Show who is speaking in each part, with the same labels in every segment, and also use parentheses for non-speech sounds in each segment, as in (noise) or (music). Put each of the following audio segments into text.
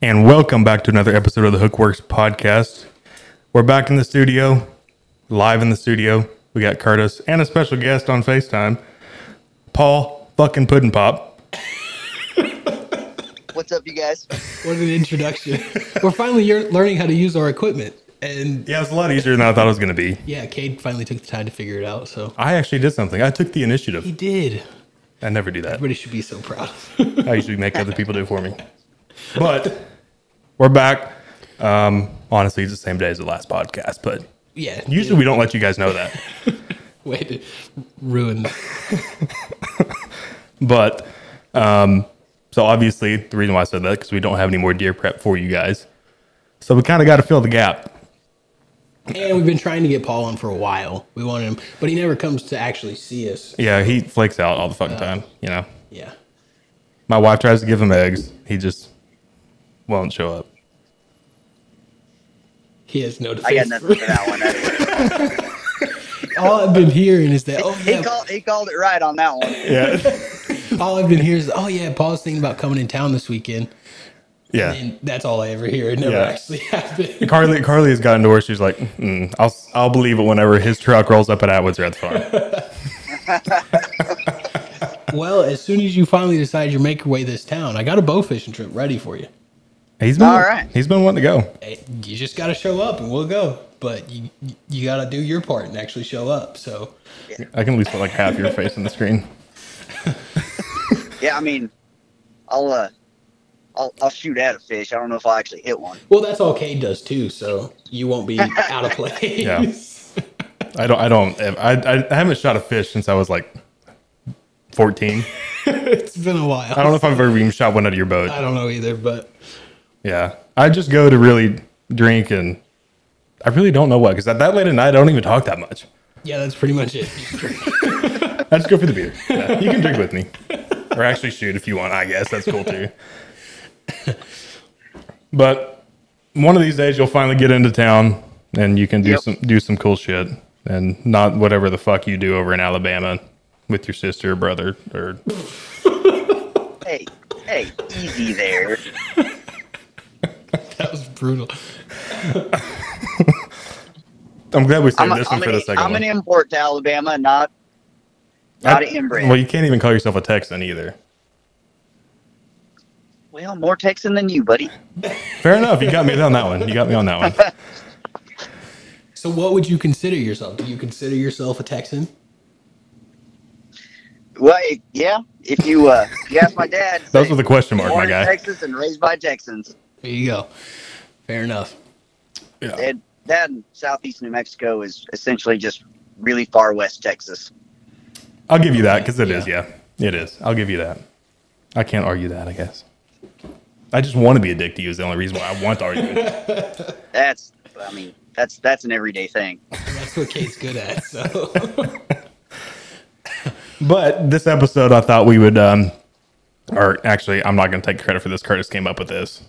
Speaker 1: and welcome back to another episode of the Hookworks podcast. We're back in the studio, live in the studio. We got Curtis and a special guest on FaceTime, Paul fucking Puddin' Pop.
Speaker 2: What's up, you guys?
Speaker 3: What
Speaker 1: (laughs)
Speaker 3: an introduction. We're finally year- learning how to use our equipment. And
Speaker 1: Yeah, it's a lot easier than I thought it was going to be.
Speaker 3: yeah, Cade finally took the time to figure it out. So
Speaker 1: I actually did something. I took the
Speaker 3: he
Speaker 1: initiative.
Speaker 3: did.
Speaker 1: I never do that.
Speaker 3: Everybody should be so proud. (laughs)
Speaker 1: I usually make other people do it for me. But we're back. Um, honestly, it's the same day as the last podcast, but
Speaker 3: yeah.
Speaker 1: usually we don't let you guys know that.
Speaker 3: Way to ruin.
Speaker 1: But um, so obviously, the reason why I said that because we don't have any more deer prep for you guys. So we kind of got to fill the gap.
Speaker 3: And we've been trying to get Paul on for a while. We wanted him, but he never comes to actually see us.
Speaker 1: Yeah, he flakes out all the fucking time. You know,
Speaker 3: Yeah.
Speaker 1: my wife tries to give him eggs, he just won't show up.
Speaker 3: He has no defense.
Speaker 2: I got nothing for that one.
Speaker 3: (laughs) All I've been hearing is that, oh,
Speaker 2: He
Speaker 3: yeah.
Speaker 2: called. He called it right on that one.
Speaker 1: Yeah,
Speaker 3: all I've been hearing is, oh, yeah, Paul's thinking about coming in town this weekend.
Speaker 1: (laughs) yeah.
Speaker 3: And that's all I ever hear. It never
Speaker 1: Yeah.
Speaker 3: actually (laughs) happened.
Speaker 1: Carly, Carly has gotten to where she's like, mm, I'll, I'll believe it whenever his truck rolls up at Atwood's Red Farm.
Speaker 2: (laughs)
Speaker 3: well, as soon as you finally decide you're making your way this town, I got a bow fishing trip ready for you.
Speaker 1: He's been
Speaker 2: All right.
Speaker 1: He's been wanting to go.
Speaker 3: it- you just got to show up and we'll go. But you you got to do your part and actually show up. So
Speaker 1: I can at least put like half your face on the screen.
Speaker 2: Yeah, I mean, I'll uh, I'll, I'll shoot at a fish. I don't know if I'll actually hit one.
Speaker 3: well, that's all Cade does too. So you won't be out of place. (laughs)
Speaker 1: Yeah. I don't. I don't. I, I haven't shot a fish since I was like fourteen.
Speaker 3: it's been a while.
Speaker 1: I don't know if I've ever even shot one out of your boat.
Speaker 3: I don't know either, but
Speaker 1: Yeah. I just go to really drink and I really don't know what because that, that late at night I don't even talk that much.
Speaker 3: yeah, that's pretty much it. (laughs)
Speaker 1: I just go for the beer. Yeah, you can drink with me. Or actually shoot if you want, I guess. That's cool too. But one of these days you'll finally get into town and you can do
Speaker 2: Yep.
Speaker 1: some do some cool shit and not whatever the fuck you do over in Alabama with your sister or brother or
Speaker 2: Hey, hey, easy there.
Speaker 3: that was brutal.
Speaker 1: I'm glad we saved
Speaker 2: I'm, a,
Speaker 1: this
Speaker 2: I'm,
Speaker 1: one for
Speaker 2: an,
Speaker 1: the 2nd
Speaker 2: I'm
Speaker 1: one.
Speaker 2: an import to Alabama, not not an inbred.
Speaker 1: well, you can't even call yourself a Texan either.
Speaker 2: Well, more Texan than you, buddy.
Speaker 1: Fair enough. You got me on that one. You got me on that one.
Speaker 3: So what would you consider yourself? Do you consider yourself a Texan?
Speaker 2: Well, it, yeah. If you uh, you ask my dad,
Speaker 1: Those
Speaker 2: say,
Speaker 1: were the question mark, my
Speaker 2: born in
Speaker 1: guy.
Speaker 2: Texas and raised by Texans.
Speaker 3: There you go. Fair enough.
Speaker 1: Yeah.
Speaker 2: Dad, dad in southeast New Mexico is essentially just really far west Texas.
Speaker 1: I'll give you that because it is.
Speaker 3: Yeah.
Speaker 1: yeah. it is. I'll give you that. I can't argue that. I guess. I just want to be a dick to you is the only reason why I want to argue.
Speaker 3: (laughs)
Speaker 1: it.
Speaker 2: That's, I mean, that's that's an everyday thing.
Speaker 3: That's what Cade's good at. So (laughs)
Speaker 1: but this episode, I thought we would. Um, or actually, I'm not going to take credit for this. Curtis came up with this,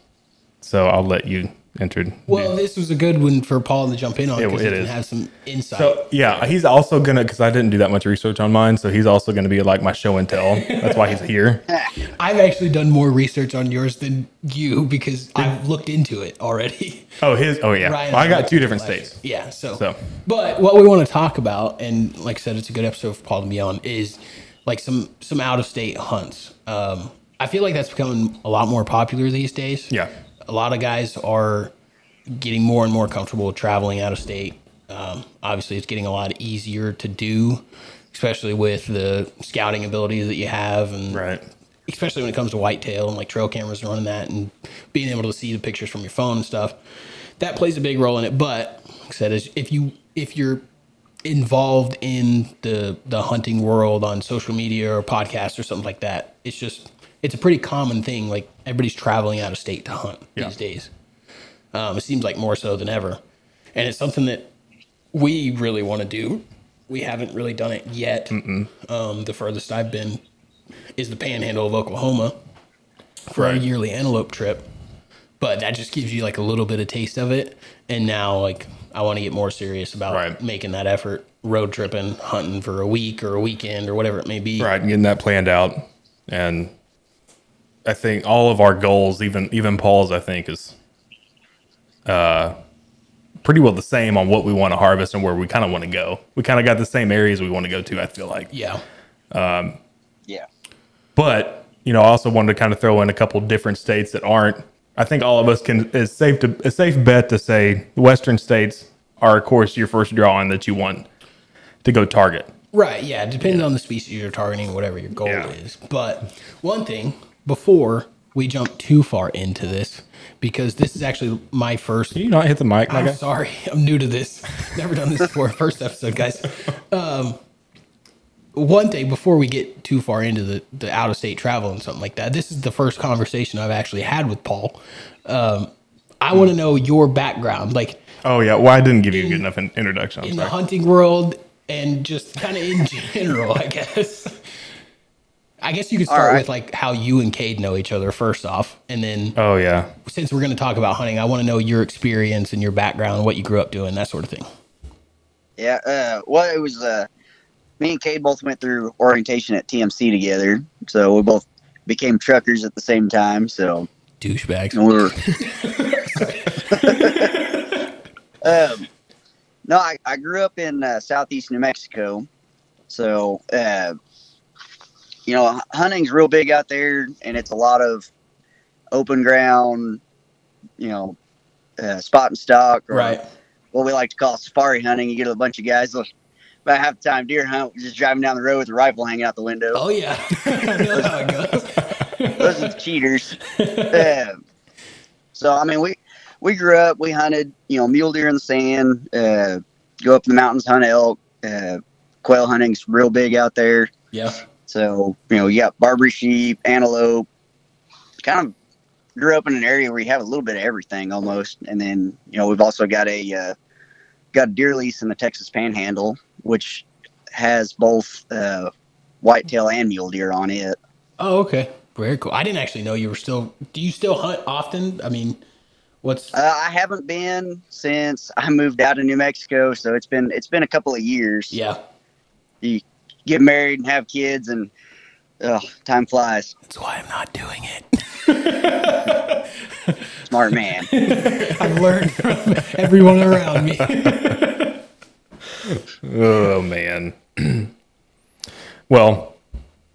Speaker 1: so I'll let you enter.
Speaker 3: well, this was a good one for Paul to jump in on
Speaker 1: It-
Speaker 3: because
Speaker 1: it
Speaker 3: he can
Speaker 1: is.
Speaker 3: have some insight.
Speaker 1: So yeah, he's also gonna because I didn't do that much research on mine, so he's also gonna be like my show and tell. That's why he's
Speaker 3: (laughs)
Speaker 1: here.
Speaker 3: I've actually done more research on yours than you because I've looked into it already. (laughs)
Speaker 1: Oh his. Oh yeah.
Speaker 3: Ryan
Speaker 1: Well, I got
Speaker 3: looked
Speaker 1: two
Speaker 3: into
Speaker 1: different
Speaker 3: last year.
Speaker 1: states.
Speaker 3: Yeah, so.
Speaker 1: So.
Speaker 3: But what we want to talk about, and like I said, it's a good episode for Paul to be on, is like some some out of state hunts. Um, I feel like that's becoming a lot more popular these days.
Speaker 1: Yeah.
Speaker 3: a lot of guys are getting more and more comfortable traveling out of state. Um, obviously, it's getting a lot easier to do, especially with the scouting abilities that you have and
Speaker 1: Right.
Speaker 3: especially when it comes to whitetail and like trail cameras running that and being able to see the pictures from your phone and stuff. That plays a big role in it. But like I said, is if you if you're involved in the the hunting world on social media or podcasts or something like that, it's just it's a pretty common thing. Like everybody's traveling out of state to hunt
Speaker 1: Yeah.
Speaker 3: these days. Um, it seems like more so than ever, and it's something that we really want to do. We haven't really done it yet. Um, the furthest I've been is the Panhandle of Oklahoma for our
Speaker 1: Right.
Speaker 3: yearly antelope trip. But that just gives you like a little bit of taste of it. And now, like, I want to get more serious about
Speaker 1: Right.
Speaker 3: making that effort, road tripping, hunting for a week or a weekend or whatever it may be.
Speaker 1: Right, and getting that planned out and I think all of our goals, even even Paul's, I think is uh, pretty well the same on what we want to harvest and where we kind of want to go. We kind of got the same areas we want to go to. I feel like,
Speaker 3: Yeah.
Speaker 2: Yeah.
Speaker 1: but you know, I also wanted to kind of throw in a couple different states that aren't. I think all of us can is safe to a safe bet to say Western states are, of course, your first drawing that you want to go target.
Speaker 3: Right, yeah, depending on the species you're targeting, whatever your goal
Speaker 1: Yeah.
Speaker 3: is. But one thing before we jump too far into this, because this is actually my first.
Speaker 1: Can you not hit the mic? my
Speaker 3: I'm
Speaker 1: guy?
Speaker 3: sorry, (laughs) I'm new to this. Never done this
Speaker 1: (laughs)
Speaker 3: before. First episode, guys. Um, one thing before we get too far into the, the out of state travel and something like that, this is the first conversation I've actually had with Paul. Um, I want
Speaker 1: Hmm.
Speaker 3: to know your background, like
Speaker 1: Oh yeah, well I didn't give you a good enough in- introduction. I'm
Speaker 3: in the
Speaker 1: sorry.
Speaker 3: hunting world and just kind of in (laughs) general, I guess. I guess you could start
Speaker 2: right.
Speaker 3: with like how you and Cade know each other first off, and then
Speaker 1: Oh yeah.
Speaker 3: since we're going to talk about hunting, I want to know your experience and your background, what you grew up doing, that sort of thing.
Speaker 2: Yeah. Uh, well, it was uh, me and Kay both went through orientation at TMC together, so we both became truckers at the same time. So
Speaker 3: Douchebags.
Speaker 2: and we were. (laughs) um, no, I, I grew up in uh, southeast New Mexico, so uh, you know hu- hunting's real big out there, and it's a lot of open ground. You know, uh, spot and stock, or
Speaker 3: Right.
Speaker 2: what we like to call safari hunting. You get a bunch of guys. Look, about half the time, deer hunt, we're just driving down the road with a rifle hanging out the window.
Speaker 3: Oh yeah. (laughs) I know how it goes.
Speaker 2: Those are the cheaters. Um, so I mean, we we grew up. We hunted, you know, mule deer in the sand. Uh, go up in the mountains, hunt elk. Uh, quail hunting's real big out there.
Speaker 3: Yeah.
Speaker 2: So you know, you got Barbary sheep, antelope. Kind of grew up in an area where you have a little bit of everything almost, and then you know we've also got a uh, got a deer lease in the Texas Panhandle, which has both uh, whitetail and mule deer on it.
Speaker 3: Oh okay. Very cool. I didn't actually know you were still. Do you still hunt often? I mean, what's
Speaker 2: Uh, I haven't been since I moved out to New Mexico, so it's been it's been a couple of years.
Speaker 3: yeah?
Speaker 2: You get married and have kids, and ugh, time flies.
Speaker 3: That's why I'm not doing it.
Speaker 2: Smart
Speaker 3: (laughs)
Speaker 2: man.
Speaker 3: I've learned from everyone around me.
Speaker 1: Oh man. (clears throat) well,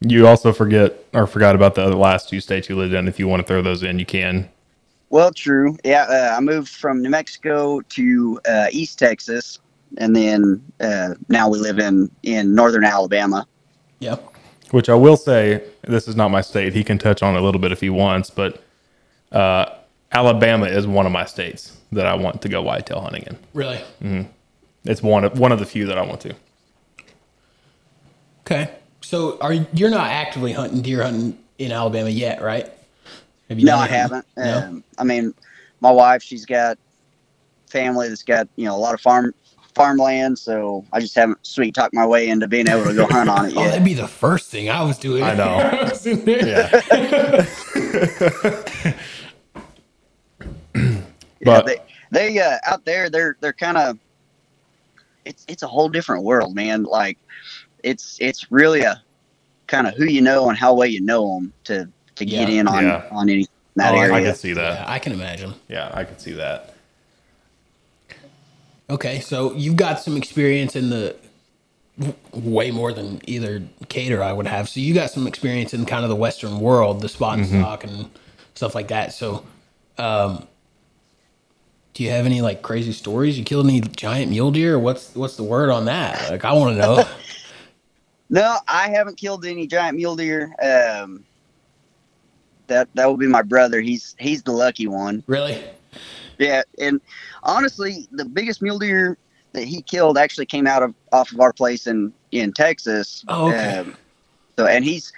Speaker 1: you also forget or forgot about the other last two states you lived in. If you want to throw those in, you can.
Speaker 2: well, true. Yeah, uh, I moved from New Mexico to uh, East Texas, and then uh, now we live in in northern Alabama.
Speaker 3: (laughs) Yeah.
Speaker 1: Which I will say, this is not my state. He can touch on it a little bit if he wants, but uh, Alabama is one of my states that I want to go whitetail hunting in.
Speaker 3: Really.
Speaker 1: It's one of one of the few that I want to.
Speaker 3: Okay. So are you- you're not actively hunting deer hunting in Alabama yet, right? Have you
Speaker 2: No,
Speaker 3: done
Speaker 2: I
Speaker 3: it?
Speaker 2: haven't.
Speaker 3: No?
Speaker 2: Um, I mean, my wife, she's got family that's got you know a lot of farm farmland, so I just haven't sweet talked my way into being able to go hunt
Speaker 3: (laughs)
Speaker 2: on it
Speaker 3: Oh,
Speaker 2: yet.
Speaker 3: that'd be the first thing I was doing.
Speaker 1: I know.
Speaker 3: (laughs) I was in there.
Speaker 2: (laughs)
Speaker 1: Yeah.
Speaker 2: Yeah,
Speaker 1: But-
Speaker 2: they they uh, out there they're they're kind of it's it's a whole different world, man. Like it's it's really a kind of who you know and how well you know them to to get
Speaker 3: Yeah.
Speaker 2: in on
Speaker 1: Yeah.
Speaker 2: on any that
Speaker 1: Oh, I, I
Speaker 2: area.
Speaker 1: can see that.
Speaker 3: Yeah, I can imagine.
Speaker 1: Yeah, I can see that.
Speaker 3: Okay, so you've got some experience in the w- way more than either Kate or I would have. So you got some experience in kind of the Western world, the spot and
Speaker 2: Mm-hmm.
Speaker 3: stock and stuff like that. So, um, do you have any like crazy stories? You killed any giant mule deer? What's what's the word on that? Like, I want to
Speaker 2: (laughs)
Speaker 3: know.
Speaker 2: No, I haven't killed any giant mule deer. Um, that that will be my brother. He's he's the lucky one. (laughs)
Speaker 3: really?
Speaker 2: Yeah, and honestly, the biggest mule deer that he killed actually came out of off of our place in in Texas.
Speaker 3: Oh, okay.
Speaker 2: Um, so and he's,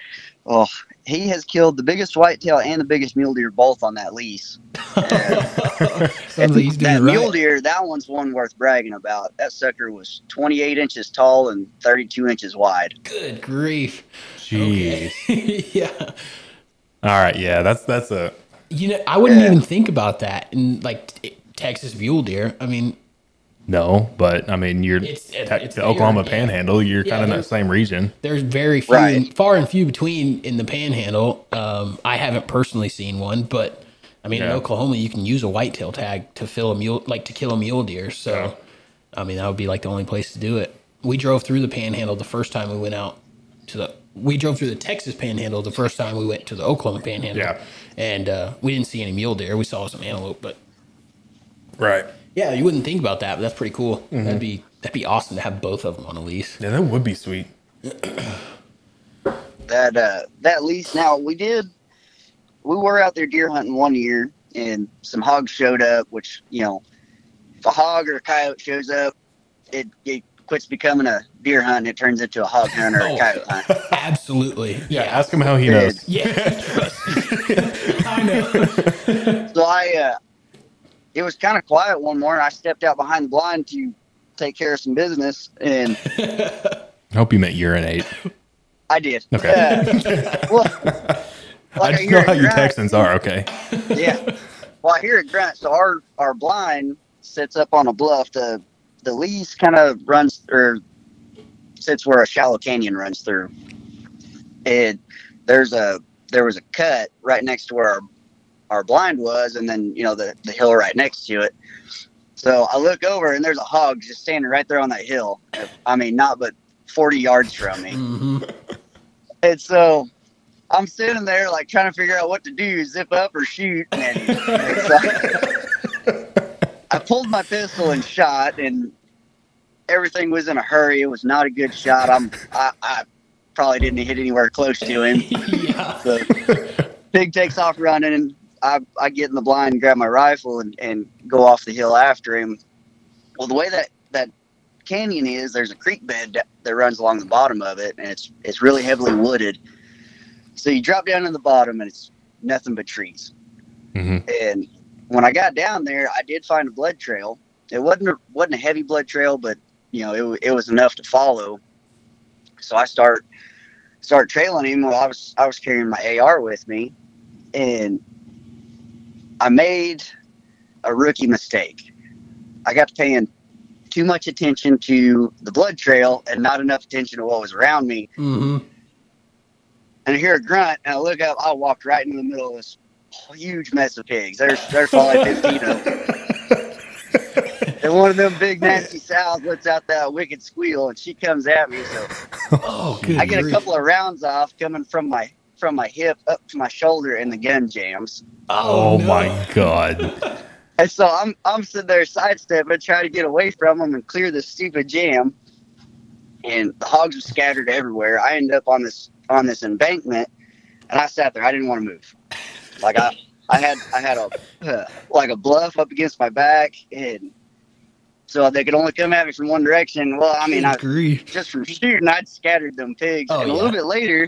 Speaker 2: oh, he has killed the biggest whitetail and the biggest mule deer both on that
Speaker 3: (laughs)
Speaker 2: lease. Uh,
Speaker 3: Sounds like he's doing
Speaker 2: that
Speaker 3: it right.
Speaker 2: mule deer, that one's one worth bragging about. That sucker was 28 inches tall and 32 inches wide.
Speaker 3: Good grief.
Speaker 1: Jeez.
Speaker 3: (laughs) yeah.
Speaker 1: All right. Yeah, that's that's a
Speaker 3: You know, I wouldn't
Speaker 2: Yeah.
Speaker 3: even think about that in like t- Texas mule deer. I mean,
Speaker 1: No, but I mean, you're
Speaker 3: It's- it-
Speaker 1: tech-
Speaker 3: it's
Speaker 1: the
Speaker 3: there,
Speaker 1: Oklahoma
Speaker 3: yeah.
Speaker 1: Panhandle. You're
Speaker 3: Yeah,
Speaker 1: kind of in
Speaker 3: they're-
Speaker 1: that same region.
Speaker 3: There's very few,
Speaker 2: Right.
Speaker 3: far and few between in the Panhandle. Um, I haven't personally seen one, but I mean, in
Speaker 1: Yeah.
Speaker 3: Oklahoma, you can use a whitetail tag to fill a mule, like to kill a mule deer. So, I mean, that would be like the only place to do it. We drove through the Panhandle the first time we went out to the. We drove through the Texas Panhandle the first time we went to the Oklahoma Panhandle.
Speaker 1: Yeah.
Speaker 3: and uh, we didn't see any mule deer. We saw some antelope, but
Speaker 1: Right.
Speaker 3: yeah, you wouldn't think about that. But that's pretty cool.
Speaker 1: Mm-hmm.
Speaker 3: That'd be that'd be awesome to have both of them on a lease.
Speaker 1: Yeah, that would be sweet.
Speaker 2: that uh that lease now we did we were out there deer hunting one year and some hogs showed up which you know if a hog or a coyote shows up it, it quits becoming a deer hunt and it turns into a hog hunt or
Speaker 3: Oh.
Speaker 2: a coyote hunt
Speaker 3: Absolutely.
Speaker 1: Yeah, ask him how he
Speaker 2: Dude.
Speaker 1: knows.
Speaker 3: Yeah. I know.
Speaker 2: so i uh it was kind of quiet one morning i stepped out behind the blind to take care of some business and
Speaker 1: I hope you meant
Speaker 3: (laughs)
Speaker 1: urinate.
Speaker 2: i did
Speaker 1: Okay.
Speaker 2: Uh, well,
Speaker 1: I
Speaker 2: like
Speaker 1: just
Speaker 2: hear
Speaker 1: know
Speaker 2: it
Speaker 1: how you
Speaker 2: grunt.
Speaker 1: Texans are. Okay.
Speaker 2: yeah. Well, I hear a grunt. So our our blind sits up on a bluff. The the lease kind of runs or sits where a shallow canyon runs through. And there's a there was a cut right next to where our, our blind was, and then you know the the hill right next to it. So I look over and there's a hog just standing right there on that hill. I mean, not but 40 yards from me.
Speaker 3: hmm
Speaker 2: And so I'm sitting there like trying to figure out what to do, zip up or shoot. And it's, uh, I pulled my pistol and shot, and everything was in a hurry. It was not a good shot. I'm I, I probably didn't hit anywhere close to him.
Speaker 3: yeah.
Speaker 2: So Pig takes off running. I, I get in the blind, grab my rifle, and, and go off the hill after him. Well, the way that, that canyon is, there's a creek bed that, that runs along the bottom of it, and it's it's really heavily wooded. So you drop down in the bottom, and it's nothing but trees.
Speaker 1: hmm
Speaker 2: And when I got down there, I did find a blood trail. It wasn't a, wasn't a heavy blood trail, but you know it, wa- it was enough to follow. So I start start trailing him. Well, I was I was carrying my AR with me, and I made a rookie mistake. I got to paying too much attention to the blood trail and not enough attention to what was around me.
Speaker 3: hmm
Speaker 2: And I hear a grunt, and I look up. I walked right into the middle of this huge mess of pigs. There's there's probably fifteen of them. And one of them big nasty sows lets out that wicked squeal, and she comes at me. So
Speaker 3: Oh, good.
Speaker 2: I get a
Speaker 3: grief.
Speaker 2: couple of rounds off coming from my from my hip up to my shoulder, and the gun jams.
Speaker 1: Oh,
Speaker 3: no.
Speaker 1: my God.
Speaker 2: And so I'm I'm sitting there sidestepping, trying to get away from them and clear this stupid jam. And the hogs were scattered everywhere. I end up on this on this embankment, and I sat there. I didn't want to move. Like I I had I had a (laughs) like a bluff up against my back, and so they could only come at me from one direction. Well, I mean, I
Speaker 3: Good grief.
Speaker 2: just from shooting, I'd scattered them pigs.
Speaker 3: Oh,
Speaker 2: and a
Speaker 3: yeah.
Speaker 2: little bit later,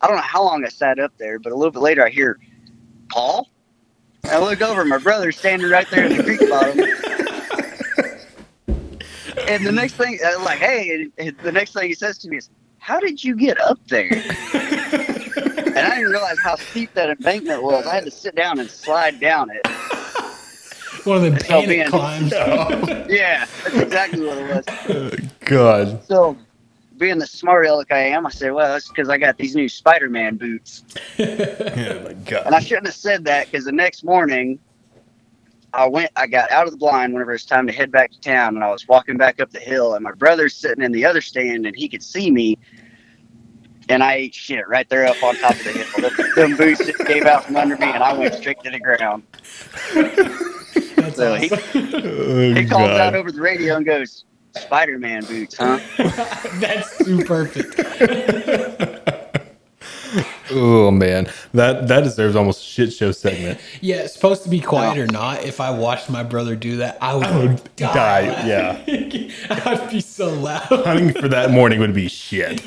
Speaker 2: I don't know how long I sat up there, but a little bit later, I hear Paul. And I look over, my brother's standing right there in the creek
Speaker 3: (laughs)
Speaker 2: bottom. And the next thing, uh, like, hey, and, and the next thing he says to me is, "How did you get up
Speaker 3: (laughs)
Speaker 2: there?" and I didn't realize how steep that embankment was. I had to sit down and slide down it.
Speaker 3: One of the
Speaker 2: It's all
Speaker 3: panic
Speaker 2: being-
Speaker 3: climbs.
Speaker 2: (laughs)
Speaker 3: (laughs)
Speaker 2: Yeah, that's exactly what it was.
Speaker 1: (laughs) God.
Speaker 2: So, being the smart aleck I am, I said, "Well, it's because I got these new Spider-Man boots."
Speaker 1: Oh my
Speaker 2: And I
Speaker 1: God.
Speaker 2: shouldn't have said that because the next morning, I went, I got out of the blind whenever it was time to head back to town, and I was walking back up the hill, and my brother's sitting in the other stand, and he could see me, and I ate shit right there up on top of the hill. Them- Them boots just came out from under me, and I went straight to the ground.
Speaker 3: That's
Speaker 2: So he,
Speaker 1: Oh,
Speaker 2: he calls out
Speaker 1: God.
Speaker 2: over the radio and goes, "Spider-Man boots, huh?"
Speaker 3: That's too perfect.
Speaker 1: oh man. That that deserves almost a shit show segment.
Speaker 3: Yeah, it's supposed to be quiet or not. If I watched my brother do that, I would, die. (laughs)
Speaker 1: Die. Yeah.
Speaker 3: I'd be so loud.
Speaker 1: Hunting for that morning would be shit.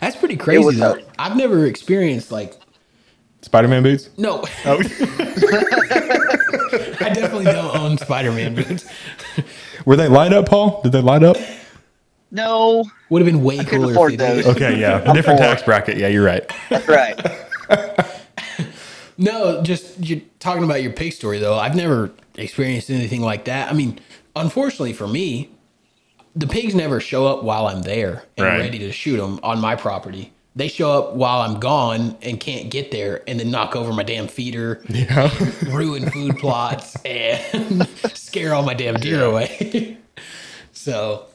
Speaker 3: That's pretty crazy,
Speaker 2: was
Speaker 3: though.
Speaker 2: hard.
Speaker 3: I've never experienced, like,
Speaker 1: Spider Man
Speaker 3: (laughs)
Speaker 1: boots?
Speaker 3: no,
Speaker 1: Oh.
Speaker 3: I definitely don't own Spider Man boots.
Speaker 1: Were they light up, Paul? Did they light up?
Speaker 2: No,
Speaker 3: Would have been way
Speaker 2: couldn't
Speaker 3: cooler
Speaker 2: afford
Speaker 3: (laughs) if they did.
Speaker 2: those.
Speaker 3: (laughs)
Speaker 1: Okay, yeah. A different
Speaker 2: poor.
Speaker 1: tax bracket. Yeah, you're right.
Speaker 2: that's right.
Speaker 3: No, just you're talking about your pig story though. I've never experienced anything like that. I mean, unfortunately for me, the pigs never show up while I'm there and
Speaker 4: Right.
Speaker 3: ready to shoot them on my property. They show up while I'm gone and can't get there, and then knock over my damn feeder,
Speaker 4: Yeah.
Speaker 3: ruin food plots, and (laughs) scare all my damn deer away. (laughs) so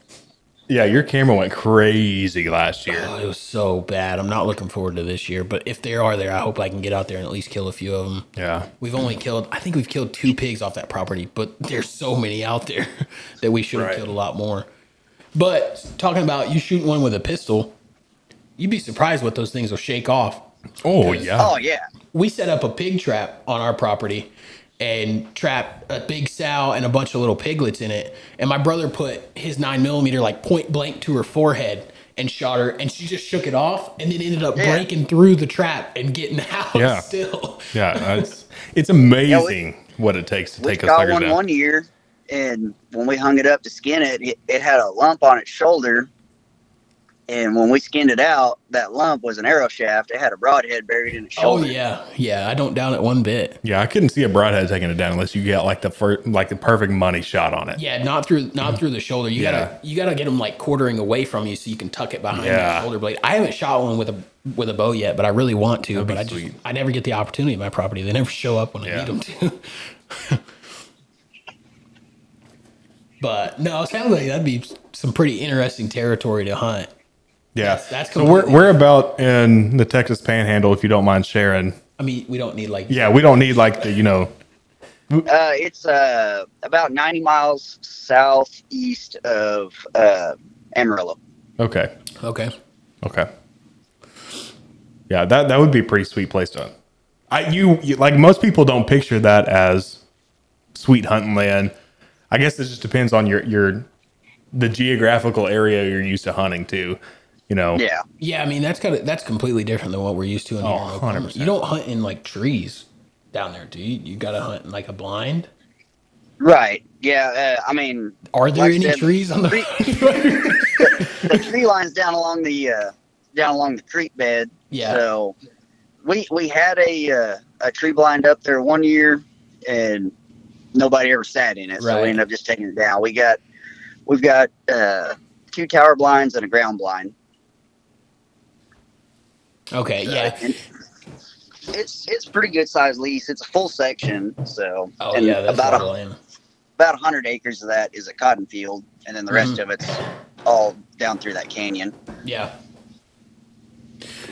Speaker 1: Yeah, your camera went crazy last year.
Speaker 3: Oh, it was so bad. I'm not looking forward to this year, but if there are there, I hope I can get out there and at least kill a few of them.
Speaker 1: Yeah.
Speaker 3: We've only killed, I think we've killed two pigs off that property, but there's so many out there (laughs) that we should have
Speaker 1: Right.
Speaker 3: killed a lot more. But talking about you shooting one with a pistol, you'd be surprised what those things will shake off.
Speaker 1: Oh yeah.
Speaker 2: Oh yeah,
Speaker 3: We set up a pig trap on our property and trapped a big sow and a bunch of little piglets in it. And my brother put his nine millimeter like point blank to her forehead and shot her, and she just shook it off and then ended up
Speaker 2: Yeah.
Speaker 3: breaking through the trap and getting (laughs) out
Speaker 1: Yeah.
Speaker 3: still.
Speaker 1: Yeah, that's it's amazing what it takes to
Speaker 2: we
Speaker 1: take a
Speaker 2: got
Speaker 1: sucker
Speaker 2: one
Speaker 1: down.
Speaker 2: one year, and when we hung it up to skin it, it, it had a lump on its shoulder. And when we skinned it out, that lump was an arrow shaft. It had a broadhead buried in its
Speaker 3: Oh,
Speaker 2: shoulder.
Speaker 3: yeah. Yeah. I don't doubt it one bit.
Speaker 1: Yeah, I couldn't see a broadhead taking it down unless you got like the first, like the perfect money shot on it.
Speaker 3: Yeah, not through not through the shoulder. You
Speaker 1: Mm-hmm. Yeah.
Speaker 3: gotta you gotta get them like quartering away from you so you can tuck it behind
Speaker 1: Yeah.
Speaker 3: your shoulder blade. I haven't shot one with a with a bow yet, but I really want to.
Speaker 1: be
Speaker 3: But I
Speaker 1: sweet.
Speaker 3: just I never get the opportunity at my property. They never show up when I
Speaker 1: Yeah.
Speaker 3: need them to. (laughs) but no, it sounds like that'd be some pretty interesting territory to hunt.
Speaker 1: Yeah,
Speaker 3: That's- that's
Speaker 1: so we're
Speaker 3: completely-
Speaker 1: we're about in the Texas Panhandle, if you don't mind sharing.
Speaker 3: I mean, we don't need like
Speaker 1: Yeah, we don't need like the you know.
Speaker 2: Uh, it's uh, about 90 miles southeast of uh, Amarillo.
Speaker 1: Okay,
Speaker 3: okay.
Speaker 1: okay. Yeah, that that would be a pretty sweet place to. Hunt. I you, you like most people don't picture that as sweet hunting land. I guess it just depends on your your the geographical area you're used to hunting too. You know.
Speaker 2: Yeah.
Speaker 3: Yeah, I mean that's kind of that's completely different than what we're used to in
Speaker 1: Oh,
Speaker 3: Roanoke.
Speaker 1: 100%.
Speaker 3: You don't hunt in like trees down there, do you? You gotta hunt in like a blind.
Speaker 2: Right. Yeah. Uh, I mean,
Speaker 3: Are there
Speaker 2: Like I
Speaker 3: any
Speaker 2: said,
Speaker 3: trees on the?
Speaker 2: the tree line's down along the uh, down along the creek bed.
Speaker 3: (laughs) Yeah.
Speaker 2: So we we had a uh, a tree blind up there one year, and nobody ever sat in it. So
Speaker 3: Right.
Speaker 2: we ended up just taking it down. We got we've got uh, two tower blinds and a ground blind.
Speaker 3: okay, yeah.
Speaker 2: And it's it's pretty good sized lease. It's a full section. So
Speaker 3: Oh
Speaker 2: and
Speaker 3: yeah, that's
Speaker 2: about
Speaker 3: about
Speaker 2: a, about hundred acres of that is a cotton field, and then the rest
Speaker 3: Mhm.
Speaker 2: of it's all down through that canyon.
Speaker 3: Yeah.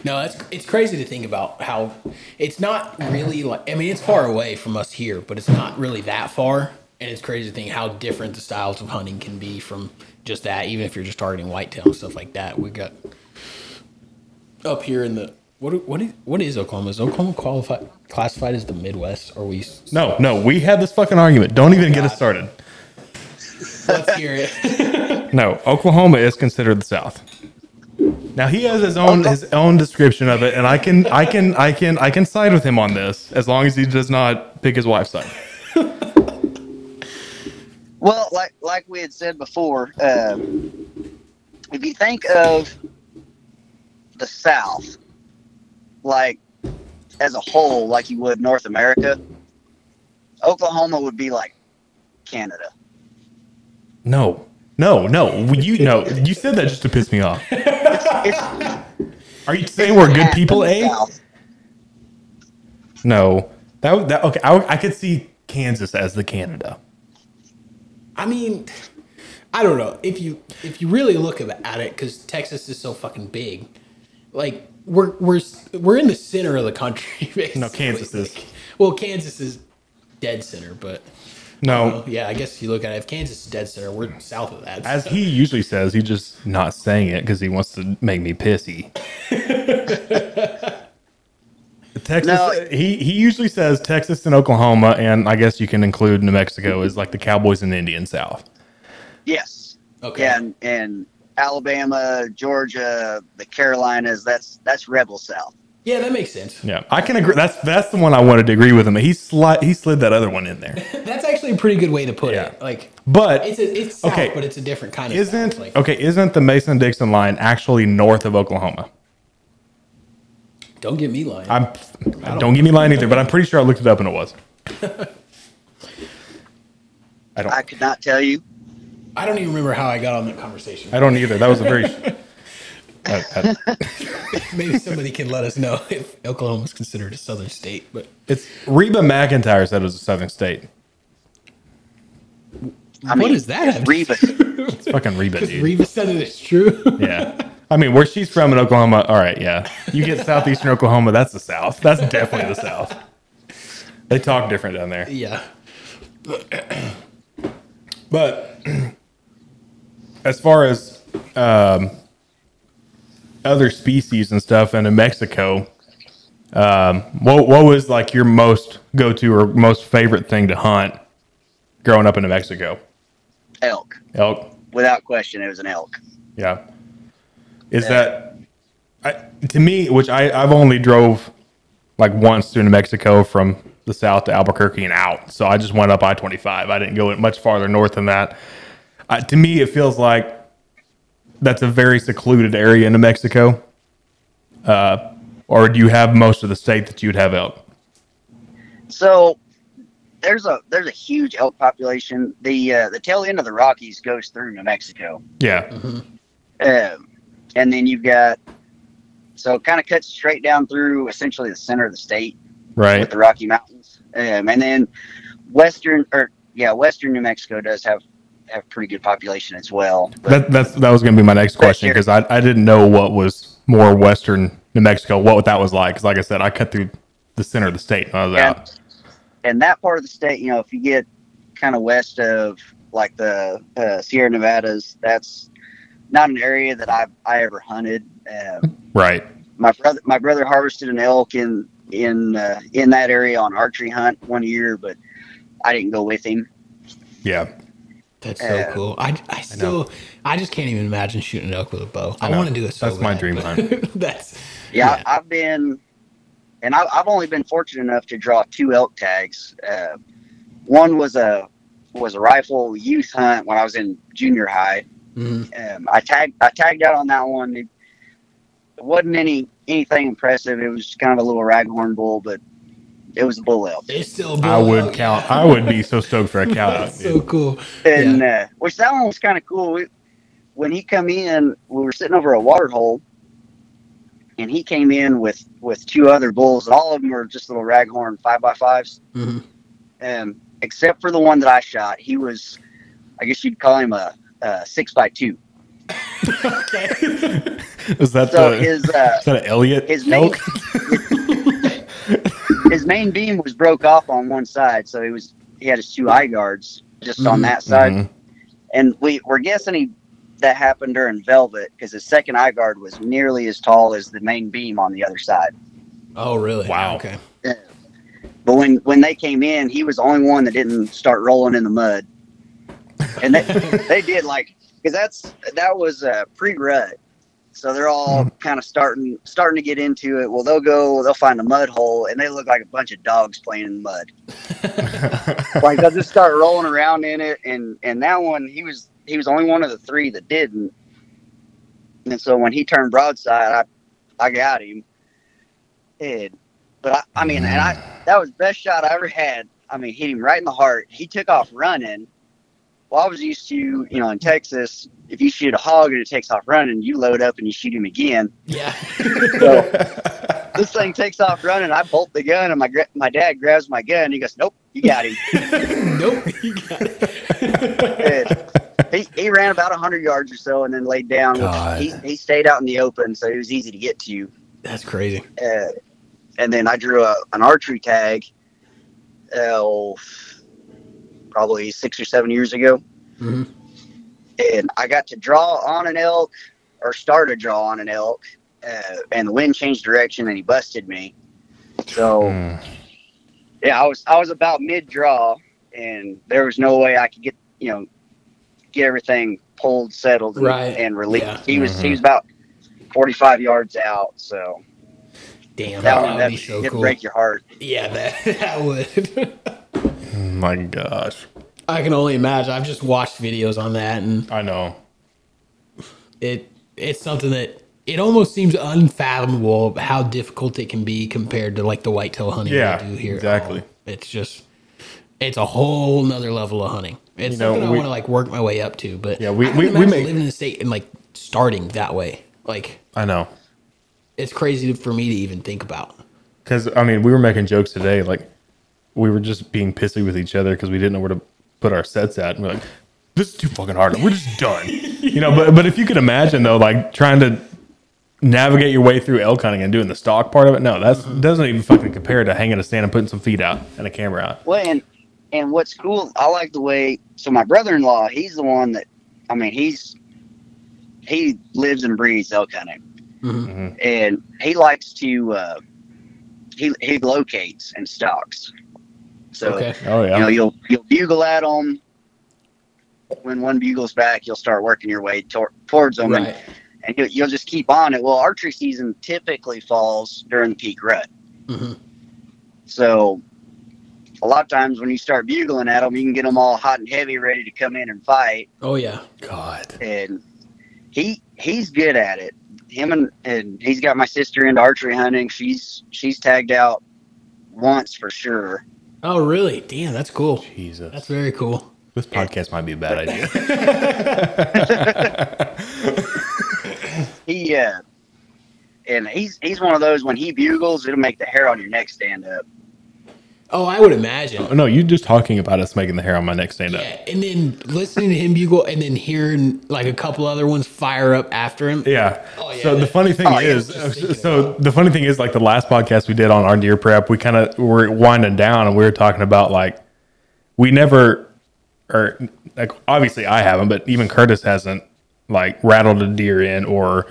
Speaker 3: No, it's it's crazy to think about how it's not really like I mean it's far away from us here, but it's not really that far. And it's crazy to think how different the styles of hunting can be from just that, even if you're just targeting whitetail and stuff like that. We got up here in the what do- what is what is Oklahoma? Is Oklahoma qualified classified as the Midwest? Are we?
Speaker 1: No, no, we had this fucking argument. Don't even get us
Speaker 3: God.
Speaker 1: started.
Speaker 3: Let's hear it. (laughs)
Speaker 1: No, Oklahoma is considered the South. Now he has his own his own description of it, and I can I can I can I can side with him on this as long as he does not pick his wife's side.
Speaker 2: Well, like like we had said before, uh, if you think of the South, like as a whole, like you would North America, Oklahoma would be like Canada.
Speaker 1: No, no, no. You no. You said that just to piss me off.
Speaker 2: It's
Speaker 1: Are you saying we're good
Speaker 2: half
Speaker 1: people? eh?
Speaker 2: of the
Speaker 1: A
Speaker 2: South.
Speaker 1: no. That would- that okay. I, I could see Kansas as the Canada.
Speaker 3: I mean, I don't know if you if you really look ab- at it because Texas is so fucking big. Like we're we're s- we're in the center of the country. (laughs) Basically.
Speaker 1: No, Kansas is.
Speaker 3: Well, Kansas is dead center, but
Speaker 1: No,
Speaker 3: yeah, I guess if you look at it, if Kansas is dead center, we're south of that.
Speaker 1: as he usually says, he's just not saying it because he wants to make me pissy. Texas,
Speaker 2: No.
Speaker 1: he, he usually says Texas and Oklahoma, and I guess you can include New Mexico as like the Cowboys and Indian South.
Speaker 2: Yes.
Speaker 3: okay.
Speaker 2: Yeah, and, and Alabama, Georgia, the Carolinas. That's that's rebel South.
Speaker 3: Yeah, that makes sense.
Speaker 1: Yeah, I can agree. That's that's the one I wanted to agree with him. He slid he slid that other one in there,
Speaker 3: That's actually a pretty good way to put
Speaker 1: Yeah.
Speaker 3: it. Like
Speaker 1: but
Speaker 3: it's a, it's south,
Speaker 1: Okay.
Speaker 3: but it's a different kind of south,
Speaker 1: isn't
Speaker 3: like
Speaker 1: okay? Isn't the Mason Dixon line actually north of Oklahoma?
Speaker 3: Don't get me lying.
Speaker 1: I'm don't, get me lying either, but I'm pretty sure I looked it up and it was. I don't.
Speaker 2: I could not
Speaker 1: (laughs)
Speaker 2: tell you.
Speaker 3: I don't even remember how I got on that conversation.
Speaker 1: I don't either. That was a very. (laughs) I- I-
Speaker 3: Maybe somebody can let us know (laughs) if Oklahoma is considered a southern state. But
Speaker 1: it's Reba McIntyre said it was a Southern state.
Speaker 2: I
Speaker 3: What
Speaker 2: mean,
Speaker 3: does that have to-
Speaker 2: Reba?
Speaker 1: It's fucking Reba, dude.
Speaker 3: Reba said it is true.
Speaker 1: Yeah. I mean, where she's from in Oklahoma. All right, yeah. You get southeastern Oklahoma. That's the South. That's definitely the South. They talk different down there.
Speaker 3: (laughs) yeah.
Speaker 1: But (clears throat) as far as um, other species and stuff, and in Mexico, um, what what was like your most go to or most favorite thing to hunt growing up in New Mexico?
Speaker 2: elk,
Speaker 1: Elk.
Speaker 2: without question, it was an elk.
Speaker 1: Yeah. Is that I, to me, which I, I've only drove like once to New Mexico from the south to Albuquerque and out. So I just went up I 25. I didn't go much farther north than that. I, to me, it feels like that's a very secluded area in New Mexico. Uh, or do you have most of the state that you'd have elk?
Speaker 2: So there's a there's a huge elk population. The uh, the tail end of the Rockies goes through New Mexico,
Speaker 1: Yeah.
Speaker 3: Mm-hmm.
Speaker 2: um, and then you've got so it kind of cuts straight down through essentially the center of the state with
Speaker 1: Right.
Speaker 2: the Rocky Mountains, um, and then western or yeah, western New Mexico does have have pretty good population as well. But
Speaker 1: That, that's, that was going to be my next question
Speaker 2: here.
Speaker 1: because I, I didn't know what was more western New Mexico, what that was like. Because, like I said, I cut through the center of the state when I was
Speaker 2: Yeah.
Speaker 1: out.
Speaker 2: and that part of the state, you know, if you get kind of west of like the uh, Sierra Nevadas, that's not an area that I I ever hunted. Um, (laughs)
Speaker 1: Right.
Speaker 2: my brother my brother harvested an elk in in uh, in that area on archery hunt one year, but I didn't go with him.
Speaker 1: Yeah.
Speaker 3: That's so
Speaker 2: Yeah.
Speaker 3: cool. I, I still, I, just can't even imagine shooting an elk with a bow. I,
Speaker 1: know.
Speaker 3: want to do it so
Speaker 1: That's my
Speaker 3: bad,
Speaker 1: dream
Speaker 3: but (laughs) that's,
Speaker 2: Yeah,
Speaker 3: Yeah.
Speaker 2: I, I've been, and I, I've only been fortunate enough to draw two elk tags. Uh, one was a was a rifle youth hunt when I was in junior high.
Speaker 1: Mm-hmm.
Speaker 3: Mhm.
Speaker 2: Um, I tagged I tagged out on that one. It wasn't any anything impressive. It was kind of a little raghorn bull, but it was a bull elk.
Speaker 3: it's still a
Speaker 1: I
Speaker 3: bull
Speaker 1: would
Speaker 3: elk.
Speaker 1: count. I
Speaker 3: (laughs)
Speaker 1: would be so stoked for a cow. out,
Speaker 3: That's uh, so
Speaker 1: dude.
Speaker 3: cool.
Speaker 2: and uh, which that one was kind of cool. We, when he come in, we were sitting over a water hole, and he came in with with two other bulls, and all of them were just little raghorn five by fives,
Speaker 3: Mhm.
Speaker 2: um, except for the one that I shot. He was, I guess you'd call him a, a six by two.
Speaker 1: Is that
Speaker 2: So
Speaker 1: the
Speaker 2: his uh,
Speaker 1: (laughs) is that an Elliot?
Speaker 2: his main
Speaker 1: elk?
Speaker 2: his main beam was broke off on one side, so he was he had his two eye guards just on
Speaker 3: Mhm.
Speaker 2: that side,
Speaker 1: Mhm.
Speaker 2: and we we're guessing he that happened during Velvet because his second eye guard was nearly as tall as the main beam on the other side.
Speaker 3: Oh, really?
Speaker 1: Wow.
Speaker 3: Okay.
Speaker 2: But when when they came in, he was the only one that didn't start rolling in the mud, and they they did like because that's that was uh, pre rut. So they're all kind of starting starting to get into it. Well, they'll go, they'll find a mud hole, and they look like a bunch of dogs playing in the mud.
Speaker 1: Mm-hmm.
Speaker 2: like they'll just start rolling around in it and and that one he was he was the only one of the three that didn't and so when he turned broadside i i got him and but i, I mean and i that was the best shot i ever had i mean hit him right in the heart he took off running well i was used to you know in texas if you shoot a hog and it takes off running you load up and you shoot him again
Speaker 3: Yeah.
Speaker 1: (laughs)
Speaker 2: so this thing takes off running. I bolt the gun, and my gra- my dad grabs my gun. He goes, "Nope, you got him."
Speaker 3: (laughs) nope. You
Speaker 1: (laughs)
Speaker 3: got it.
Speaker 2: And he he ran about hundred yards or so, and then laid down.
Speaker 3: God.
Speaker 2: Which he he stayed out in the open, so he was easy to get to.
Speaker 3: That's crazy.
Speaker 2: Uh, and then I drew a, an archery tag, uh, oh, probably six or seven years ago,
Speaker 1: Mm-hmm.
Speaker 3: Mhm.
Speaker 2: and I got to draw on an elk or start a draw on an elk, uh, and the wind changed direction, and he busted me. So.
Speaker 1: Mm.
Speaker 2: yeah, I was I was about mid draw, and there was no way I could get you know get everything pulled, settled, and,
Speaker 3: Right.
Speaker 2: and released.
Speaker 3: Yeah.
Speaker 2: He was he was about forty five yards out, so that
Speaker 3: Damn. That,
Speaker 2: one
Speaker 3: would
Speaker 2: that
Speaker 3: be so
Speaker 2: did
Speaker 3: cool.
Speaker 2: break your heart.
Speaker 3: Yeah, that, (laughs) that would. (laughs)
Speaker 1: My gosh,
Speaker 3: I can only imagine. I've just watched videos on that, and
Speaker 1: I know.
Speaker 3: it it's something that it almost seems unfathomable how difficult it can be compared to like the whitetail hunting
Speaker 1: Yeah,
Speaker 3: we do here. at
Speaker 1: exactly.
Speaker 3: home. It's just it's a whole nother level of hunting. It's
Speaker 1: You know,
Speaker 3: something I
Speaker 1: we-
Speaker 3: want to like work my way up to, but
Speaker 1: Yeah, we-
Speaker 3: I can
Speaker 1: we- we
Speaker 3: imagine
Speaker 1: make-
Speaker 3: living in the state and like starting that way. Like
Speaker 1: I know.
Speaker 3: it's crazy for me to even think about.
Speaker 1: Because I mean, we were making jokes today. Like we were just being pissy with each other because we didn't know where to put our sets at, and we're like, "This is too fucking hard. We're just done." You know. But but if you could imagine though, like trying to navigate your way through elk hunting and doing the stock part of it, no, that doesn't even fucking compare to hanging a stand and putting some feet out and a camera out.
Speaker 2: Well, and and what's cool, I like the way. So my brother-in-law, he's the one that, I mean, he's he lives and breathes elk hunting,
Speaker 3: Mm-hmm.
Speaker 2: and he likes to uh, he he locates and stalks. So
Speaker 3: Okay.
Speaker 1: Oh yeah.
Speaker 2: you know you'll you'll bugle at them. When one bugles back, you'll start working your way tor- towards them, and
Speaker 3: Right.
Speaker 2: and you'll, you'll just keep on it. Well, archery season typically falls during the peak rut.
Speaker 3: Mhm.
Speaker 2: So, a lot of times when you start bugling at them, you can get them all hot and heavy, ready to come in and fight.
Speaker 3: Oh yeah.
Speaker 1: God.
Speaker 2: And he he's good at it. Him and, and he's got my sister into archery hunting. She's she's tagged out once for sure.
Speaker 3: Oh really? Damn, that's cool.
Speaker 1: Jesus.
Speaker 3: That's very cool.
Speaker 1: This podcast might be a bad idea.
Speaker 2: He uh, and he's he's one of those when he bugles, it'll make the hair on your neck stand up.
Speaker 3: Oh, I would imagine.
Speaker 1: no, you're just talking about us making the hair on my neck stand up.
Speaker 3: Yeah, and then listening to him bugle, and then hearing like a couple other ones fire up after him.
Speaker 1: Yeah.
Speaker 3: Oh, yeah.
Speaker 1: So the funny thing
Speaker 2: Oh, yeah, I
Speaker 1: is,
Speaker 3: was just thinking
Speaker 1: so the funny thing is, like the last podcast we did on our deer prep, we kind of were winding down, and we were talking about like we never, or like obviously I haven't, but even Curtis hasn't like rattled a deer in or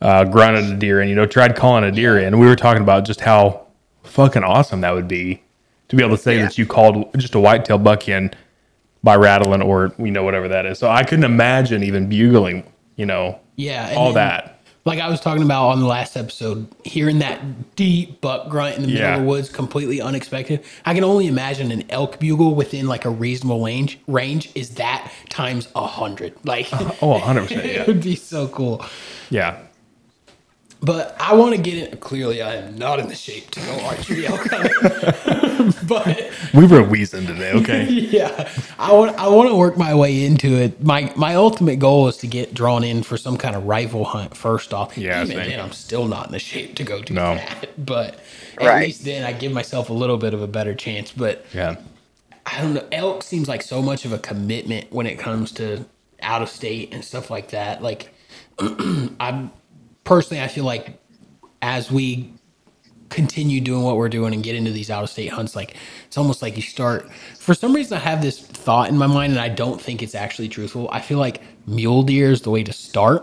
Speaker 1: uh, grunted a deer in. You know, tried calling a deer in. We were talking about just how fucking awesome that would be to be able to say
Speaker 2: Yeah.
Speaker 1: that you called just a whitetail buck in by rattling or you know whatever that is. So I couldn't imagine even bugling. You know,
Speaker 3: Yeah, and
Speaker 1: all
Speaker 3: then,
Speaker 1: that.
Speaker 3: Like I was talking about on the last episode, hearing that deep buck grunt in the middle
Speaker 1: Yeah.
Speaker 3: of the woods, completely unexpected. I can only imagine an elk bugle within like a reasonable range. Range is that times a hundred. Like
Speaker 1: Oh, 100 percent.
Speaker 3: (laughs) it
Speaker 1: Yeah,
Speaker 3: would be so cool.
Speaker 1: yeah.
Speaker 3: But I want to get in. Clearly, I am not in the shape to go archery elk hunting. (laughs) but
Speaker 1: We were wheezing today. Okay.
Speaker 3: (laughs) yeah, I want I want to work my way into it. My my ultimate goal is to get drawn in for some kind of rifle hunt first off.
Speaker 1: Yeah,
Speaker 3: even
Speaker 1: same.
Speaker 3: then, I'm still not in the shape to go do
Speaker 1: No.
Speaker 3: that. But at
Speaker 2: Right.
Speaker 3: least then I give myself a little bit of a better chance. But
Speaker 1: Yeah.
Speaker 3: I don't know. Elk seems like so much of a commitment when it comes to out of state and stuff like that. Like, (clears throat) I personally, I feel like as we continue doing what we're doing and get into these out of state hunts, like it's almost like you start. For some reason, I have this thought in my mind, and I don't think it's actually truthful. I feel like mule deer is the way to start,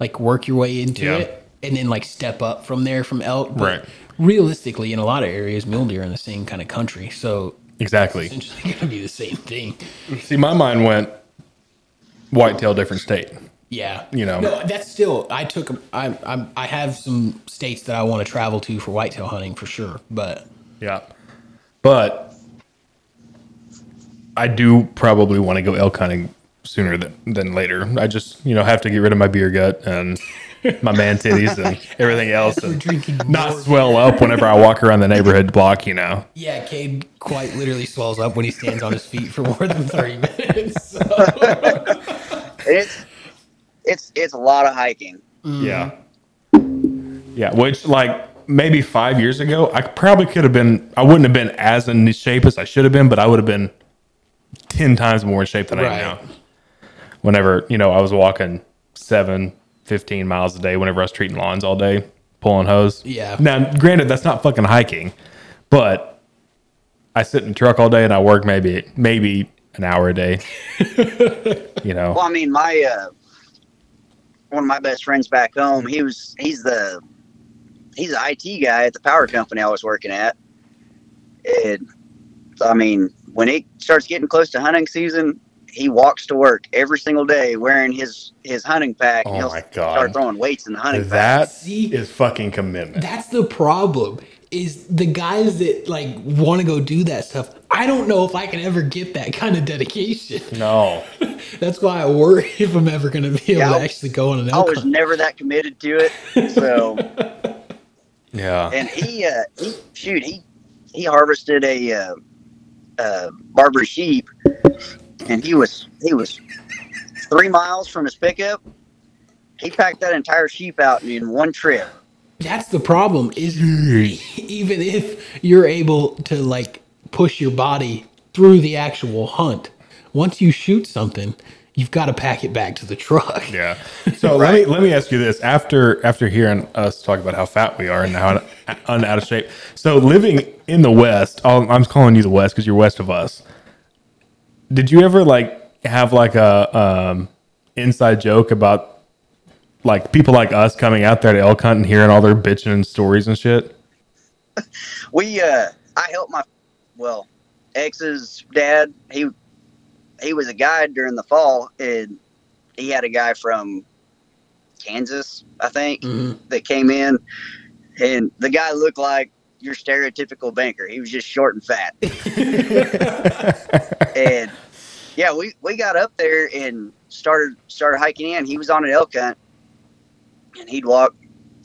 Speaker 3: like work your way into
Speaker 1: Yeah.
Speaker 3: it, and then like step up from there from elk. But
Speaker 1: Right.
Speaker 3: Realistically, in a lot of areas, mule deer are in the same kind of country, so
Speaker 1: Exactly.
Speaker 3: (laughs) essentially going to be the same thing.
Speaker 1: See, my mind went whitetail, different state.
Speaker 3: Yeah,
Speaker 1: You know.
Speaker 3: no, that's still. I took. a- I I'm, I have some states that I want to travel to for whitetail hunting for sure. But
Speaker 1: Yeah. But I do probably want to go elk hunting sooner than, than later. I just, you know, have to get rid of my beer gut and my man titties and everything else and
Speaker 3: drinking
Speaker 1: (laughs) not swell up whenever I walk around the neighborhood block, you know.
Speaker 3: Yeah, Cade quite literally swells up when he stands on his feet for more
Speaker 1: (laughs)
Speaker 3: than thirty minutes. So,
Speaker 2: It's it's it's a lot of hiking.
Speaker 1: Yeah. Mm-hmm. Yeah, which like maybe five years ago, I probably could have been. I wouldn't have been as in shape as I should have been, but I would have been ten times more in shape than I am
Speaker 3: Right.
Speaker 1: now. Whenever you know, I was walking seven, 15 miles a day. Whenever I was treating lawns all day, pulling hose.
Speaker 3: Yeah.
Speaker 1: Now, granted, that's not fucking hiking, but I sit in the truck all day and I work maybe maybe an hour a
Speaker 3: (laughs)
Speaker 1: day. you know.
Speaker 2: Well, I mean, my uh, one of my best friends back home, he was he's the he's the IT guy at the power company I was working at, and I mean, when it starts getting close to hunting season, he walks to work every single day wearing his his hunting pack. and
Speaker 1: Oh
Speaker 2: he'll
Speaker 1: my God.
Speaker 2: Start throwing weights in the hunting pack.
Speaker 1: That
Speaker 3: See?
Speaker 1: is fucking commitment.
Speaker 3: that's the problem. is the guys that like want to go do that stuff. I don't know if I can ever get that kind of dedication.
Speaker 1: No.
Speaker 3: That's why I worry if I'm ever going to be able
Speaker 2: Yeah,
Speaker 3: to
Speaker 2: I-
Speaker 3: actually go on an
Speaker 2: I was
Speaker 3: outcome.
Speaker 2: never that committed to it. So,
Speaker 1: Yeah.
Speaker 2: and he, uh, he shoot, he he harvested a uh, uh, barber sheep, and he was he was three miles from his pickup. He packed that entire sheep out in one trip.
Speaker 3: That's the problem. Is (laughs) even if you're able to like push your body through the actual hunt, once you shoot something, you've got to pack it back to the truck.
Speaker 1: Yeah. So let me let me ask you this: after after hearing us talk about how fat we are and how un out of shape, so living in the West, I'll, I'm calling you the West because you're west of us. Did you ever like have like a um, inside joke about like people like us coming out there to elk hunt and hearing all their bitching and stories and shit?
Speaker 2: We, uh, I helped my, well, ex's dad. He, he was a guide during the fall, and he had a guy from Kansas, I think,
Speaker 3: Mhm.
Speaker 2: that came in, and the guy looked like your stereotypical banker. He was just short and fat, and yeah, we we got up there and started started hiking in. He was on an elk hunt, and he'd walk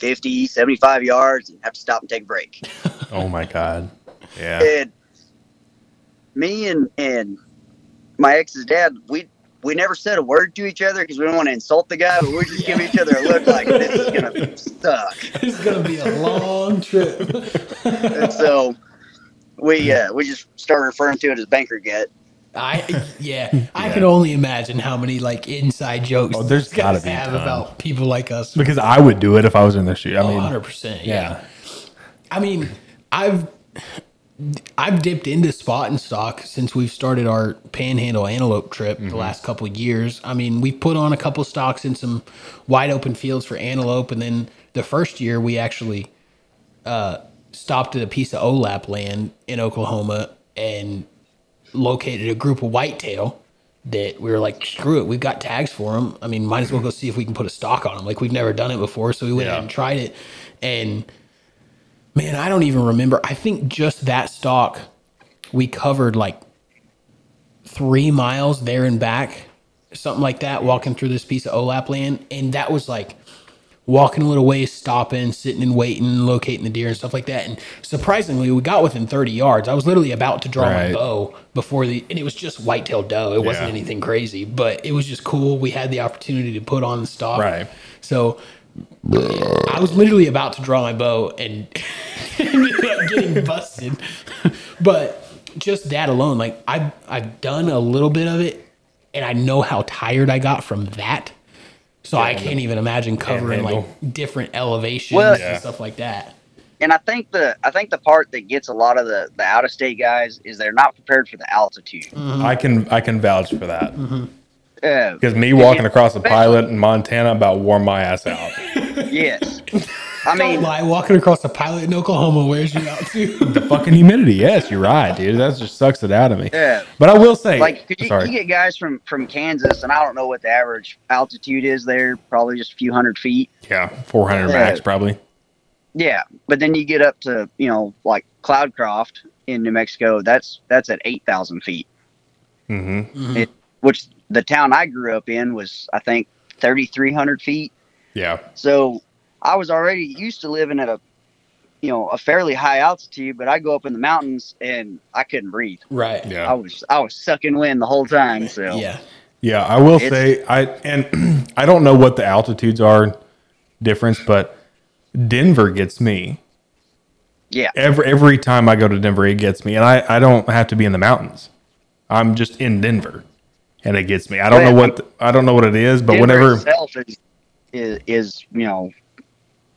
Speaker 2: 50, 75 yards and have to stop and take a break.
Speaker 1: Oh my god! Yeah.
Speaker 2: and me and and my ex's dad, we we never said a word to each other because we didn't want to insult the guy, but we we're just giving each other a look like this is gonna suck.
Speaker 3: (laughs) It's gonna be a long trip.
Speaker 2: And so we uh, we just started referring to it as banker gut.
Speaker 3: I yeah, I can only imagine how many like inside jokes
Speaker 1: Oh, there's
Speaker 3: these guys
Speaker 1: gotta be a
Speaker 3: have
Speaker 1: ton.
Speaker 3: about people like us.
Speaker 1: Because I would do it if I was in their shoe. I mean,
Speaker 3: 100 percent.
Speaker 1: Oh, yeah.
Speaker 3: I mean, I've I've dipped into spot and stock since we've started our panhandle antelope trip the last couple of years. I mean, we put on a couple stocks in some wide open fields for antelope, and then the first year we actually uh, stopped at a piece of OLAP land in Oklahoma and located a group of whitetail that we were like, screw it, we've got tags for them. I mean, might as well go see if we can put a stock on them. Like we've never done it before, so we went
Speaker 1: Yeah.
Speaker 3: and tried it, and man, I don't even remember. I think just that stock we covered like three miles there and back, something like that, walking through this piece of OLAP land, and that was like walking a little ways, stopping, sitting and waiting, locating the deer and stuff like that. And surprisingly, we got within 30 yards. I was literally about to draw
Speaker 1: Right.
Speaker 3: my bow before the, and it was just whitetail doe. It wasn't
Speaker 1: Yeah.
Speaker 3: anything crazy, but it was just cool. We had the opportunity to put on the stock.
Speaker 1: Right.
Speaker 3: So I was literally about to draw my bow and (laughs) ended up getting busted. but just that alone, like I've I've done a little bit of it, and I know how tired I got from that. So I can't even imagine covering
Speaker 1: Panhandle.
Speaker 3: like different elevations
Speaker 2: Well-
Speaker 1: Yeah.
Speaker 3: and stuff like that.
Speaker 2: And I think the I think the part that gets a lot of the the out of state guys is they're not prepared for the altitude.
Speaker 3: Mm.
Speaker 1: I can I can vouch for that.
Speaker 2: Uh,
Speaker 1: Because me walking across a
Speaker 2: Especially-
Speaker 1: pilot in Montana about wore my ass (laughs) out.
Speaker 3: (laughs)
Speaker 2: yes, I
Speaker 3: Don't
Speaker 2: mean
Speaker 3: lie, walking across a pilot in Oklahoma wears you out too.
Speaker 1: Fucking humidity. Yes, you're right, dude. That just sucks it out of me.
Speaker 2: Yeah.
Speaker 1: But I will say,
Speaker 2: oh, like could you,
Speaker 1: sorry.
Speaker 2: you get guys from from kansas and i don't know what the average altitude is there probably just a few hundred feet
Speaker 1: yeah, 400
Speaker 2: Yeah.
Speaker 1: max probably.
Speaker 2: yeah but then you get up to you know like cloudcroft in new mexico that's that's at 8000 feet
Speaker 1: Mm-hmm.
Speaker 2: it, which the town i grew up in was i think 3300 feet
Speaker 1: Yeah.
Speaker 2: so i was already used to living at a you know a fairly high altitude but i go up in the mountains and i couldn't breathe
Speaker 3: (laughs) right.
Speaker 2: i
Speaker 1: Yeah.
Speaker 2: was i was sucking wind the whole time so
Speaker 3: Yeah.
Speaker 1: Yeah. I will
Speaker 2: It's-
Speaker 1: say, I and (clears throat) I don't know what the altitudes are difference, but Denver gets me.
Speaker 2: yeah
Speaker 1: Every every time I go to Denver, it gets me. And I, I don't have to be in the mountains. I'm just in Denver. And it gets me. I don't
Speaker 2: Yeah,
Speaker 1: know what the, I don't know what it is, but
Speaker 2: Denver
Speaker 1: whenever
Speaker 2: itself is, is is you know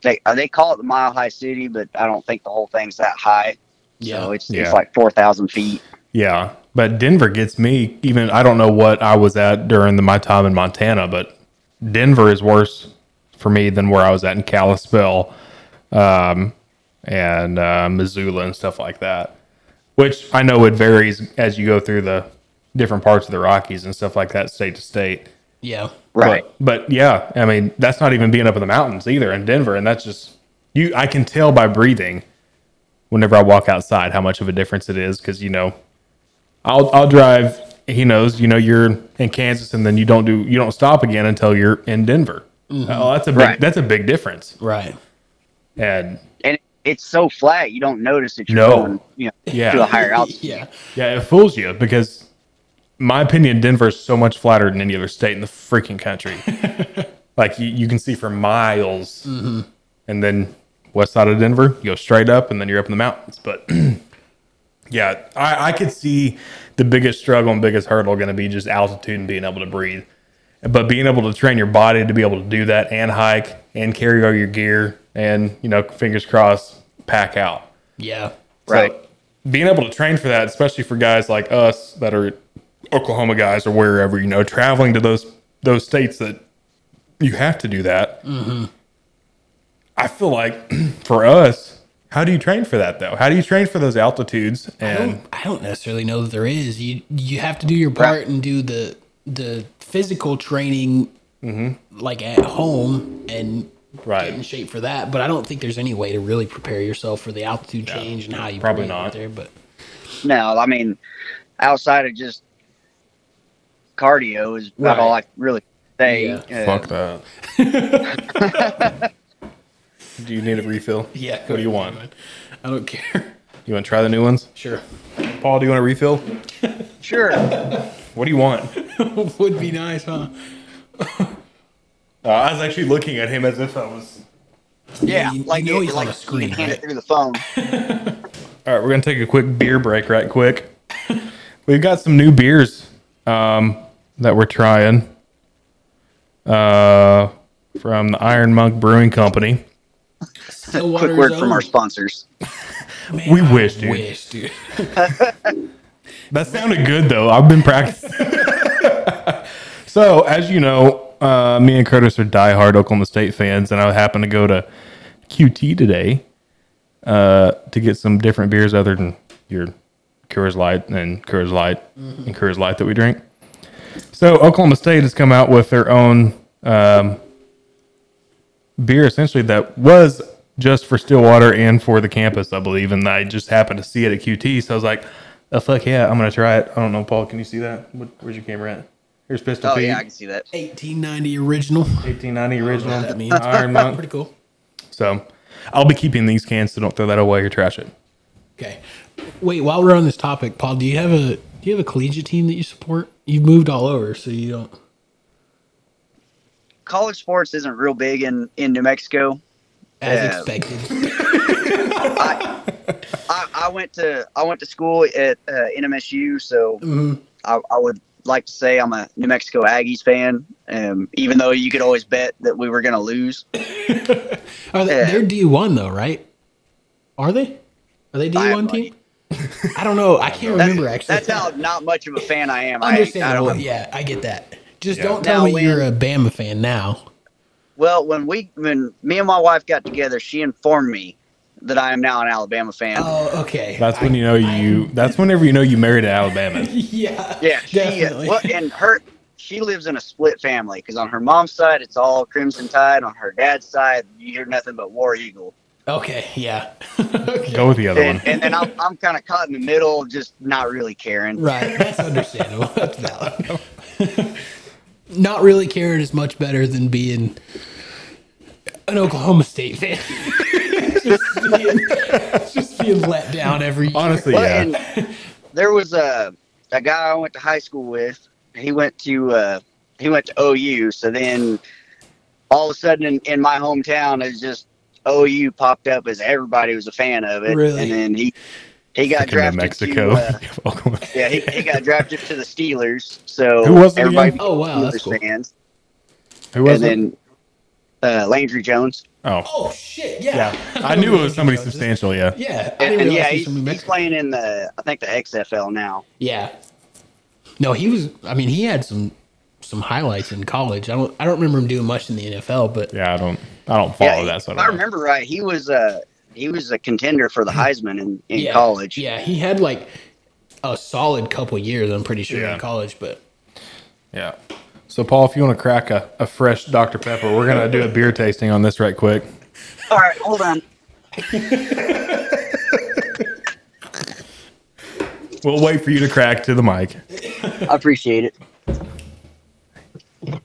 Speaker 2: they uh, they call it the mile high city, but I don't think the whole thing's that high.
Speaker 3: Yeah.
Speaker 2: So it's
Speaker 1: Yeah.
Speaker 2: it's like four thousand feet.
Speaker 1: Yeah, but Denver gets me. Even I don't know what I was at during the, my time in Montana, but Denver is worse for me than where I was at in Kalispell, um, and uh, Missoula and stuff like that. Which I know it varies as you go through the different parts of the Rockies and stuff like that, state to state.
Speaker 3: yeah.
Speaker 2: Right.
Speaker 1: But, but yeah, I mean that's not even being up in the mountains either in Denver, and that's just you. I can tell by breathing whenever I walk outside how much of a difference it is because you know I'll I'll drive. He knows you know you're in Kansas and then you don't do you don't stop again until you're in Denver. Oh, that's a big,
Speaker 2: Mm-hmm. Right.
Speaker 1: that's a big difference.
Speaker 3: Right.
Speaker 1: And
Speaker 2: and it's so flat you don't notice that you're
Speaker 1: No.
Speaker 2: going you know
Speaker 1: Yeah.
Speaker 2: to
Speaker 1: (laughs)
Speaker 2: a higher altitude.
Speaker 3: Yeah.
Speaker 1: yeah, it fools you because my opinion, Denver is so much flatter than any other state in the freaking country. like you, you can see for miles, and then west side of Denver, you go straight up, and then you're up in the mountains. But (clears throat) yeah, I, I could see the biggest struggle and biggest hurdle going to be just altitude and being able to breathe. But being able to train your body to be able to do that and hike and carry all your gear and you know, fingers crossed, pack out
Speaker 3: Yeah.
Speaker 2: Right.
Speaker 1: being able to train for that, especially for guys like us that are Oklahoma guys or wherever, you know, traveling to those those states that you have to do that.
Speaker 3: Mm-hmm.
Speaker 1: I feel like (clears throat) for us, how do you train for that though? How do you train for those altitudes?
Speaker 3: I
Speaker 1: And
Speaker 3: don't, I don't necessarily know that there is. You you have to do your part and do the the physical training like at home and
Speaker 1: Mm-hmm. Right.
Speaker 3: get in shape for that. But I don't think there's any way to really prepare yourself for the altitude change and how you
Speaker 1: probably
Speaker 3: breathe
Speaker 1: not.
Speaker 3: out there. But
Speaker 2: No, I mean, outside of just cardio is about
Speaker 3: Right.
Speaker 2: all I really say.
Speaker 3: Yeah.
Speaker 2: Uh,
Speaker 1: fuck (laughs) that. do you need a refill?
Speaker 3: yeah,
Speaker 1: What do you want?
Speaker 3: I don't care. (laughs)
Speaker 1: You want to try the new ones?
Speaker 3: Sure,
Speaker 1: Paul, do you want a refill?
Speaker 2: Sure.
Speaker 1: What do you want?
Speaker 3: (laughs) would be nice, huh?
Speaker 1: Uh, I was actually looking at him as if I was
Speaker 2: Yeah,
Speaker 3: you- you
Speaker 2: like
Speaker 3: know
Speaker 2: it-
Speaker 3: he's on
Speaker 2: like
Speaker 3: a
Speaker 2: you
Speaker 3: screen,
Speaker 2: can hand
Speaker 3: right?
Speaker 2: it through the
Speaker 3: (laughs)
Speaker 2: phone.
Speaker 1: All right, we're gonna take a quick beer break, right quick. (laughs) We've got some new beers um, that we're trying uh, from the Iron Monk Brewing Company.
Speaker 3: Still
Speaker 2: Quick
Speaker 3: water
Speaker 2: word
Speaker 3: is
Speaker 2: from our
Speaker 3: own.
Speaker 2: sponsors. Oh,
Speaker 3: Man,
Speaker 1: We
Speaker 3: I
Speaker 1: wish, dude.
Speaker 3: wish, dude. (laughs)
Speaker 1: That sounded good though. I've been practicing. (laughs) so, as you know, uh, me and Curtis are diehard Oklahoma State fans, and I happened to go to QT today uh, to get some different beers other than your Coors Light and Coors Light and Coors Light that we drink. So, Oklahoma State has come out with their own um, beer, essentially that was just for Stillwater and for the campus, I believe. And I just happened to see it at QT, so I was like, "Oh fuck yeah, I'm gonna try it." I don't know, Paul, can you see that? What, where's your camera at? Here's Pistol
Speaker 2: Oh
Speaker 1: Pete,
Speaker 2: yeah, I can see that.
Speaker 3: 1890 original.
Speaker 1: 1890
Speaker 3: Know what that
Speaker 1: original
Speaker 3: means.
Speaker 1: Iron Monk.
Speaker 3: Pretty cool.
Speaker 1: So, I'll be keeping these cans, so don't throw that away or trash it.
Speaker 3: Okay. Wait, while we're on this topic, Paul, do you have a do you have a collegiate team that you support? You've moved all over, so you don't.
Speaker 2: College sports isn't real big in in New Mexico.
Speaker 3: As
Speaker 2: Yeah.
Speaker 3: expected.
Speaker 2: I, I went to I went to school at uh, NMSU, so
Speaker 3: Mm-hmm.
Speaker 2: I, I would like to say I'm a New Mexico Aggies fan. Um, even though you could always bet that we were going to lose,
Speaker 3: Are they,
Speaker 2: Yeah.
Speaker 3: They're D one though, right? Are they? Are they D
Speaker 2: I have
Speaker 3: one
Speaker 2: no
Speaker 3: team? I don't know. I can't
Speaker 2: That's-
Speaker 3: remember actually.
Speaker 2: That's how not much of a fan I am. I, I
Speaker 3: understandable.
Speaker 2: don't,
Speaker 3: yeah, I get that. Just
Speaker 1: Yeah.
Speaker 3: don't tell
Speaker 2: Now
Speaker 3: me
Speaker 2: when-
Speaker 3: you're a Bama fan now.
Speaker 2: well, when we when me and my wife got together, she informed me that I am now an Alabama fan.
Speaker 3: Oh, okay.
Speaker 1: That's when you know you. That's whenever you know you married an Alabama.
Speaker 3: (laughs) yeah.
Speaker 2: yeah, she,
Speaker 3: definitely.
Speaker 2: well, and her she lives in a split family because on her mom's side it's all Crimson Tide, on her dad's side you hear nothing but War Eagle.
Speaker 3: Okay. Yeah. (laughs)
Speaker 1: Go with the
Speaker 3: Oh.
Speaker 1: other one.
Speaker 2: And, and then I'm, I'm kind of caught in the middle, just not really caring.
Speaker 3: Right. (laughs) That's understandable. That's valid. Not really caring is much better than being an Oklahoma State fan. (laughs) just, being, just being let down every year.
Speaker 1: Honestly,
Speaker 2: Well,
Speaker 1: yeah.
Speaker 2: and there was a a guy I went to high school with. He went to uh, he went to OU. So then all of a sudden in, in my hometown, it's just OU popped up as everybody was a fan of it.
Speaker 3: Really?
Speaker 2: And then he he got
Speaker 1: Freaking New
Speaker 2: drafted
Speaker 1: Mexico. (laughs)
Speaker 2: To, uh,
Speaker 1: Oklahoma.
Speaker 2: yeah, he, he got drafted to the Steelers. So
Speaker 1: (laughs) Who was it
Speaker 2: everybody
Speaker 1: again?
Speaker 2: became
Speaker 3: Oh, wow, that's
Speaker 2: Steelers
Speaker 3: cool.
Speaker 2: fans.
Speaker 1: Who was
Speaker 2: and
Speaker 1: it?
Speaker 2: then uh, Landry Jones.
Speaker 1: Oh,
Speaker 3: Oh shit! Yeah.
Speaker 1: yeah.
Speaker 3: (laughs)
Speaker 1: I knew it was somebody substantial. Yeah.
Speaker 3: Yeah. I
Speaker 2: And,
Speaker 3: didn't
Speaker 2: and
Speaker 3: realize
Speaker 2: yeah,
Speaker 3: he was
Speaker 2: he's,
Speaker 3: from New
Speaker 2: he's
Speaker 3: Mexico.
Speaker 2: playing in the I think the XFL now.
Speaker 3: Yeah. No, he was. I mean, he had some some highlights in college. I don't. I don't remember him doing much in the NFL, but
Speaker 1: Yeah. I don't. I don't follow
Speaker 2: he-
Speaker 1: that. So Oh, I don't
Speaker 2: if I
Speaker 1: know.
Speaker 2: remember right, he was a he was a contender for the Heisman in, in
Speaker 3: yeah,
Speaker 2: college.
Speaker 3: Yeah, he had like a solid couple years. I'm pretty sure
Speaker 1: Yeah.
Speaker 3: in college, but
Speaker 1: Yeah. So, Paul, if you want to crack a, a fresh Dr. Pepper, we're going to do a beer tasting on this right quick.
Speaker 2: All right, hold on.
Speaker 1: We'll wait for you to crack to the mic.
Speaker 2: I appreciate it.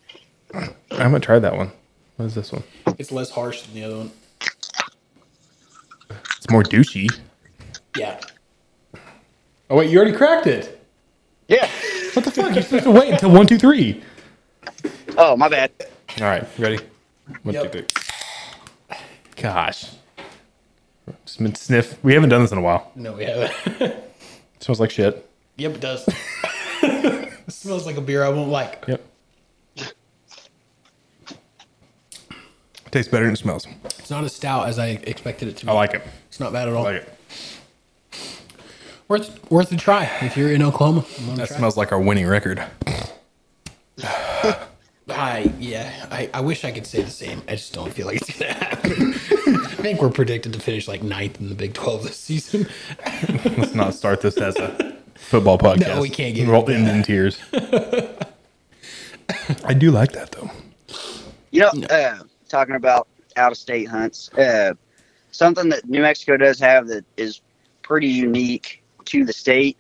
Speaker 1: I haven't tried that one. What is this one?
Speaker 3: It's less harsh than the other one.
Speaker 1: It's more douchey.
Speaker 3: Yeah.
Speaker 1: Oh wait, you already cracked it.
Speaker 2: Yeah.
Speaker 1: What the fuck? You're supposed to wait until one, two, three.
Speaker 2: Oh, my bad.
Speaker 1: All right, you ready? One, two,
Speaker 3: Yep.
Speaker 1: three. Gosh, just been sniff. We haven't done this in a while.
Speaker 3: No, we haven't.
Speaker 1: It smells like shit.
Speaker 3: (laughs) yep, it
Speaker 1: (laughs)
Speaker 3: does. It smells like a beer I won't like.
Speaker 1: Yep.
Speaker 4: Tastes better than it smells.
Speaker 3: It's not as stout as I expected it to be.
Speaker 1: I like it.
Speaker 3: It's not bad at all.
Speaker 1: I like it.
Speaker 3: Worth worth a try if you're in Oklahoma. I'm gonna
Speaker 4: That
Speaker 3: try.
Speaker 4: smells like our winning record.
Speaker 3: I yeah. I, I wish I could say the same. I just don't feel like it's gonna happen. (laughs) I think we're predicted to finish like ninth in the Big Twelve this season.
Speaker 1: (laughs) Let's not start this as a football podcast.
Speaker 3: we can't get
Speaker 1: We'll end in (laughs) tears. I do like that though.
Speaker 2: You know, uh, talking about out of state hunts, uh, something that New Mexico does have that is pretty unique to the state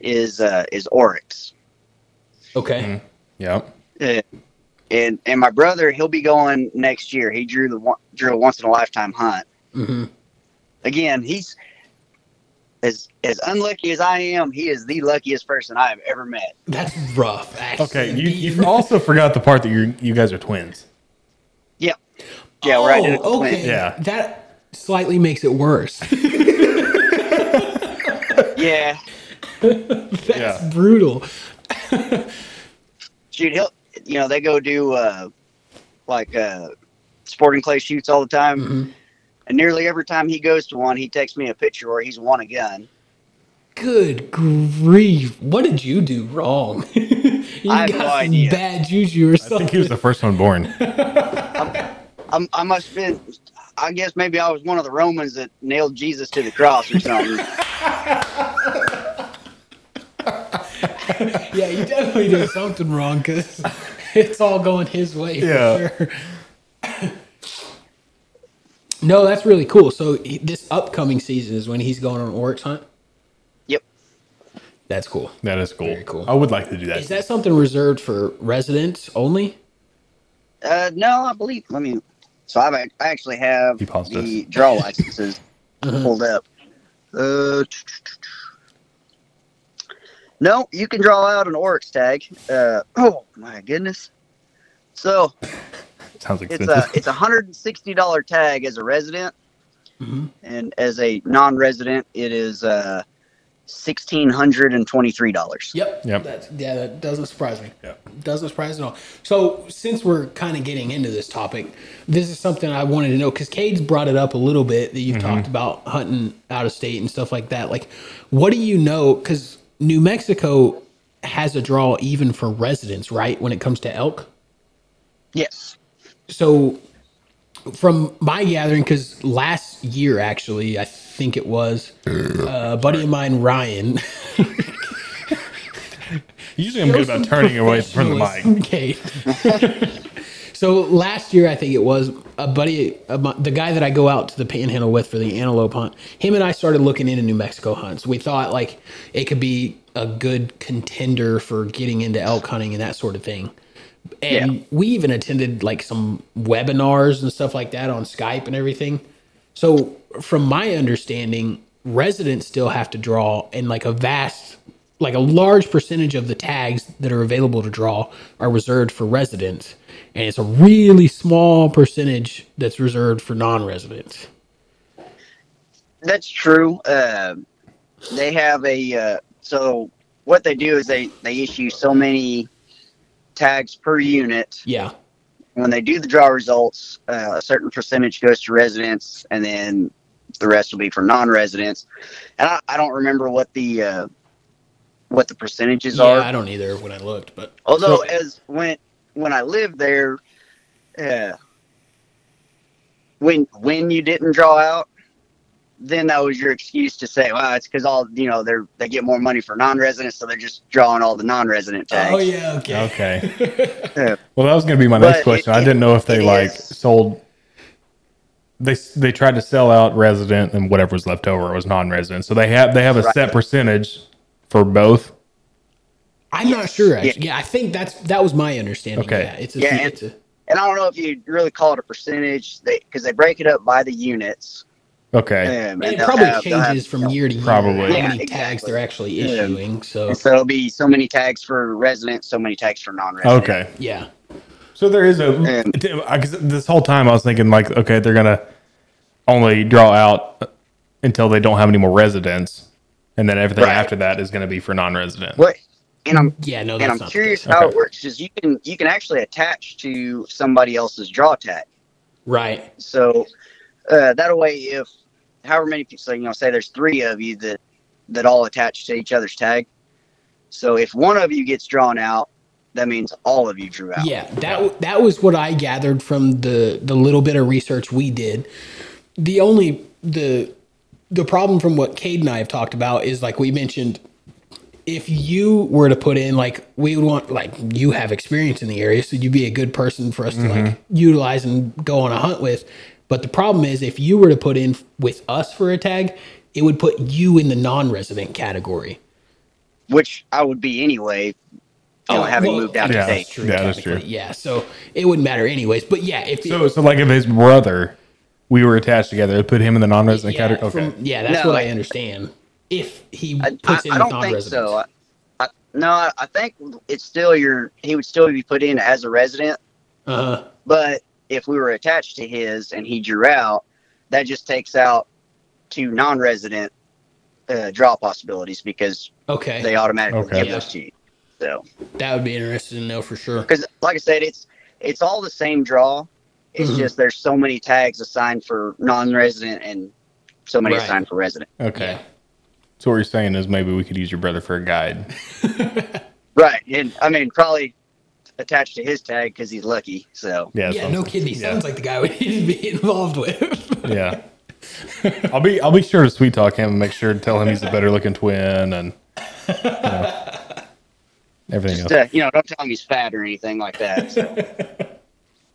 Speaker 2: is uh, is oryx.
Speaker 3: Okay.
Speaker 1: Mm-hmm. Yeah.
Speaker 2: Uh, and and my brother, he'll be going next year. He drew the one- drew a once in a lifetime hunt.
Speaker 3: Mm-hmm.
Speaker 2: Again, he's as as unlucky as I am. He is the luckiest person I have ever met.
Speaker 3: That's rough. actually.
Speaker 1: Okay. You, you
Speaker 3: (laughs)
Speaker 1: also forgot the part that you you guys are twins.
Speaker 2: Yep. Yeah, we're identical
Speaker 3: Oh,
Speaker 2: twins.
Speaker 3: okay.
Speaker 1: Yeah.
Speaker 3: That slightly makes it worse. (laughs)
Speaker 2: Yeah,
Speaker 3: That's
Speaker 1: Yeah.
Speaker 3: brutal.
Speaker 2: shoot, he'll you know they go do uh, like uh, sporting clay shoots all the time,
Speaker 3: Mm-hmm.
Speaker 2: and nearly every time he goes to one, he takes me a picture or he's won a gun.
Speaker 3: Good grief! What did you do wrong? (laughs) you
Speaker 2: I have no
Speaker 3: some
Speaker 2: idea.
Speaker 3: bad juju or
Speaker 1: I
Speaker 3: something.
Speaker 1: think he was the first one born.
Speaker 2: I'm, I must have been. I guess maybe I was one of the Romans that nailed Jesus to the cross or something.
Speaker 3: yeah, you definitely did something wrong because (laughs) it's all going his way.
Speaker 1: Yeah.
Speaker 3: For sure. no, that's really cool. So he- this upcoming season is when he's going on an oryx hunt.
Speaker 2: yep.
Speaker 3: That's cool.
Speaker 1: That is cool.
Speaker 3: Very cool.
Speaker 1: I would like to do that.
Speaker 3: Is that something reserved for residents only?
Speaker 2: Uh, no, I believe. Let me. So I've, act- I actually have
Speaker 1: He paused
Speaker 2: the draw licenses pulled up. Uh, no, you can draw out an oryx tag. Uh, oh my goodness. So
Speaker 1: Sounds (laughs)
Speaker 2: it's
Speaker 1: expensive.
Speaker 2: a it's a hundred and sixty dollar tag as a resident,
Speaker 3: Mhm.
Speaker 2: and as a non-resident, it is uh sixteen hundred and twenty-three dollars.
Speaker 3: Yep.
Speaker 1: Yep.
Speaker 3: That's, yeah, that doesn't surprise me.
Speaker 1: Yeah.
Speaker 3: Doesn't surprise me at all. So, since we're kind of getting into this topic, this is something I wanted to know because Cade's brought it up a little bit that you talked about hunting out of state and stuff like that. Like, what do you know? Because New Mexico has a draw even for residents, right? When it comes to elk
Speaker 2: Yes.
Speaker 3: so from my gathering because last year actually i think it was uh, a buddy of mine ryan (laughs)
Speaker 1: Usually I'm good about turning away from the
Speaker 3: (laughs)
Speaker 1: mic.
Speaker 2: (laughs)
Speaker 3: okay (laughs) so last year i think it was a buddy of mi- the guy that i go out to the panhandle with for the antelope hunt him and i started looking into new mexico hunts we thought like it could be a good contender for getting into elk hunting and that sort of thing and
Speaker 2: Yeah.
Speaker 3: we even attended like some webinars and stuff like that on Skype and everything. So, from my understanding, residents still have to draw, and like a vast, like a large percentage of the tags that are available to draw are reserved for residents, and it's a really small percentage that's reserved for non-residents.
Speaker 2: That's true. Um they have a uh, so what they do is they they issue so many tags per unit.
Speaker 3: Yeah,
Speaker 2: When they do the draw results, uh, a certain percentage goes to residents, and then the rest will be for non-residents. And I, I don't remember what the uh, what the percentages
Speaker 3: yeah,
Speaker 2: are.
Speaker 3: I don't either when I looked, but
Speaker 2: Although,
Speaker 3: So-
Speaker 2: as when when I lived there, uh, when when you didn't draw out, then that was your excuse to say, "Well, it's because all you know they're they get more money for non-residents, so they're just drawing all the non-resident tags."
Speaker 3: oh yeah, okay,
Speaker 1: Okay.
Speaker 2: Yeah.
Speaker 1: Well, that was going to be my
Speaker 2: But
Speaker 1: next question.
Speaker 2: it-
Speaker 1: I didn't know if they
Speaker 2: it
Speaker 1: like
Speaker 2: is-
Speaker 1: sold. They s- they tried to sell out resident and whatever was left over was non-resident. So they have they have a
Speaker 2: Right.
Speaker 1: set percentage for both?
Speaker 3: I'm not sure. Actually. Yeah. I think that's that was my understanding.
Speaker 1: Okay.
Speaker 3: Yeah, it's a,
Speaker 2: Yeah,
Speaker 3: it's a,
Speaker 2: And I don't know if you really call it a percentage because they, break it up by the units.
Speaker 1: Okay.
Speaker 2: Um,
Speaker 3: and it
Speaker 2: they'll
Speaker 3: probably
Speaker 2: have- they'll have-
Speaker 3: changes from year to year.
Speaker 1: Probably.
Speaker 3: How
Speaker 2: Yeah,
Speaker 3: many tags
Speaker 2: exactly.
Speaker 3: they're actually
Speaker 2: Yeah.
Speaker 3: issuing? So
Speaker 2: And so it'll be so many tags for resident, so many tags for non-resident.
Speaker 1: Okay.
Speaker 3: yeah,
Speaker 1: So there is a.
Speaker 2: Um,
Speaker 1: (laughs) I- 'cause this whole time I was thinking like, okay, they're gonna only draw out until they don't have any more residents, and then everything
Speaker 2: Right.
Speaker 1: after that is gonna be for non-resident.
Speaker 2: What? And I'm
Speaker 3: yeah. No, that's
Speaker 2: and I'm
Speaker 3: not the
Speaker 2: curious
Speaker 3: case.
Speaker 2: how
Speaker 1: Okay.
Speaker 2: it works is you can you can actually attach to somebody else's draw tag.
Speaker 3: Right.
Speaker 2: So uh, that way, if however many people, so you know, say there's three of you that that all attach to each other's tag. So if one of you gets drawn out, that means all of you drew out.
Speaker 3: Yeah, that that was what I gathered from the the little bit of research we did. The only the the problem from what Cade and I have talked about is like we mentioned if you were to put in like we would want like you have experience in the area so you'd be a good person for us to like
Speaker 2: Mm-hmm.
Speaker 3: utilize and go on a hunt with but the problem is if you were to put in with us for a tag it would put you in the non-resident category
Speaker 2: Which I would be anyway, you know, Oh, having
Speaker 3: Oh, well,
Speaker 2: moved out
Speaker 1: yeah.
Speaker 2: of state.
Speaker 1: Yeah, that's true.
Speaker 3: technically, yeah so it wouldn't matter anyways but yeah if
Speaker 1: So, so like if his brother, we were attached together, it put him in the non-resident
Speaker 3: yeah,
Speaker 1: category. Okay.
Speaker 3: from- yeah, that's
Speaker 2: No,
Speaker 3: what I
Speaker 2: I-
Speaker 3: understand. If he
Speaker 2: I, I,
Speaker 3: puts in
Speaker 2: I don't
Speaker 3: with
Speaker 2: think
Speaker 3: non-residents,
Speaker 2: so. I, I, no, I, I think it's still your. He would still be put in as a resident,
Speaker 3: uh,
Speaker 2: but if we were attached to his and he drew out, that just takes out two non-resident uh, draw possibilities because
Speaker 3: okay,
Speaker 2: they automatically
Speaker 1: Okay.
Speaker 2: give those to you. So,
Speaker 3: that would be interesting to know for sure.
Speaker 2: because like I said, it's it's all the same draw. It's
Speaker 1: Mm-hmm.
Speaker 3: Mhm.
Speaker 2: just there's so many tags assigned for non-resident and so many
Speaker 3: Right.
Speaker 2: assigned for resident.
Speaker 1: Okay.
Speaker 3: Yeah.
Speaker 1: So what you're saying is maybe we could use your brother for a
Speaker 3: (laughs)
Speaker 1: guide.
Speaker 2: Right, and I mean probably attached to his tag because he's lucky. So
Speaker 1: Yeah.
Speaker 3: yeah,
Speaker 1: so-
Speaker 3: no kidding. He
Speaker 1: yeah.
Speaker 3: Sounds like the guy (laughs) we need to be involved with. (laughs)
Speaker 1: yeah. I'll be I'll be sure to sweet talk him and make sure to tell him he's a better looking twin and you know, everything
Speaker 2: just
Speaker 1: else.
Speaker 2: uh, you know, don't tell him he's fat or anything like that.
Speaker 1: (laughs)
Speaker 2: So.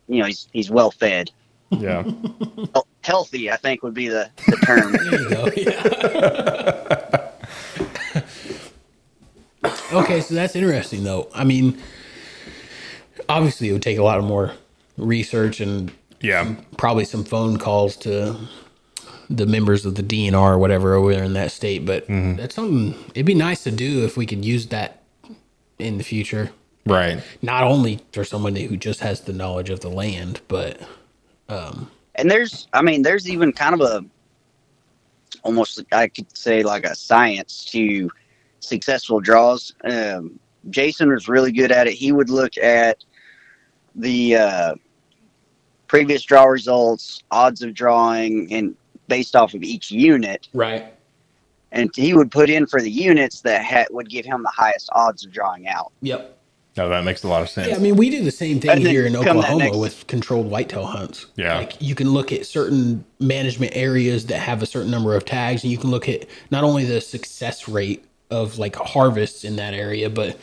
Speaker 2: you know, he's he's well fed,
Speaker 1: Yeah.
Speaker 2: Hel- healthy. I think would be the, the term.
Speaker 3: there you go. Yeah. (laughs) okay, so that's interesting though. I mean, obviously, it would take a lot of more research and
Speaker 1: Yeah.
Speaker 3: probably some phone calls to the members of the DNR or whatever over there in that state. But that's something. It'd be nice to do if we could use that in the future.
Speaker 1: Right.
Speaker 3: Not only for someone who just has the knowledge of the land, but
Speaker 2: and there's, I mean, there's even kind of a almost I could say like a science to successful draws. Um, Jason was really good at it. He would look at the uh, previous draw results, odds of drawing, and based off of each unit.
Speaker 3: right.
Speaker 2: and he would put in for the units that ha- would give him the highest odds of drawing out.
Speaker 3: Yep.
Speaker 1: No, that makes a lot of
Speaker 3: Yeah, I
Speaker 1: sense.
Speaker 3: mean, we do the same thing
Speaker 2: And then
Speaker 3: here in
Speaker 2: come that
Speaker 3: Oklahoma
Speaker 2: next-
Speaker 3: with controlled whitetail hunts.
Speaker 1: Yeah.
Speaker 3: Like you can look at certain management areas that have a certain number of tags, and you can look at not only the success rate of like harvests in that area, but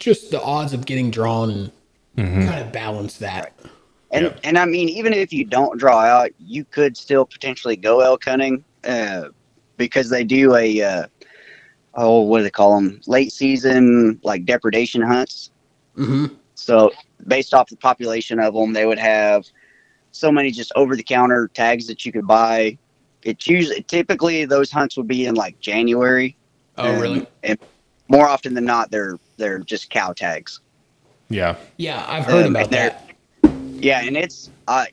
Speaker 3: just the odds of getting drawn and kind of balance that.
Speaker 2: And
Speaker 1: Yeah.
Speaker 2: and I mean, even if you don't draw out, you could still potentially go elk hunting uh, because they do a uh, oh, what do they call them? Late season like depredation hunts.
Speaker 3: Mm-hmm.
Speaker 2: So based off the population of them, they would have so many just over the counter tags that you could buy. It's usually typically those hunts would be in like January.
Speaker 3: Oh,
Speaker 2: and-
Speaker 3: really?
Speaker 2: And more often than not, they're they're just cow tags.
Speaker 1: Yeah.
Speaker 3: Yeah, I've heard
Speaker 2: Um,
Speaker 3: about
Speaker 2: and they're-
Speaker 3: that.
Speaker 2: Yeah, and it's I.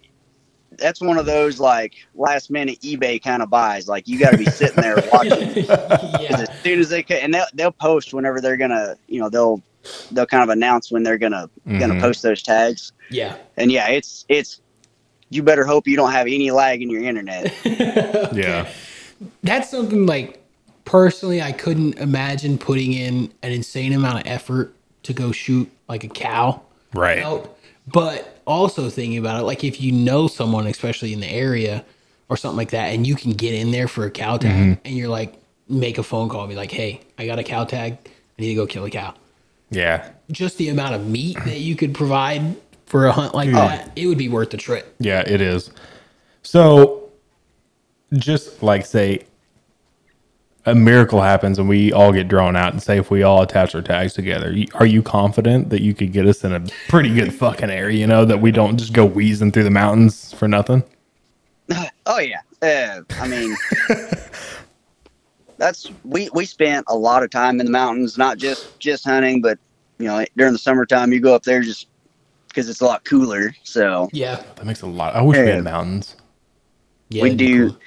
Speaker 2: That's one of those like last minute eBay kind of buys. Like you got to be sitting there watching 'cause
Speaker 3: yeah,
Speaker 2: as soon as they can, and they'll they'll post whenever they're gonna, you know, they'll they'll kind of announce when they're gonna
Speaker 1: Mhm.
Speaker 2: gonna post those tags.
Speaker 3: yeah.
Speaker 2: And yeah, it's it's you better hope you don't have any lag in your internet.
Speaker 1: Yeah.
Speaker 3: that's something like personally I couldn't imagine putting in an insane amount of effort to go shoot like a cow
Speaker 1: Right.
Speaker 3: out. But also thinking about it, like if you know someone, especially in the area or something like that, and you can get in there for a cow tag and you're like make a phone call and be like, Hey, I got a cow tag, I need to go kill a cow.
Speaker 1: Yeah.
Speaker 3: Just the amount of meat that you could provide for a hunt like that, it would be worth the trip.
Speaker 1: Yeah, it is. So, just like say, a miracle happens and we all get drawn out and say if we all attach our tags together, you- are you confident that you could get us in a pretty good fucking area? You know that we don't just go wheezing through the mountains for nothing.
Speaker 2: Oh yeah. Uh, I
Speaker 3: (laughs)
Speaker 2: mean, that's we we spent a lot of time in the mountains, not just just hunting, but you know during the summertime you go up there just because it's a lot cooler. So
Speaker 3: Yeah.
Speaker 1: That makes a lot. I wish we
Speaker 2: Yeah.
Speaker 1: had mountains.
Speaker 3: yeah
Speaker 2: we
Speaker 3: it'd be
Speaker 2: do.
Speaker 3: cool.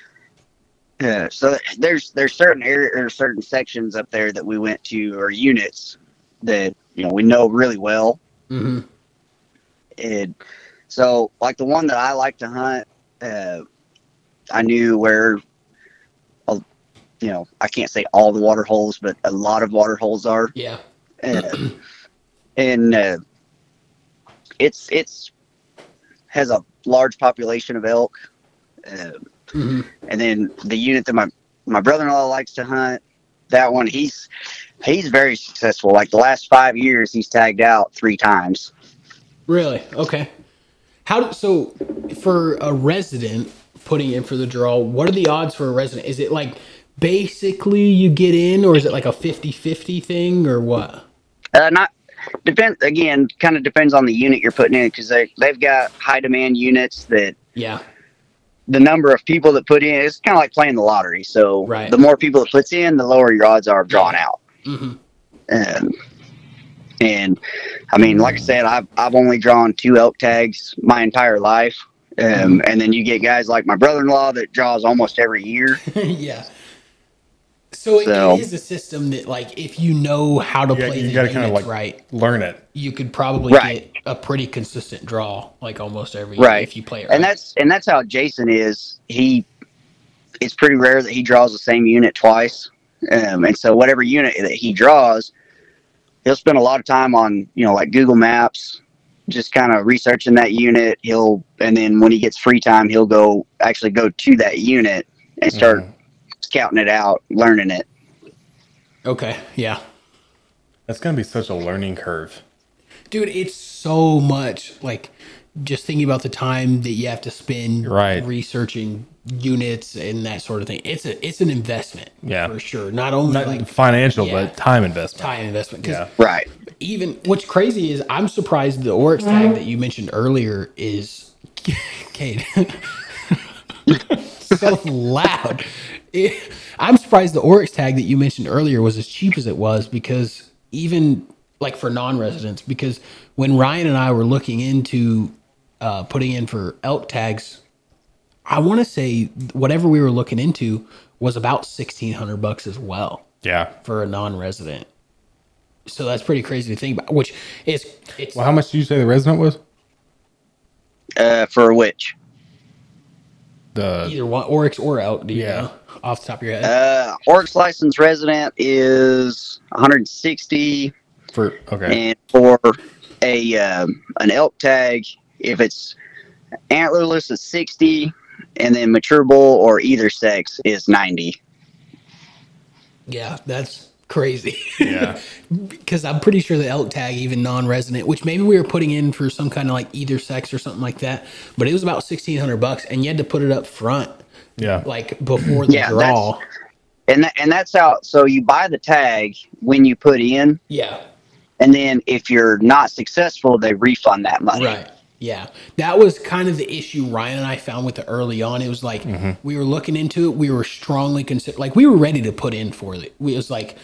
Speaker 2: Yeah. So there's there's certain area or certain sections up there that we went to or units that you know we know really well,
Speaker 3: Mhm.
Speaker 2: And so, like the one that I like to hunt, uh, I knew where, uh, you know, I can't say all the water holes, but a lot of water holes are,
Speaker 3: Yeah.
Speaker 2: uh, and uh, it's it's has a large population of elk. Uh,
Speaker 3: Mhm.
Speaker 2: and then the unit that my my brother-in-law likes to hunt, that one he's he's very successful. Like the last five years, he's tagged out three times.
Speaker 3: Really? Okay. How do, so for a resident putting in for the draw, what are the odds for a resident? Is it like basically you get in or is it like a 50-50 thing or what?
Speaker 2: Uh, not depend again. Kind of depends on the unit you're putting in because they they've got high demand units that
Speaker 1: (laughs)
Speaker 3: Yeah.
Speaker 2: the number of people that put in it's kind of like playing the lottery. So
Speaker 3: Right.
Speaker 2: the more people that puts in, the lower your odds are of drawing out.
Speaker 3: Mhm.
Speaker 2: Um, and I mean, like I said, I've I've only drawn two elk tags my entire life. Um, and then you get guys like my brother-in-law that draws almost every year.
Speaker 3: yeah. So it,
Speaker 2: So-
Speaker 3: it is a system that like if you know how to
Speaker 1: Yeah,
Speaker 3: play
Speaker 1: you
Speaker 3: the
Speaker 1: gotta kinda,
Speaker 3: units
Speaker 1: like-
Speaker 3: right,
Speaker 1: Learn it.
Speaker 3: you could probably
Speaker 2: Right.
Speaker 3: get a pretty consistent draw like almost every
Speaker 2: Right.
Speaker 3: if you play it right.
Speaker 2: and that's and that's how Jason is. He it's pretty rare that he draws the same unit twice, um, and so whatever unit that he draws, he'll spend a lot of time on you know like Google Maps, just kind of researching that unit. He'll and then when he gets free time, he'll go actually go to that unit and start
Speaker 1: Mhm.
Speaker 2: scouting it out, learning it.
Speaker 3: okay. Yeah.
Speaker 1: That's gonna be such a learning curve.
Speaker 3: dude it's so much like just thinking about the time that you have to spend
Speaker 1: Right.
Speaker 3: researching units and that sort of thing it's a it's an investment
Speaker 1: Yeah.
Speaker 3: for sure not only
Speaker 1: Not
Speaker 3: like
Speaker 1: financial,
Speaker 3: yeah.
Speaker 1: but time investment.
Speaker 3: time investment 'cause
Speaker 1: Yeah.
Speaker 2: Right.
Speaker 3: even what's crazy is i'm surprised the oryx tag that you mentioned earlier is (laughs) Kate. so loud It- i'm surprised the oryx tag that you mentioned earlier was as cheap as it was because even like for non-residents because when ryan and i were looking into uh, putting in for elk tags i want to say whatever we were looking into was about 1600 bucks as well
Speaker 1: Yeah.
Speaker 3: for a non-resident. So that's pretty crazy to think about. Which is it's
Speaker 1: Well, how much did you say the resident was?
Speaker 2: Uh, for which
Speaker 1: The
Speaker 3: either one oryx or elk. Do you
Speaker 1: Yeah.
Speaker 3: know off the top of your head?
Speaker 2: uh, Oryx license resident is 160.
Speaker 1: for okay.
Speaker 2: and for a um, an elk tag, if it's antlerless, it's sixty, and then mature bull or either sex is ninety.
Speaker 3: yeah, that's crazy. (laughs)
Speaker 1: Yeah.
Speaker 3: because I'm pretty sure the elk tag, even non-resident, which maybe we were putting in for some kind of like either sex or something like that, but it was about sixteen hundred bucks, and you had to put it up front,
Speaker 1: Yeah.
Speaker 3: like before the
Speaker 2: Yeah, that's-
Speaker 3: draw.
Speaker 2: And that, and that's how. So you buy the tag when you put in,
Speaker 3: Yeah,
Speaker 2: and then if you're not successful, they refund that money.
Speaker 3: Right. Yeah. That was kind of the issue Ryan and I found with it early on. It was like
Speaker 1: Mm-hmm.
Speaker 3: we were looking into it. We were strongly consider like we were ready to put in for it. We, it was like,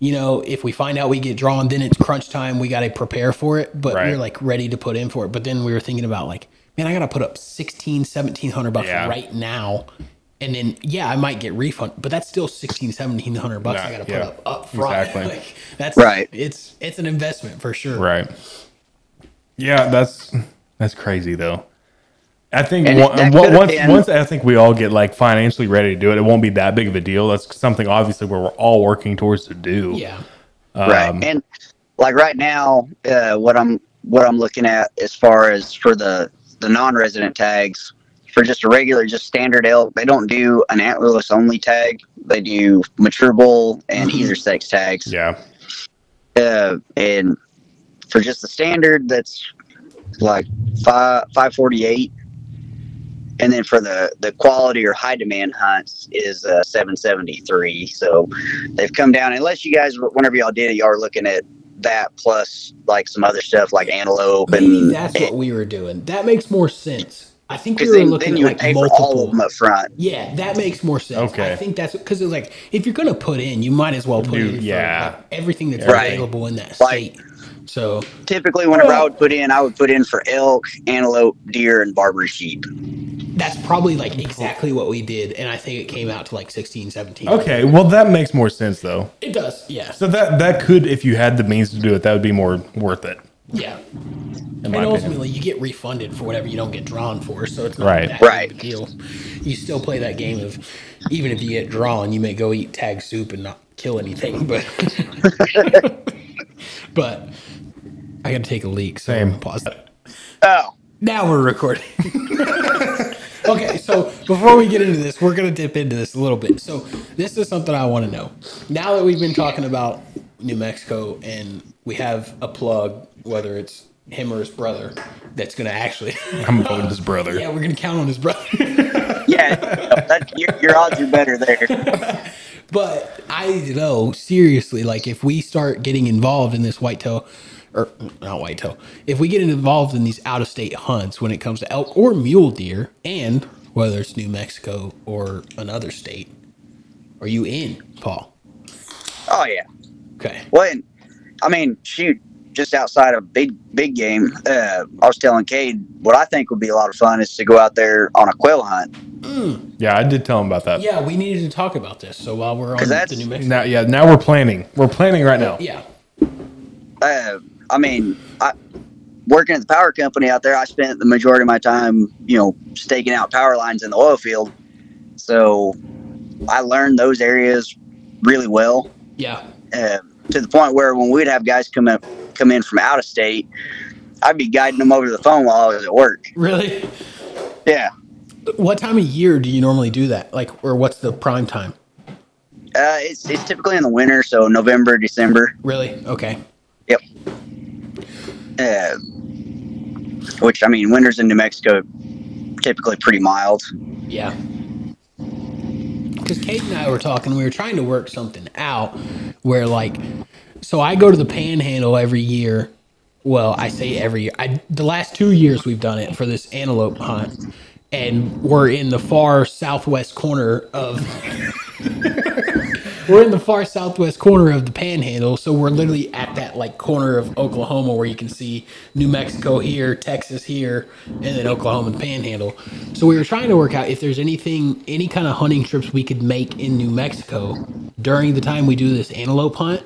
Speaker 3: you know, if we find out we get drawn, then it's crunch time. We got to prepare for it. But we
Speaker 1: Right.
Speaker 3: were like ready to put in for it. But then we were thinking about like, man, I got to put up 16, 1700 bucks
Speaker 1: Yeah.
Speaker 3: right now. And then, yeah, I might get refund, but that's still 16, 1700 bucks I
Speaker 1: Yeah,
Speaker 3: got to put
Speaker 1: yeah.
Speaker 3: up up front. (laughs)
Speaker 1: Exactly.
Speaker 3: Like, that's
Speaker 2: Right.
Speaker 3: It's, it's an investment for sure.
Speaker 1: Right. Yeah, that's that's crazy though. I think
Speaker 2: And
Speaker 1: one,
Speaker 2: that
Speaker 1: one-
Speaker 2: could've
Speaker 1: once
Speaker 2: been-
Speaker 1: once I think we all get like financially ready to do it, it won't be that big of a deal. That's something obviously where we're all working towards to do.
Speaker 3: Yeah.
Speaker 2: right. And like right now, uh, what I'm what I'm looking at as far as for the the non-resident tags for just a regular, just standard elk, they don't do an antlerless only tag. They do mature bull and either sex tags.
Speaker 1: Yeah.
Speaker 2: Uh, and for just the standard, that's like five five forty eight. and then for the the quality or high demand hunts is uh, 773 so they've come down unless you guys whenever y'all did it y'all were looking at that plus like some other stuff like antelope
Speaker 3: Maybe
Speaker 2: and
Speaker 3: that's what we were doing. That makes more sense. I think we
Speaker 2: Mm. because
Speaker 3: were
Speaker 2: then,
Speaker 3: looking
Speaker 2: then
Speaker 3: at
Speaker 2: you would
Speaker 3: like
Speaker 2: pay for all of
Speaker 3: multiple.
Speaker 2: them up front
Speaker 3: Yeah, that makes more sense.
Speaker 1: Okay.
Speaker 3: I think that's because it's like if you're gonna put in, you might as well put
Speaker 1: Dude,
Speaker 3: in for,
Speaker 1: yeah.
Speaker 3: like, everything that's
Speaker 2: Right.
Speaker 3: available in that
Speaker 2: Like-
Speaker 3: state. So
Speaker 2: typically whenever i would put in i would put in for elk antelope deer and barber sheep
Speaker 3: that's probably like exactly what we did, and I think it came out to like 16, 17.
Speaker 1: Okay, well that makes more sense though.
Speaker 3: it does. Yeah,
Speaker 1: So that that could, if you had the means to do it, that would be more worth it.
Speaker 3: yeah.
Speaker 1: In
Speaker 3: And
Speaker 1: my opinion.
Speaker 3: ultimately, you get refunded for whatever you don't get drawn for, so it's not
Speaker 1: Right.
Speaker 3: that big
Speaker 2: Right.
Speaker 3: of a deal. You still play that game of even if you get drawn, you may go eat tag soup and not kill anything, but (laughs) but I got to take a leak. So
Speaker 1: Same.
Speaker 3: pause that.
Speaker 2: oh
Speaker 3: Now we're recording. (laughs) okay, so before we get into this, we're going to dip into this a little bit. So, this is something I want to know. Now that we've been talking about New Mexico and we have a plug, whether it's him or his brother, that's going to actually. (laughs)
Speaker 1: I'm voting his brother.
Speaker 3: yeah, we're going to count on his brother.
Speaker 2: yeah that, your, your odds are better there
Speaker 3: But I know seriously, like if we start getting involved in this whitetail, or not whitetail, if we get involved in these out of state hunts when it comes to elk or mule deer, and whether it's New Mexico or another state, are you in, Paul?
Speaker 2: oh yeah
Speaker 3: Okay.
Speaker 2: Well, and, I mean, shoot, just outside of big big game, uh, I was telling Cade what I think would be a lot of fun is to go out there on a quail hunt.
Speaker 1: Yeah, I did tell him about that.
Speaker 3: Yeah, we needed to talk about this. So while we're on
Speaker 2: 'Cause
Speaker 3: the
Speaker 2: that's-
Speaker 3: New Mexico,
Speaker 1: Now, yeah, now we're planning. We're planning right now.
Speaker 3: yeah,
Speaker 2: Uh, I mean, I, working at the power company out there, I spent the majority of my time, you know, staking out power lines in the oil field. So I learned those areas really well.
Speaker 3: yeah,
Speaker 2: uh, to the point where when we'd have guys come up, come in from out of state, I'd be guiding them over the phone while I was at work.
Speaker 3: really.
Speaker 2: Yeah.
Speaker 3: What time of year do you normally do that? Like, or what's the prime time?
Speaker 2: Uh, it's, it's typically in the winter, so November, December.
Speaker 3: Really? Okay.
Speaker 2: Yep. Uh, which I mean, winters in New Mexico typically pretty mild.
Speaker 3: Yeah. Because Kate and I were talking, we were trying to work something out where, like, so I go to the panhandle every year. Well, I say every year. I, the last two years we've done it for this antelope hunt, and we're in the far southwest corner of. we're in the far southwest corner of the panhandle, so we're literally at that like corner of Oklahoma where you can see New Mexico here, Texas here, and then Oklahoma and panhandle. So we were trying to work out if there's anything, any kind of hunting trips we could make in New Mexico during the time we do this antelope hunt,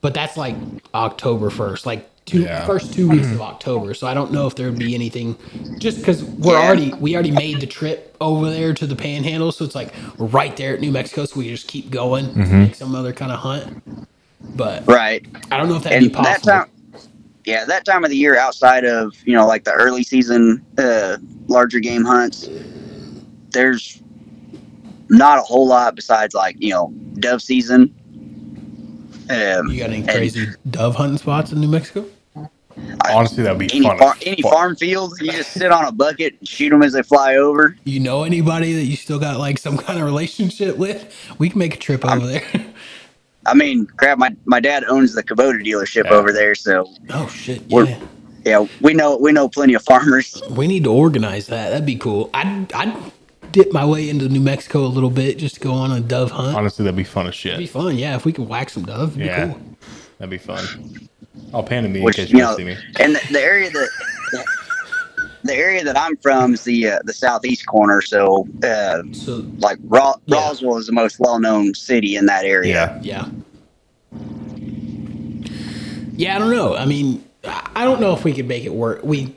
Speaker 3: but that's like October first, like two
Speaker 1: Yeah.
Speaker 3: first two weeks of October. So I don't know if there would be anything, just because we're
Speaker 2: Yeah.
Speaker 3: already we already made the trip over there to the Panhandle, so it's like we're right there at New Mexico, so we just keep going to make some other kind of hunt. But
Speaker 2: Right.
Speaker 3: I don't know if that'd
Speaker 2: And
Speaker 3: be
Speaker 2: that
Speaker 3: possible.
Speaker 2: time, yeah, that time of the year outside of, you know, like the early season, uh, larger game hunts, there's not a whole lot besides like, you know, dove season. Um,
Speaker 3: you got any
Speaker 2: and
Speaker 3: crazy dove hunting spots in New Mexico?
Speaker 1: Honestly, that would be
Speaker 2: Any,
Speaker 1: fun.
Speaker 2: far,
Speaker 1: as
Speaker 2: any
Speaker 1: fuck.
Speaker 2: farm field, you just sit on a bucket and shoot them as they fly over.
Speaker 3: You know anybody that you still got like some kind of relationship with? We can make a trip over there. (laughs)
Speaker 2: I mean, crap, my, my dad owns the Kubota dealership
Speaker 1: Yeah.
Speaker 2: over there, so
Speaker 3: oh shit!
Speaker 2: We're-
Speaker 3: Yeah.
Speaker 2: yeah, we know we know plenty of farmers.
Speaker 3: We need to organize that. That'd be cool. I'd, I'd dip my way into New Mexico a little bit just to go on a dove hunt.
Speaker 1: Honestly, that'd be fun as
Speaker 3: That'd be
Speaker 1: shit.
Speaker 3: fun. Yeah, if we could whack some dove, it'd
Speaker 1: Yeah,
Speaker 3: be cool.
Speaker 1: that'd be fun. I'll pan to me
Speaker 2: Which
Speaker 1: in case
Speaker 2: you
Speaker 1: you can
Speaker 2: know,
Speaker 1: see me.
Speaker 2: and the, the area that the area that I'm from is the uh, the southeast corner. So, uh,
Speaker 3: So,
Speaker 2: like Ro-
Speaker 3: Yeah.
Speaker 2: Roswell is the most well known city in that area.
Speaker 1: Yeah,
Speaker 3: yeah. Yeah, I don't know. I mean, I I don't know if we could make it work. We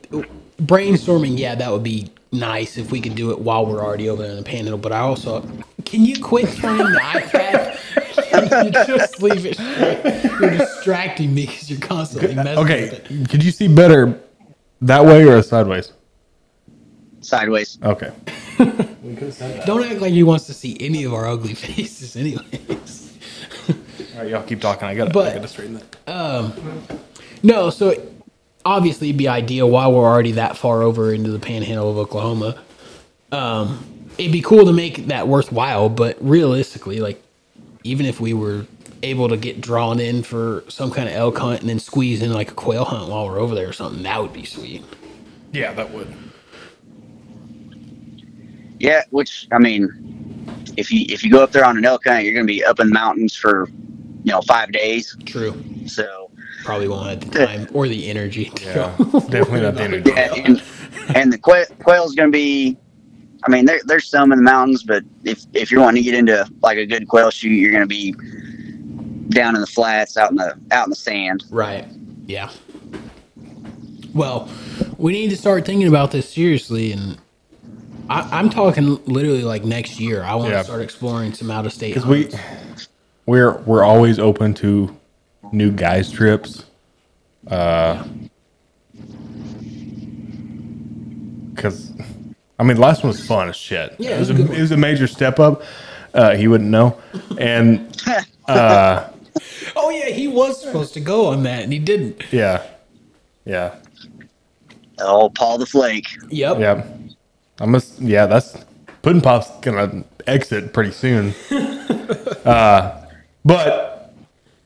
Speaker 3: brainstorming, yeah, that would be nice if we could do it while we're already over there in the panhandle. But I also, can you quit turning the iPad? (laughs) Can you just leave it straight? You're distracting me because you're constantly messing with
Speaker 1: Okay,
Speaker 3: it.
Speaker 1: could you see better that way or sideways?
Speaker 2: Sideways.
Speaker 1: Okay.
Speaker 3: Don't act like he wants to see any of our ugly (laughs) faces, anyways.
Speaker 1: All right, y'all keep talking. I gotta,
Speaker 3: But-
Speaker 1: I gotta straighten that.
Speaker 3: No, so obviously it'd be ideal while we're already that far over into the panhandle of Oklahoma. Um, it'd be cool to make that worthwhile, but realistically, like even if we were able to get drawn in for some kind of elk hunt and then squeeze in like a quail hunt while we're over there or something, that would be sweet.
Speaker 1: Yeah, that would.
Speaker 2: Yeah, which I mean, if you if you go up there on an elk hunt, you're going to be up in the mountains for you know five days.
Speaker 3: True.
Speaker 2: So
Speaker 3: Probably won't at the time or the energy.
Speaker 1: Yeah, (laughs) definitely not the energy.
Speaker 2: yeah, and, and the quail, quail's going to be. I mean, there, there's some in the mountains, but if if you're wanting to get into like a good quail shoot, you're going to be down in the flats, out in the out in the sand.
Speaker 3: Right. Yeah. Well, we need to start thinking about this seriously, and I, I'm talking literally like next year. I want
Speaker 1: Yeah.
Speaker 3: to start exploring some out of state.
Speaker 1: because we we're we're always open to new guys trips. Uh, because I mean, last one was fun as shit.
Speaker 3: Yeah,
Speaker 1: it was,
Speaker 3: it was a
Speaker 1: a,
Speaker 3: good
Speaker 1: it was a major step up. Uh, he wouldn't know, and
Speaker 3: Oh yeah, he was supposed to go on that, and he didn't.
Speaker 1: yeah, yeah,
Speaker 2: Oh, Paul the Flake.
Speaker 3: Yep.
Speaker 1: yeah. I must. Yeah, that's Puddin Pop's gonna exit pretty soon. uh, but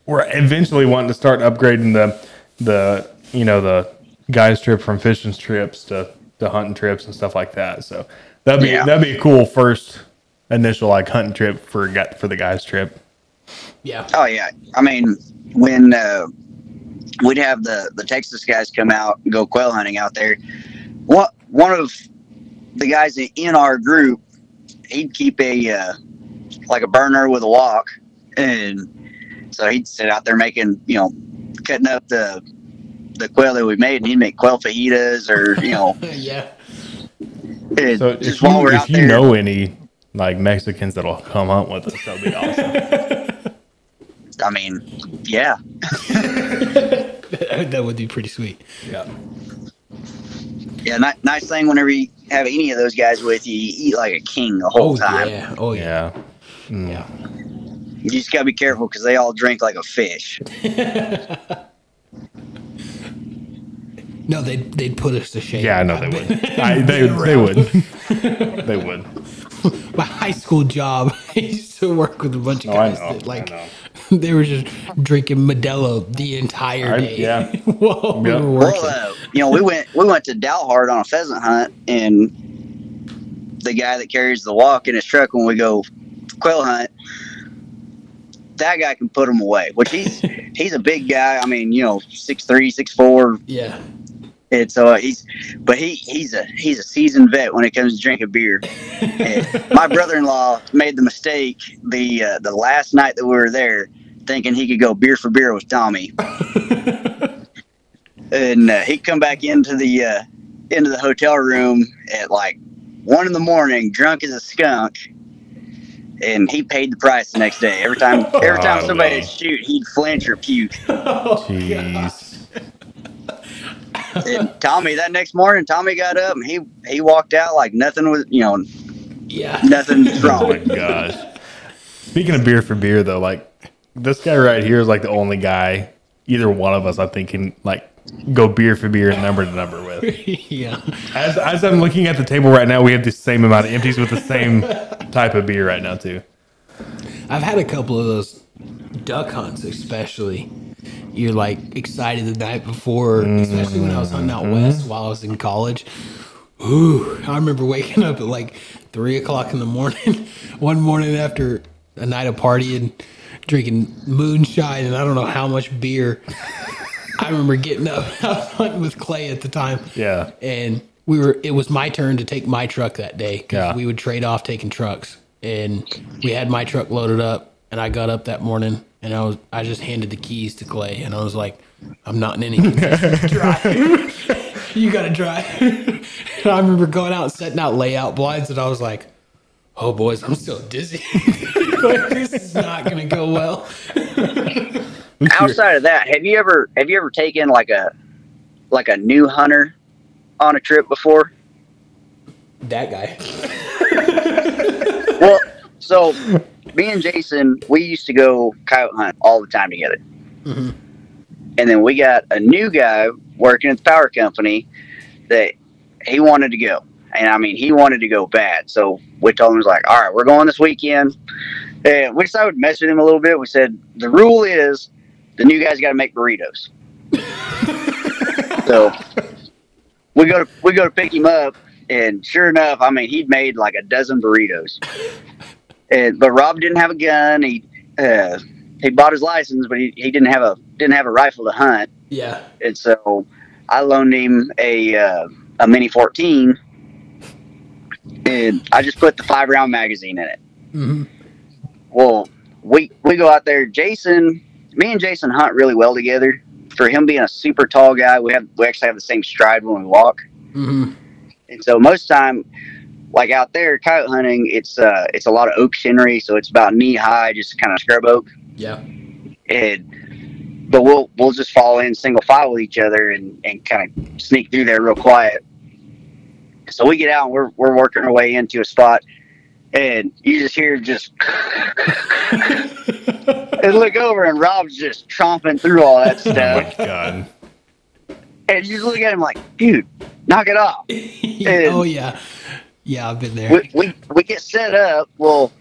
Speaker 1: we're eventually wanting to start upgrading the the you know the guys trip from fishing trips to to hunting trips and stuff like that. So that'd be
Speaker 2: Yeah.
Speaker 1: that'd be a cool first initial like hunting trip for gu- for the guys trip.
Speaker 3: Yeah. (laughs)
Speaker 2: Oh yeah, I mean when uh, we'd have the the Texas guys come out and go quail hunting out there, one one of the guys in- in our group, he'd keep a uh, like a burner with a walk, and so he'd sit out there making you know cutting up the the quail that we made, and he'd make quail fajitas or
Speaker 1: (laughs)
Speaker 2: you know
Speaker 3: yeah. (laughs)
Speaker 2: and
Speaker 1: So
Speaker 2: just
Speaker 1: if
Speaker 2: while
Speaker 1: you,
Speaker 2: we're
Speaker 1: if
Speaker 2: out
Speaker 1: you
Speaker 2: there.
Speaker 1: know any like Mexicans that'll come hunt with us, that'd be awesome.
Speaker 2: (laughs) I mean, yeah,
Speaker 3: that would be pretty sweet.
Speaker 1: yeah.
Speaker 2: yeah. Ni- nice thing whenever you have any of those guys with you, you eat like a king the whole
Speaker 3: Oh
Speaker 2: time.
Speaker 3: yeah. Oh yeah.
Speaker 1: Yeah.
Speaker 3: Yeah.
Speaker 2: You just gotta be careful because they all drink like a fish.
Speaker 3: No, they would they'd put us to shame.
Speaker 1: Yeah, I know they would. I, they, they would. (laughs) they would.
Speaker 3: My high school job, (laughs) I used to work with a bunch of
Speaker 1: Oh, I
Speaker 3: guys
Speaker 1: know,
Speaker 3: that
Speaker 1: I
Speaker 3: like
Speaker 1: know.
Speaker 3: (laughs) they were just drinking Modelo the entire
Speaker 1: I-
Speaker 3: day.
Speaker 1: yeah.
Speaker 3: (laughs) While we
Speaker 1: Yeah.
Speaker 3: were working.
Speaker 2: Well, uh, you know, we went we went to Dalhard on a pheasant hunt, and the guy that carries the walk in his truck when we go quail hunt, that guy can put him away. Which he's he's a big guy. I mean, you know, six three, six four.
Speaker 3: yeah.
Speaker 2: It's uh, he's but he he's a he's a seasoned vet when it comes to drinking beer. And my brother-in-law made the mistake the uh, the last night that we were there, thinking he could go beer for beer with Tommy, and uh, he come back into the uh, into the hotel room at like one in the morning, drunk as a skunk. And he paid the price the next day. Every time, every time
Speaker 1: Oh,
Speaker 2: somebody
Speaker 1: man.
Speaker 2: would shoot, he'd flinch or puke.
Speaker 1: Jeez.
Speaker 2: And Tommy, that next morning, Tommy got up and he he walked out like nothing was, you know,
Speaker 3: Yeah. (laughs)
Speaker 2: nothing was
Speaker 1: Oh my (laughs)
Speaker 2: wrong.
Speaker 1: gosh. Speaking of beer for beer, though, like this guy right here is like the only guy either one of us I think can like go beer for beer and number to number with.
Speaker 3: yeah.
Speaker 1: As, as I'm looking at the table right now, we have the same amount of empties with the same type of beer right now too.
Speaker 3: I've had a couple of those duck hunts, especially. You're like excited the night before, especially when I was hunting out west while I was in college. Ooh, I remember (laughs) waking up at like three o'clock in the morning, (laughs) one morning after a night of partying, drinking moonshine, and I don't know how much beer. I remember getting up. (laughs) I was hunting with Clay at the time.
Speaker 1: Yeah.
Speaker 3: and we were it was my turn to take my truck that day 'cause
Speaker 1: Yeah.
Speaker 3: we would trade off taking trucks and we had my truck loaded up and i got up that morning and i was i just handed the keys to clay and i was like i'm not in any contest. drive (laughs) you gotta drive and i remember going out and setting out layout blinds and i was like oh boys i'm so dizzy (laughs) like, this is not gonna go well
Speaker 2: Outside of that, have you ever have you ever taken like a like a new hunter on a trip before?
Speaker 3: that guy
Speaker 2: Well, so me and Jason, we used to go coyote hunt all the time together. And then we got a new guy working at the power company that he wanted to go. And I mean, he wanted to go bad. So we told him, was like, all right, we're going this weekend. And we decided to mess with him a little bit. We said, the rule is the new guy's got to make burritos. so we go to we go to pick him up, and sure enough, I mean, he'd made like a dozen burritos. And Uh, but Rob didn't have a gun. He uh, he bought his license, but he, he didn't have a didn't have a rifle to hunt.
Speaker 3: Yeah.
Speaker 2: And so I loaned him a uh, a mini fourteen, and I just put the five round magazine in it. Well, we we go out there. Jason, me and Jason hunt really well together. For him being a super tall guy, we have we actually have the same stride when we walk.
Speaker 3: Mm-hmm.
Speaker 2: And so most time, like out there coyote hunting, it's uh it's a lot of oak scenery, so it's about knee high, just kind of scrub oak
Speaker 3: Yeah. (laughs)
Speaker 2: and but we'll we'll just fall in single file with each other and, and kind of sneak through there real quiet. So we get out and we're we're working our way into a spot and you just hear just (laughs) and look over and Rob's just tromping through all that stuff.
Speaker 1: Oh, God.
Speaker 2: and you just look at him like, dude, knock it off. And-
Speaker 3: oh yeah. Yeah, I've been there.
Speaker 2: we, we we get set up. Well,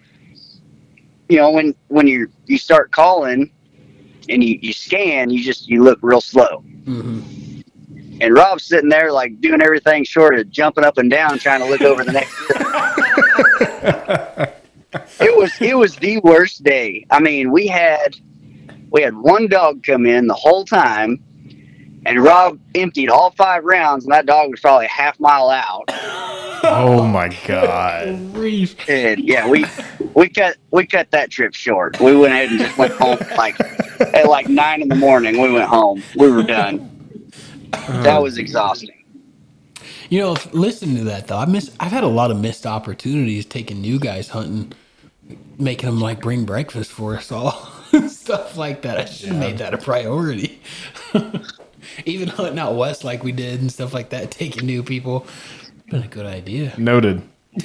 Speaker 2: you know when when you you start calling and you you scan, you just you look real slow.
Speaker 3: hmm
Speaker 2: And Rob's sitting there like doing everything short of jumping up and down, trying to look over the next. it was it was the worst day. I mean, we had we had one dog come in the whole time, and Rob emptied all five rounds, and that dog was probably a half mile out.
Speaker 1: Oh my God.
Speaker 3: Grief.
Speaker 2: And yeah, we we cut we cut that trip short. We went ahead and just went home like at like nine in the morning. We went home. We were done. That was exhausting.
Speaker 3: You know, if, listening to that though, I miss. I've had a lot of missed opportunities taking new guys hunting, making them like bring breakfast for us all, (laughs) stuff like that. I should have made that a priority. (laughs) Even hunting out west like we did and stuff like that, (laughs) taking new people, been a good idea. (laughs)
Speaker 1: Noted.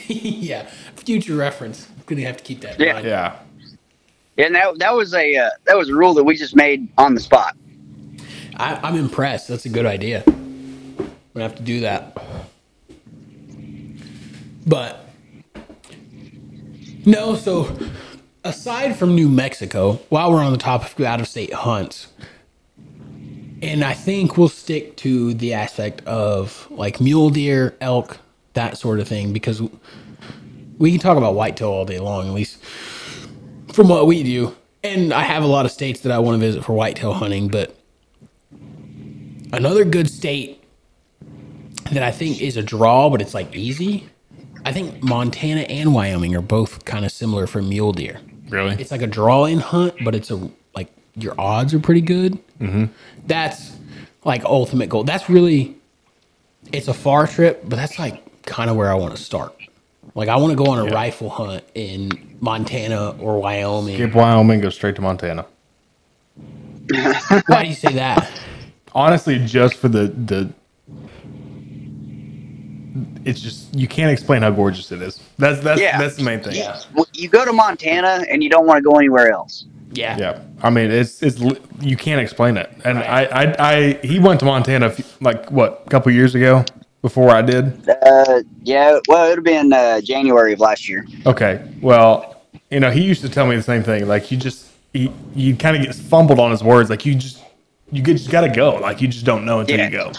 Speaker 3: yeah, future reference. Gonna have to keep that in
Speaker 2: Yeah.
Speaker 3: mind.
Speaker 1: Yeah.
Speaker 2: And that that was a uh, that was a rule that we just made on the spot.
Speaker 3: I, I'm impressed. That's a good idea. I'm gonna have to do that. But no, so aside from New Mexico, while we're on the topic of out of state hunts, and I think we'll stick to the aspect of like mule deer, elk, that sort of thing, because we can talk about whitetail all day long, at least from what we do. And I have a lot of states that I want to visit for whitetail hunting, but another good state that I think is a draw, but it's like easy. I think Montana and Wyoming are both kind of similar for mule deer.
Speaker 1: Really?
Speaker 3: It's like a draw in hunt, but it's a like your odds are pretty good.
Speaker 1: Mm-hmm.
Speaker 3: That's like ultimate goal. That's really it's a far trip, but that's like kind of where I want to start. Like I want to go on a rifle hunt in Montana or Wyoming.
Speaker 1: Skip Wyoming, go straight to Montana.
Speaker 3: Why do you say that?
Speaker 1: Honestly, just for the the it's just you can't explain how gorgeous it is. That's that's
Speaker 2: Yeah.
Speaker 1: that's the main thing.
Speaker 2: You, you go to Montana and you don't want to go anywhere else.
Speaker 3: Yeah.
Speaker 1: Yeah, I mean, it's it's li- you can't explain it. And I, I I he went to Montana a few- like what a couple years ago before I did.
Speaker 2: Uh, yeah, well, it'd have been uh, January of last year.
Speaker 1: Okay, well, you know, he used to tell me the same thing. Like you just he, you kind of get fumbled on his words. Like you just you get, just gotta go. Like you just don't know until
Speaker 2: Yeah.
Speaker 1: you go.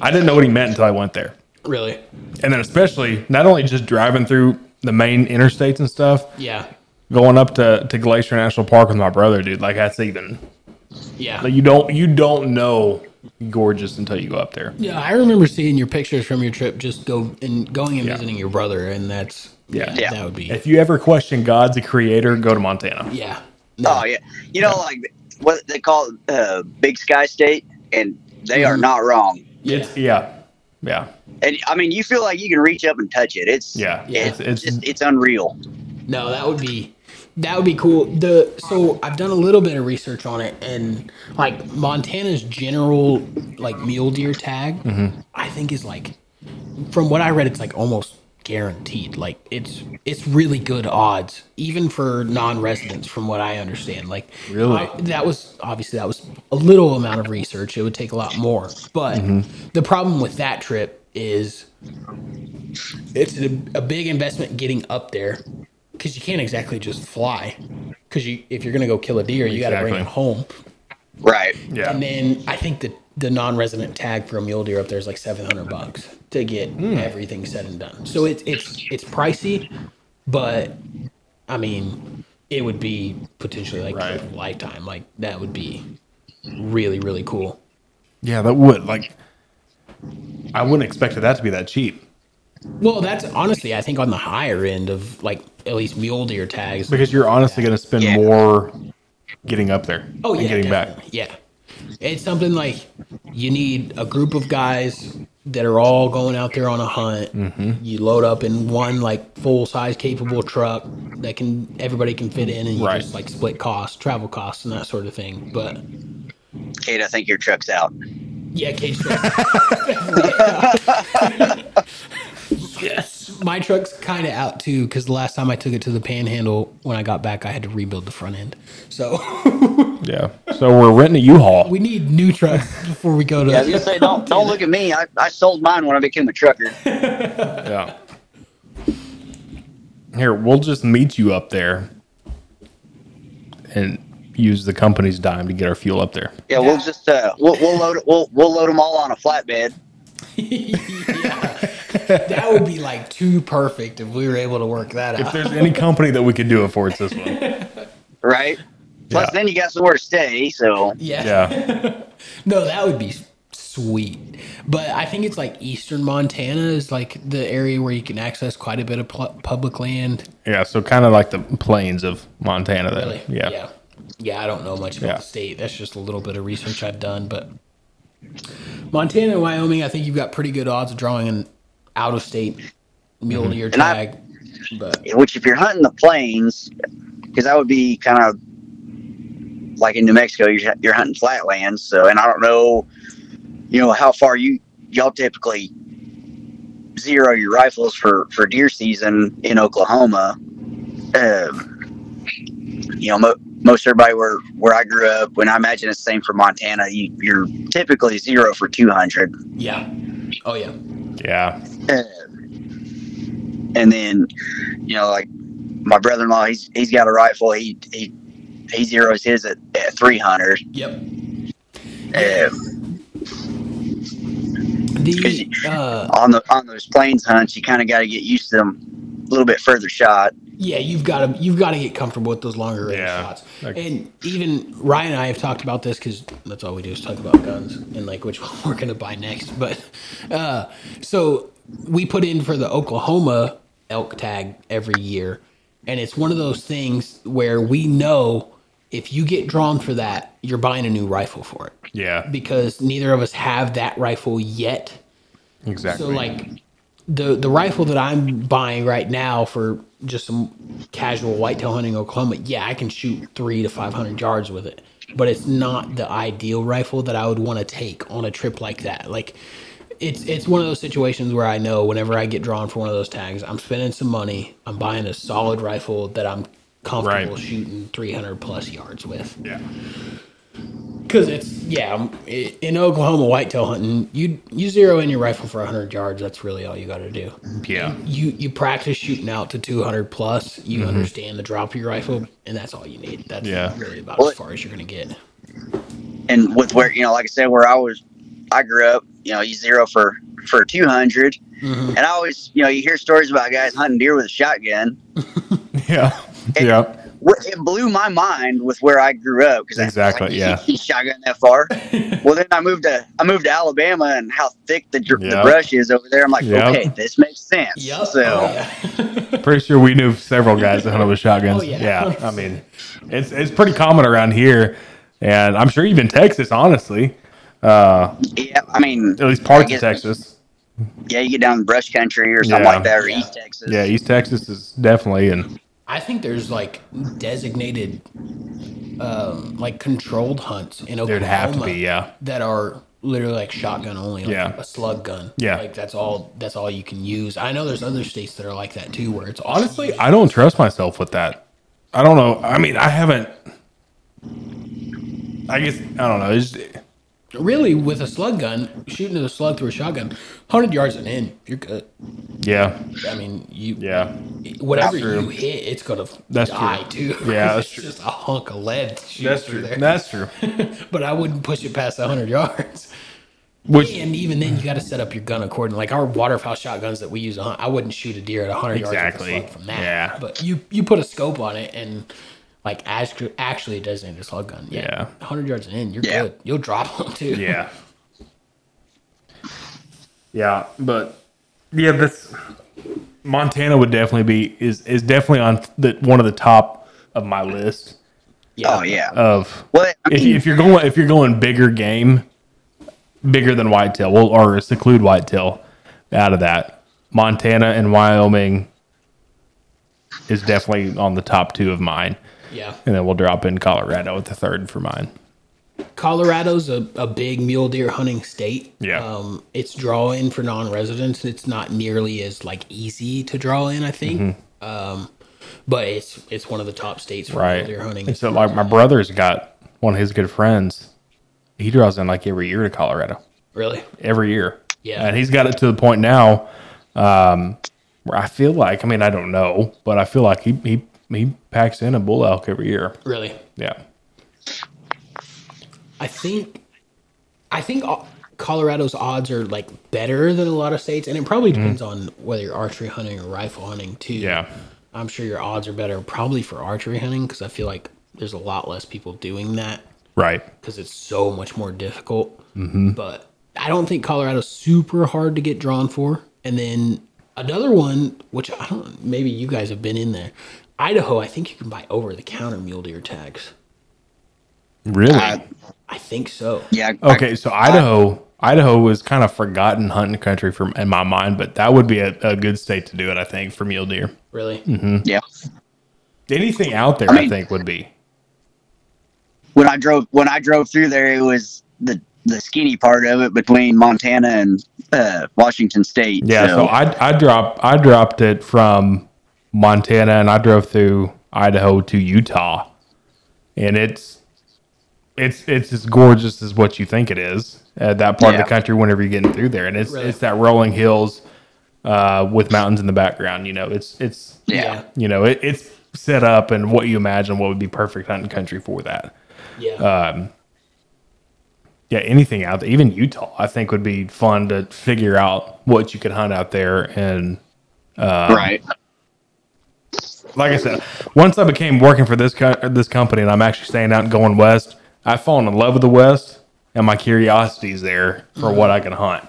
Speaker 1: I didn't know what he meant until I went there,
Speaker 3: Really?
Speaker 1: and then especially not only just driving through the main interstates and stuff,
Speaker 3: Yeah.
Speaker 1: going up to to Glacier National Park with my brother, dude. Like that's even
Speaker 3: Yeah.
Speaker 1: Like you don't you don't know gorgeous until you go up there.
Speaker 3: Yeah, I remember seeing your pictures from your trip. Just go and going and
Speaker 1: Yeah.
Speaker 3: visiting your brother, and that's
Speaker 1: Yeah.
Speaker 2: Yeah.
Speaker 3: that would be
Speaker 1: If you ever question God's a creator, go to Montana.
Speaker 3: yeah.
Speaker 2: Oh yeah, you know like what they call it, uh, Big Sky State, and they are not wrong.
Speaker 3: yeah.
Speaker 1: It's yeah. Yeah.
Speaker 2: And I mean, you feel like you can reach up and touch it. It's
Speaker 1: Yeah.
Speaker 3: Yeah.
Speaker 1: It's-
Speaker 2: it's it's,
Speaker 1: it's-
Speaker 2: it's unreal.
Speaker 3: No, that would be that would be cool. The so I've done a little bit of research on it, and like Montana's general like mule deer tag, I think is like from what I read, it's like almost guaranteed. Like it's it's really good odds, even for non-residents, from what I understand. Like
Speaker 1: Really?
Speaker 3: I- that was obviously that was a little amount of research. It would take a lot more, but the problem with that trip is it's a, a big investment getting up there because you can't exactly just fly because you if you're gonna go kill a deer you got to bring
Speaker 1: Exactly.
Speaker 3: it home
Speaker 2: Right.
Speaker 1: Yeah.
Speaker 3: and then I think the the non-resident tag for a mule deer up there is like seven hundred bucks to get
Speaker 1: Hmm.
Speaker 3: everything said and done. So it's it's it's pricey, but I mean, it would be potentially like
Speaker 1: Right.
Speaker 3: a lifetime. Like that would be really really cool.
Speaker 1: yeah, that would like. I wouldn't expect that to be that cheap
Speaker 3: Well, that's honestly I think on the higher end of like at least mule deer tags.
Speaker 1: because you're honestly going to spend
Speaker 2: Yeah.
Speaker 1: more getting up there.
Speaker 3: Oh yeah,
Speaker 1: and getting back.
Speaker 3: definitely. Yeah, it's something like you need a group of guys that are all going out there on a hunt.
Speaker 1: Mm-hmm.
Speaker 3: You load up in one like full size capable truck that can everybody can fit in, and you
Speaker 1: Right.
Speaker 3: just like split costs, travel costs, and that sort of thing. But
Speaker 2: Kate, I think your truck's out.
Speaker 1: (laughs)
Speaker 3: yeah, cage truck. (laughs) yes, my truck's kind of out too because the last time I took it to the Panhandle, when I got back, I had to rebuild the front end. So (laughs)
Speaker 1: Yeah. So we're renting a U-Haul.
Speaker 3: we need new trucks before we go to.
Speaker 2: Yeah, I was gonna say, don't don't look at me. I, I sold mine when I became a trucker.
Speaker 1: yeah. Here, we'll just meet you up there and use the company's dime to get our fuel up there.
Speaker 2: Yeah, (laughs) we'll just uh, we'll, we'll load we'll we'll load them all on a flatbed.
Speaker 3: yeah. (laughs) That would be like too perfect if we were able to work that
Speaker 1: If
Speaker 3: out.
Speaker 1: there's any company that we could do it for, it's this one.
Speaker 2: Right. Plus,
Speaker 1: Yeah.
Speaker 2: then you got somewhere to stay. So
Speaker 3: Yeah.
Speaker 1: (laughs) Yeah.
Speaker 3: No, that would be sweet. But I think it's like eastern Montana is like the area where you can access quite a bit of pl- public land.
Speaker 1: Yeah. So kind of like the plains of Montana. Then.
Speaker 3: Really?
Speaker 1: Yeah.
Speaker 3: Yeah. Yeah, I don't know much about
Speaker 1: Yeah.
Speaker 3: the state. That's just a little bit of research I've done, but Montana and Wyoming, I think you've got pretty good odds of drawing an out of state mule deer
Speaker 2: Mm-hmm. And I-
Speaker 3: tag. but
Speaker 2: which if you're hunting the plains, because that would be kind of like in New Mexico, you're, you're hunting flatlands. So, and I don't know, you know, how far you y'all typically zero your rifles for for deer season in Oklahoma. Um, you know, mo- most everybody where where I grew up, when I imagine it's the same for Montana, you, you're typically zero for two hundred.
Speaker 3: yeah. Oh yeah.
Speaker 1: Yeah.
Speaker 2: Um, and then, you know, like my brother-in-law, he's he's got a rifle. He he he zeroes his at, at 300.
Speaker 3: Yep.
Speaker 2: Um,
Speaker 3: The uh
Speaker 2: on the on those plains hunts, you kind of got to get used to them a little bit further shot.
Speaker 3: Yeah, you've got to you've got to get comfortable with those longer range
Speaker 1: Yeah.
Speaker 3: shots.
Speaker 1: Like-
Speaker 3: and even Ryan and I have talked about this because that's all we do is talk about guns and like which (laughs) one we're going to buy next. But uh, so we put in for the Oklahoma elk tag every year, and it's one of those things where we know if you get drawn for that, you're buying a new rifle for it
Speaker 1: Yeah.
Speaker 3: because neither of us have that rifle yet.
Speaker 1: Exactly.
Speaker 3: So like the the rifle that I'm buying right now for just some casual whitetail hunting in Oklahoma, yeah, I can shoot three to five hundred yards with it. But it's not the ideal rifle that I would want to take on a trip like that. Like it's it's one of those situations where I know whenever I get drawn for one of those tags, I'm spending some money, I'm buying a solid rifle that I'm comfortable
Speaker 1: Right.
Speaker 3: shooting 300 plus yards with.
Speaker 1: yeah.
Speaker 3: Because it's yeah, um, i- in Oklahoma whitetail hunting, you you zero in your rifle for 100 yards. That's really all you got to do.
Speaker 1: Yeah.
Speaker 3: You you practice shooting out to 200 plus. You understand the drop of your rifle, and that's all you need. That's
Speaker 1: Mm-hmm. Yeah.
Speaker 3: really about
Speaker 2: Well,
Speaker 3: as far as you're gonna get.
Speaker 2: And with where you know, like I said, where I was, I grew up, you know, you zero for for 200. And I always, you know, you hear stories about guys hunting deer with a shotgun.
Speaker 1: (laughs) Yeah. Yeah.
Speaker 2: Wh- It blew my mind with where I grew up because
Speaker 1: Exactly, yeah.
Speaker 2: shotgun that
Speaker 3: (laughs)
Speaker 2: far. well, then I moved to I moved to Alabama and how thick the, dr-
Speaker 1: Yeah.
Speaker 2: the brush is over there. I'm like,
Speaker 1: Yeah.
Speaker 2: okay, this makes sense. So
Speaker 3: Oh, yeah. (laughs)
Speaker 1: Pretty sure we knew several guys that hunted with shotguns.
Speaker 3: Oh, yeah.
Speaker 1: yeah. I mean, it's it's pretty common around here, and I'm sure even Texas, honestly, uh,
Speaker 2: yeah, I mean,
Speaker 1: at least parts
Speaker 2: I
Speaker 1: of
Speaker 2: guess-
Speaker 1: Texas.
Speaker 2: yeah, you get down in brush country or something
Speaker 1: Yeah.
Speaker 2: like that, or
Speaker 3: Yeah.
Speaker 2: East Texas.
Speaker 1: Yeah, East Texas is definitely and
Speaker 3: I think there's like designated, um, like controlled hunts in Oklahoma.
Speaker 1: there'd have to be. Yeah,
Speaker 3: that are literally like shotgun only, like
Speaker 1: Yeah.
Speaker 3: a slug gun.
Speaker 1: Yeah.
Speaker 3: like that's all that's all you can use. I know there's other states that are like that too, where it's all
Speaker 1: honestly, I don't trust myself with that. I don't know. I mean, I haven't. I guess I don't know. It's,
Speaker 3: really with a slug gun, shooting at a slug through a shotgun, 100 yards and in, you're good.
Speaker 1: Yeah.
Speaker 3: I mean, you
Speaker 1: Yeah.
Speaker 3: whatever
Speaker 1: That's true.
Speaker 3: you hit, it's gonna
Speaker 1: That's
Speaker 3: die
Speaker 1: true.
Speaker 3: too.
Speaker 1: Yeah, that's
Speaker 3: (laughs) it's
Speaker 1: true.
Speaker 3: just a hunk of lead. to shoot through there.
Speaker 1: That's true.
Speaker 3: But I wouldn't push it past 100 yards.
Speaker 1: (laughs) Which
Speaker 3: And even then, you got to set up your gun according. Like our waterfowl shotguns that we use, on, I wouldn't shoot a deer at 100 yards
Speaker 1: Exactly.
Speaker 3: with a slug from that.
Speaker 1: Yeah.
Speaker 3: But you you put a scope on it and like actually, actually a designated slug gun.
Speaker 1: Yeah.
Speaker 3: 100 yards and in, you're
Speaker 2: Yeah.
Speaker 3: good. You'll drop them too.
Speaker 1: Yeah. Yeah, but yeah, that's Montana would definitely be is is definitely on the one of the top of my list
Speaker 2: Oh yeah.
Speaker 1: of
Speaker 2: well, I
Speaker 1: Uh, if,
Speaker 2: mean,
Speaker 1: if you're going if you're going bigger game, bigger than whitetail, well, or seclude whitetail out of that, Montana and Wyoming is definitely on the top two of mine,
Speaker 3: (laughs) Yeah.
Speaker 1: and then we'll drop in Colorado with the third for mine.
Speaker 3: Colorado's a, a big mule deer hunting state.
Speaker 1: Yeah.
Speaker 3: Um, it's draw in for non residents. It's not nearly as like easy to draw in, I think.
Speaker 1: Mm-hmm.
Speaker 3: Um, but it's it's one of the top states for
Speaker 1: right
Speaker 3: mule deer hunting.
Speaker 1: And so like my brother's got one of his good friends he draws in like every year to colorado
Speaker 3: really?
Speaker 1: every year
Speaker 3: Yeah.
Speaker 1: and he's got it to the point now um where i feel like i mean i don't know but i feel like he he he packs in a bull elk every year
Speaker 3: Really?
Speaker 1: yeah
Speaker 3: I think I think o- Colorado's odds are like better than a lot of states, and it probably depends on whether you're archery hunting or rifle hunting too.
Speaker 1: Mm-hmm. yeah
Speaker 3: I'm sure your odds are better probably for archery hunting because I feel like there's a lot less people doing that
Speaker 1: right
Speaker 3: because it's so much more difficult. But I don't think Colorado's super hard to get drawn for. And then another one, which I don't, maybe you guys have been in there, Idaho. I think you can buy over the counter mule deer tags.
Speaker 1: really
Speaker 2: I-
Speaker 3: I think so.
Speaker 2: yeah. I-
Speaker 1: okay so idaho idaho was kind of forgotten hunting country from in my mind but that would be a, a good state to do it i think for mule deer
Speaker 3: Really?
Speaker 2: yeah.
Speaker 1: anything out there
Speaker 2: I
Speaker 1: i,
Speaker 2: mean-
Speaker 1: think would be
Speaker 2: When I drove when I drove through there, it was the the skinny part of it between Montana and uh, Washington State.
Speaker 1: Yeah, so, I I dropped I dropped it from Montana and I drove through Idaho to Utah, and it's it's it's as gorgeous as what you think it is at that part of
Speaker 2: Yeah.
Speaker 1: the country. Whenever you're getting through there, and it's
Speaker 3: Really?
Speaker 1: it's that rolling hills uh, with mountains in the background. You know, it's it's
Speaker 2: yeah.
Speaker 1: you know it, it's set up and what you imagine what would be perfect hunting country for that.
Speaker 3: Yeah.
Speaker 1: Yeah, anything out there, even Utah, I think would be fun to figure out what you could hunt out there and
Speaker 2: right.
Speaker 1: like I said, once I became working for this co- this company and I'm actually staying out and going west, I've fallen in love with the west and my curiosity's there for what I can hunt.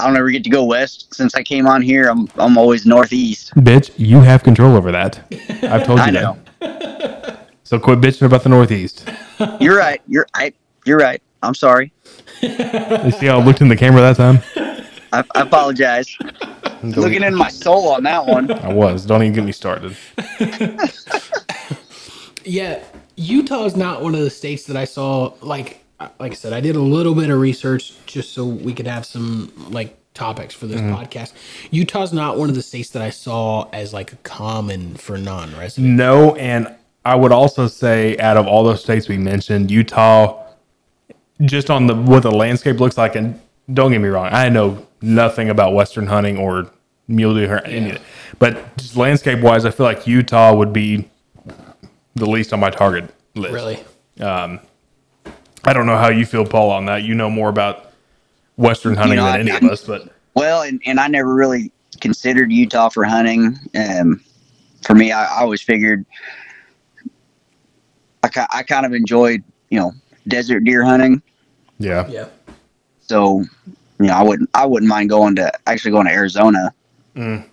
Speaker 2: I don't ever get to go west since I came on here. I'm I'm always northeast.
Speaker 1: Bitch, you have control over that. I've told you
Speaker 2: I know.
Speaker 1: that. So quit bitching about the northeast.
Speaker 2: You're right. You're I. You're right. I'm sorry.
Speaker 1: You see how I looked in the camera that time?
Speaker 2: I, I apologize. Looking in my soul on that one.
Speaker 1: I was. Don't even get me started.
Speaker 3: Yeah, Utah is not one of the states that I saw. Like, like I said, I did a little bit of research just so we could have some like topics for this podcast. Utah's not one of the states that I saw as like a common for non-resident.
Speaker 1: No, and I would also say out of all those states we mentioned, Utah, just on the what the landscape looks like, and don't get me wrong, I know nothing about western hunting or mule deer or any of it, but just landscape wise, I feel like Utah would be the least on my target list.
Speaker 3: Really,
Speaker 1: I don't know how you feel, Paul, on that. You know more about western hunting
Speaker 2: know,
Speaker 1: than
Speaker 2: I-
Speaker 1: any of
Speaker 2: I'm-
Speaker 1: us, but
Speaker 2: Well, and, and I never really considered Utah for hunting. Um, for me, I, I always figured I, ki- I kind of enjoyed, you know, desert deer hunting.
Speaker 1: yeah,
Speaker 3: yeah,
Speaker 2: So, you know, I wouldn't I wouldn't mind going to actually going to Arizona and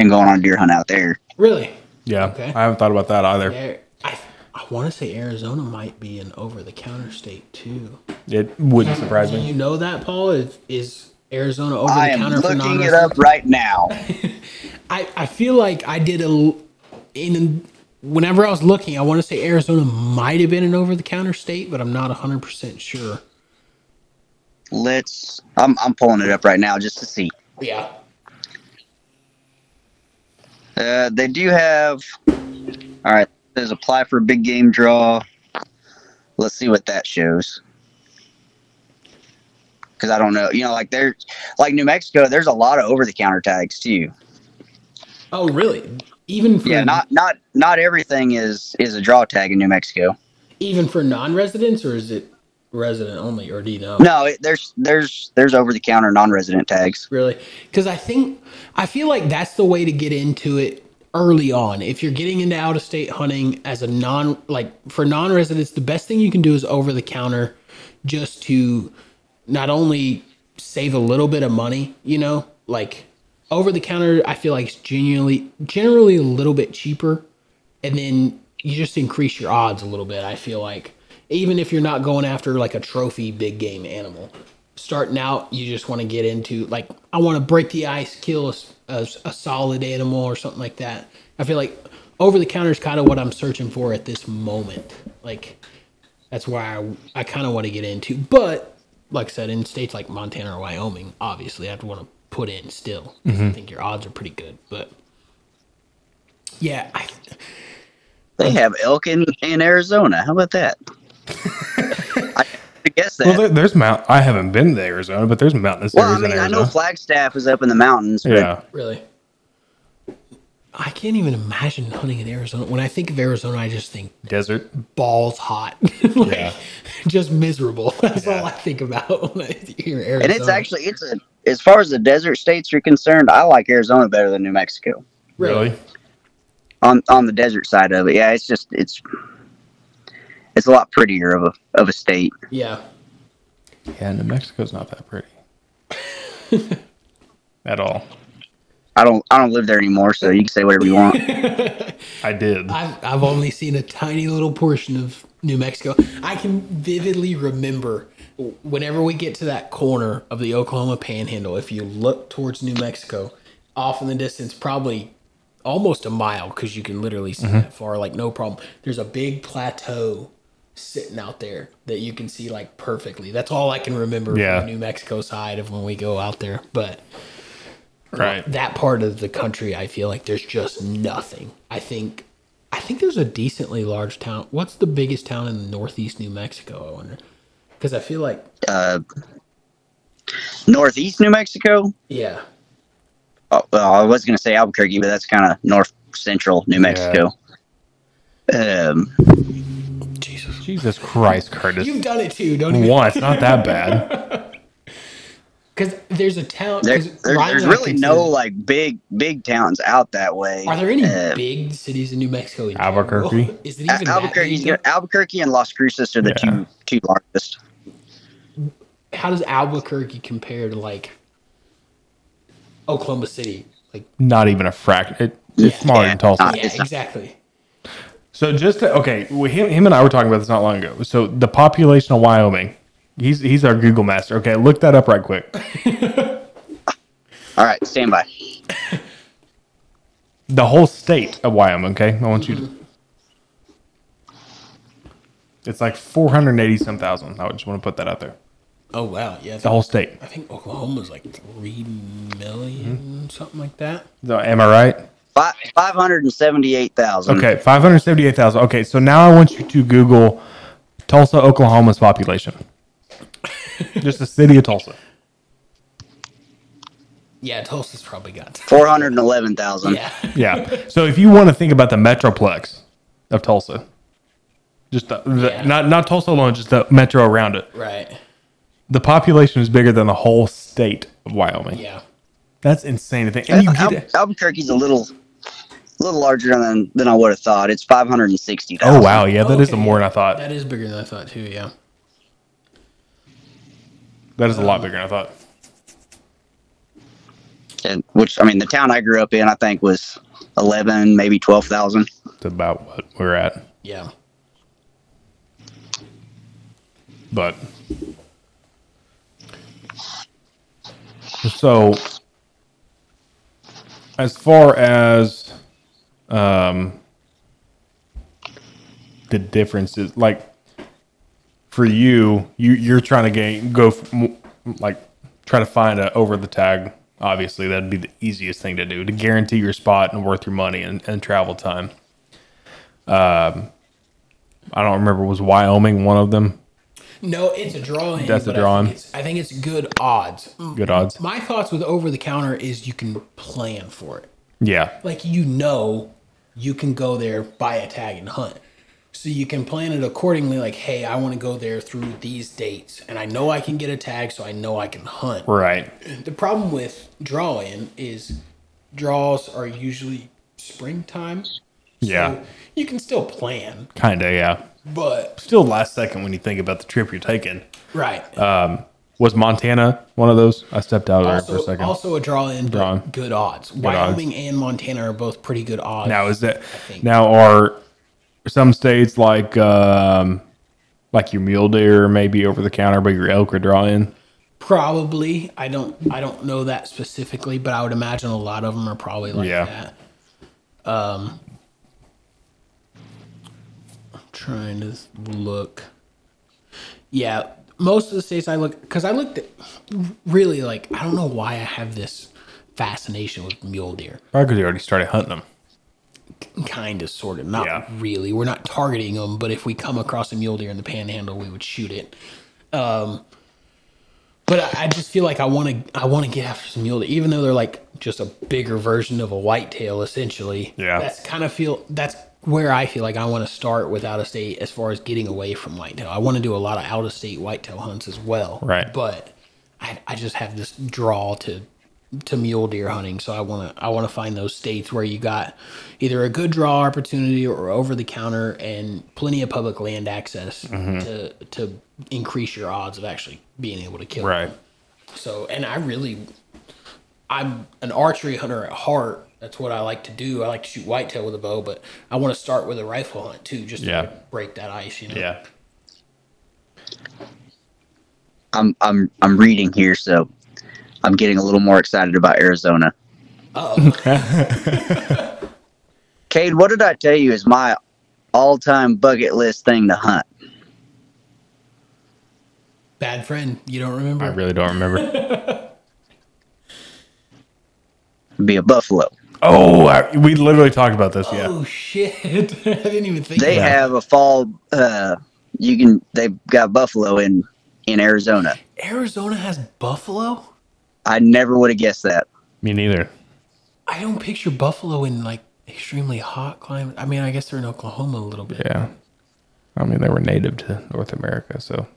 Speaker 2: going on a deer hunt out there.
Speaker 3: really.
Speaker 1: yeah.
Speaker 3: Okay.
Speaker 1: I haven't thought about that either.
Speaker 3: There, I I want to say Arizona might be an over-the-counter state too.
Speaker 1: It wouldn't surprise
Speaker 3: Do
Speaker 1: me.
Speaker 3: you know that, Paul? Is, is Arizona
Speaker 2: I am
Speaker 3: over-the-counter for
Speaker 2: looking it
Speaker 3: non-resident?
Speaker 2: up right now.
Speaker 3: I, I feel like I did a l- in whenever I was looking, I want to say Arizona might have been an over the counter state, but I'm not 100% sure.
Speaker 2: Let's I'm I'm pulling it up right now just to see.
Speaker 3: Yeah.
Speaker 2: Uh, they do have. All right, there's apply for big game draw. Let's see what that shows. because I don't know. You know, like there's like New Mexico, there's a lot of over the counter tags too.
Speaker 3: Oh, really? Even for
Speaker 2: Yeah, not not not everything is is a draw tag in New Mexico.
Speaker 3: even for non-residents, or is it resident only, or do you know?
Speaker 2: No, it, there's there's there's over the counter non resident tags.
Speaker 3: really because i think i feel like that's the way to get into it early on if you're getting into out of state hunting as a non like for non-residents the best thing you can do is over the counter just to not only save a little bit of money you know like over the counter i feel like it's genuinely generally a little bit cheaper and then you just increase your odds a little bit i feel like even if you're not going after like a trophy big game animal starting out you just want to get into like i want to break the ice kill a, s- a s- a solid animal or something like that i feel like over the counter is kind of what i'm searching for at this moment like that's where i, I kind of want to get into but like i said in states like montana or wyoming obviously i'd want to put in still 'cause i think your odds are pretty good but yeah I,
Speaker 2: They have elk in, in Arizona. How about that? (laughs) I guess that.
Speaker 1: Well, there, there's mount. I haven't been to Arizona, but there's mountainous
Speaker 2: Well, I
Speaker 1: areas
Speaker 2: mean,
Speaker 1: in
Speaker 2: I
Speaker 1: Arizona.
Speaker 2: know Flagstaff is up in the mountains, but
Speaker 1: yeah,
Speaker 3: Really? I can't even imagine hunting in Arizona. When I think of Arizona, I just think
Speaker 1: desert.
Speaker 3: balls hot. (laughs) like,
Speaker 1: Yeah.
Speaker 3: just miserable. (laughs) That's
Speaker 1: Yeah.
Speaker 3: all I think about when I hear Arizona.
Speaker 2: and it's actually it's a as far as the desert states are concerned, I like Arizona better than New Mexico
Speaker 1: Really?
Speaker 2: on on the desert side of it. Yeah, it's just it's it's a lot prettier of a of a state.
Speaker 3: Yeah. (laughs)
Speaker 1: Yeah, New Mexico's not that
Speaker 2: (laughs)
Speaker 1: pretty at all.
Speaker 2: I don't I don't live there anymore, so you can say whatever you want.
Speaker 3: (laughs)
Speaker 1: I did.
Speaker 3: I've, I've only seen a tiny little portion of New Mexico. I can vividly remember whenever we get to that corner of the Oklahoma Panhandle, if you look towards New Mexico, off in the distance, probably almost a mile, because you can literally see that far, like no problem. There's a big plateau sitting out there that you can see like perfectly. That's all I can remember
Speaker 1: Yeah.
Speaker 3: from the New Mexico side of when we go out there. But
Speaker 1: right.
Speaker 3: that part of the country i feel like there's just nothing i think i think there's a decently large town what's the biggest town in northeast new mexico i wonder because i feel like
Speaker 2: Uh, northeast New Mexico.
Speaker 3: yeah
Speaker 2: Oh, well, I was gonna say Albuquerque, but that's kind of north central New Mexico. Um,
Speaker 3: jesus
Speaker 1: Jesus Christ, Curtis.
Speaker 3: you've done it too don't you
Speaker 2: (laughs)
Speaker 1: One, it's not that bad.
Speaker 3: because there's a town
Speaker 2: there,
Speaker 3: 'cause
Speaker 2: there-
Speaker 3: Ryan
Speaker 2: there's
Speaker 3: and I
Speaker 2: really no
Speaker 3: considered-
Speaker 2: like big big towns out that way.
Speaker 3: are there any
Speaker 2: Uh,
Speaker 3: big cities in new mexico in
Speaker 1: Albuquerque?
Speaker 3: general? is it
Speaker 2: Al-
Speaker 3: even
Speaker 2: Albuquerque's
Speaker 3: albuquerque
Speaker 2: gonna, Albuquerque and Las Cruces are the
Speaker 1: Yeah.
Speaker 2: two two largest.
Speaker 3: how does albuquerque compare to like oklahoma city like
Speaker 1: Not even a fraction. It, it's smaller
Speaker 2: Yeah.
Speaker 1: than Tulsa.
Speaker 2: Uh,
Speaker 3: yeah
Speaker 2: it's not-
Speaker 3: exactly
Speaker 1: So just to, okay, well, him, him and I were talking about this not long ago. So the population of Wyoming, he's he's our Google master. Okay, look that up right quick.
Speaker 2: All right, stand by.
Speaker 1: The whole state of Wyoming. Okay, I want you to. It's like four hundred eighty some thousand. I just want to put that out there.
Speaker 3: oh wow yeah
Speaker 1: The whole state.
Speaker 3: I think Oklahoma's like three million, something like that.
Speaker 1: No, Am I right?
Speaker 2: Five five hundred and seventy-eight thousand.
Speaker 1: Okay, five hundred seventy-eight thousand. Okay, so now I want you to Google Tulsa, Oklahoma's (laughs) population. Just the city of Tulsa.
Speaker 3: Yeah, Tulsa's probably got. (laughs)
Speaker 2: Four hundred and eleven thousand.
Speaker 3: Yeah,
Speaker 1: Yeah. So if you want to think about the metroplex of Tulsa, just the, the,
Speaker 3: Yeah.
Speaker 1: not not Tulsa alone, just the metro around it.
Speaker 3: right.
Speaker 1: The population is bigger than the whole state of Wyoming.
Speaker 3: Yeah,
Speaker 1: That's insane to think. And you
Speaker 2: Al-
Speaker 1: get,
Speaker 2: Albuquerque's a little little larger than than I would have thought. It's five hundred and sixty
Speaker 1: oh
Speaker 2: thousand.
Speaker 1: wow, yeah, that is
Speaker 3: Okay,
Speaker 1: more than I
Speaker 3: yeah.
Speaker 1: thought.
Speaker 3: that is bigger than I thought too. Yeah,
Speaker 1: that is a lot bigger than I thought.
Speaker 2: And, which I mean, the town I grew up in, I think, was eleven, maybe twelve thousand.
Speaker 1: It's about what we're at,
Speaker 3: yeah.
Speaker 1: but so as far as um the differences like for you you you're trying to gain go f- m- like try to find a over the tag obviously that'd be the easiest thing to do to guarantee your spot and worth your money and, and travel time um i don't remember was wyoming one of them
Speaker 3: No, it's a drawing.
Speaker 1: That's a
Speaker 3: but I think
Speaker 1: drawing.
Speaker 3: it's- I think it's good odds.
Speaker 1: Good odds.
Speaker 3: My thoughts with over the counter is you can plan for it.
Speaker 1: Yeah.
Speaker 3: Like you know, you can go there, buy a tag, and hunt. So you can plan it accordingly. Like, hey, I want to go there through these dates, and I know I can get a tag, so I know I can hunt.
Speaker 1: Right.
Speaker 3: The problem with draw in is draws are usually springtime. So
Speaker 1: Yeah.
Speaker 3: you can still plan,
Speaker 1: Kinda. Yeah.
Speaker 3: but
Speaker 1: Still last second when you think about the trip you're taking.
Speaker 3: right.
Speaker 1: Was Montana one of those? I stepped out of there Uh, for a
Speaker 3: also,
Speaker 1: second.
Speaker 3: also a draw in, but
Speaker 1: Draw in.
Speaker 3: good odds.
Speaker 1: odds.
Speaker 3: Wyoming and Montana are both pretty good odds.
Speaker 1: Now is that
Speaker 3: think.
Speaker 1: now are some states like um like your mule deer maybe over the counter, but your elk are draw in?
Speaker 3: probably I don't I don't know that specifically, but I would imagine a lot of them are probably like
Speaker 1: Yeah.
Speaker 3: that. Um, I'm trying to look. Yeah, most of the states I look because I looked at really like I don't know why I have this fascination with mule deer.
Speaker 1: Probably because you already started hunting them.
Speaker 3: kind of sort of not
Speaker 1: Yeah.
Speaker 3: really we're not targeting them but if we come across a mule deer in the panhandle we would shoot it um but i, I just feel like i want to i want to get after some mule deer even though they're like just a bigger version of a whitetail essentially
Speaker 1: Yeah.
Speaker 3: that's kind of feel that's where i feel like i want to start with out of state as far as getting away from whitetail i want to do a lot of out of state whitetail hunts as well
Speaker 1: Right.
Speaker 3: but i, I just have this draw to to mule deer hunting. So I want to I want to find those states where you got either a good draw opportunity or over the counter and plenty of public land access
Speaker 1: Mm-hmm.
Speaker 3: to to increase your odds of actually being able to kill.
Speaker 1: Right.
Speaker 3: So and I really I'm an archery hunter at heart. That's what I like to do. I like to shoot whitetail with a bow, but I want to start with a rifle hunt too, just
Speaker 1: Yeah.
Speaker 3: to break that ice, you know.
Speaker 1: (laughs) Yeah.
Speaker 2: I'm I'm I'm reading here, so I'm getting a little more excited about Arizona.
Speaker 1: (laughs)
Speaker 3: Oh,
Speaker 2: Cade, what did I tell you is my all-time bucket list thing to hunt?
Speaker 3: bad friend. You don't remember?
Speaker 1: I really don't remember.
Speaker 2: Would Be a buffalo.
Speaker 1: oh, I, we literally talked about this. Yeah.
Speaker 3: Oh shit. (laughs) I didn't even think
Speaker 2: They
Speaker 3: about it.
Speaker 2: have a fall. Uh, you can. They've got buffalo in in Arizona.
Speaker 3: Arizona has buffalo?
Speaker 2: I never would have guessed that.
Speaker 1: Me neither.
Speaker 3: I don't picture buffalo in like extremely hot climate. I mean, I guess they're in Oklahoma a little bit. Yeah,
Speaker 1: Yeah. I mean, they were native to North America, so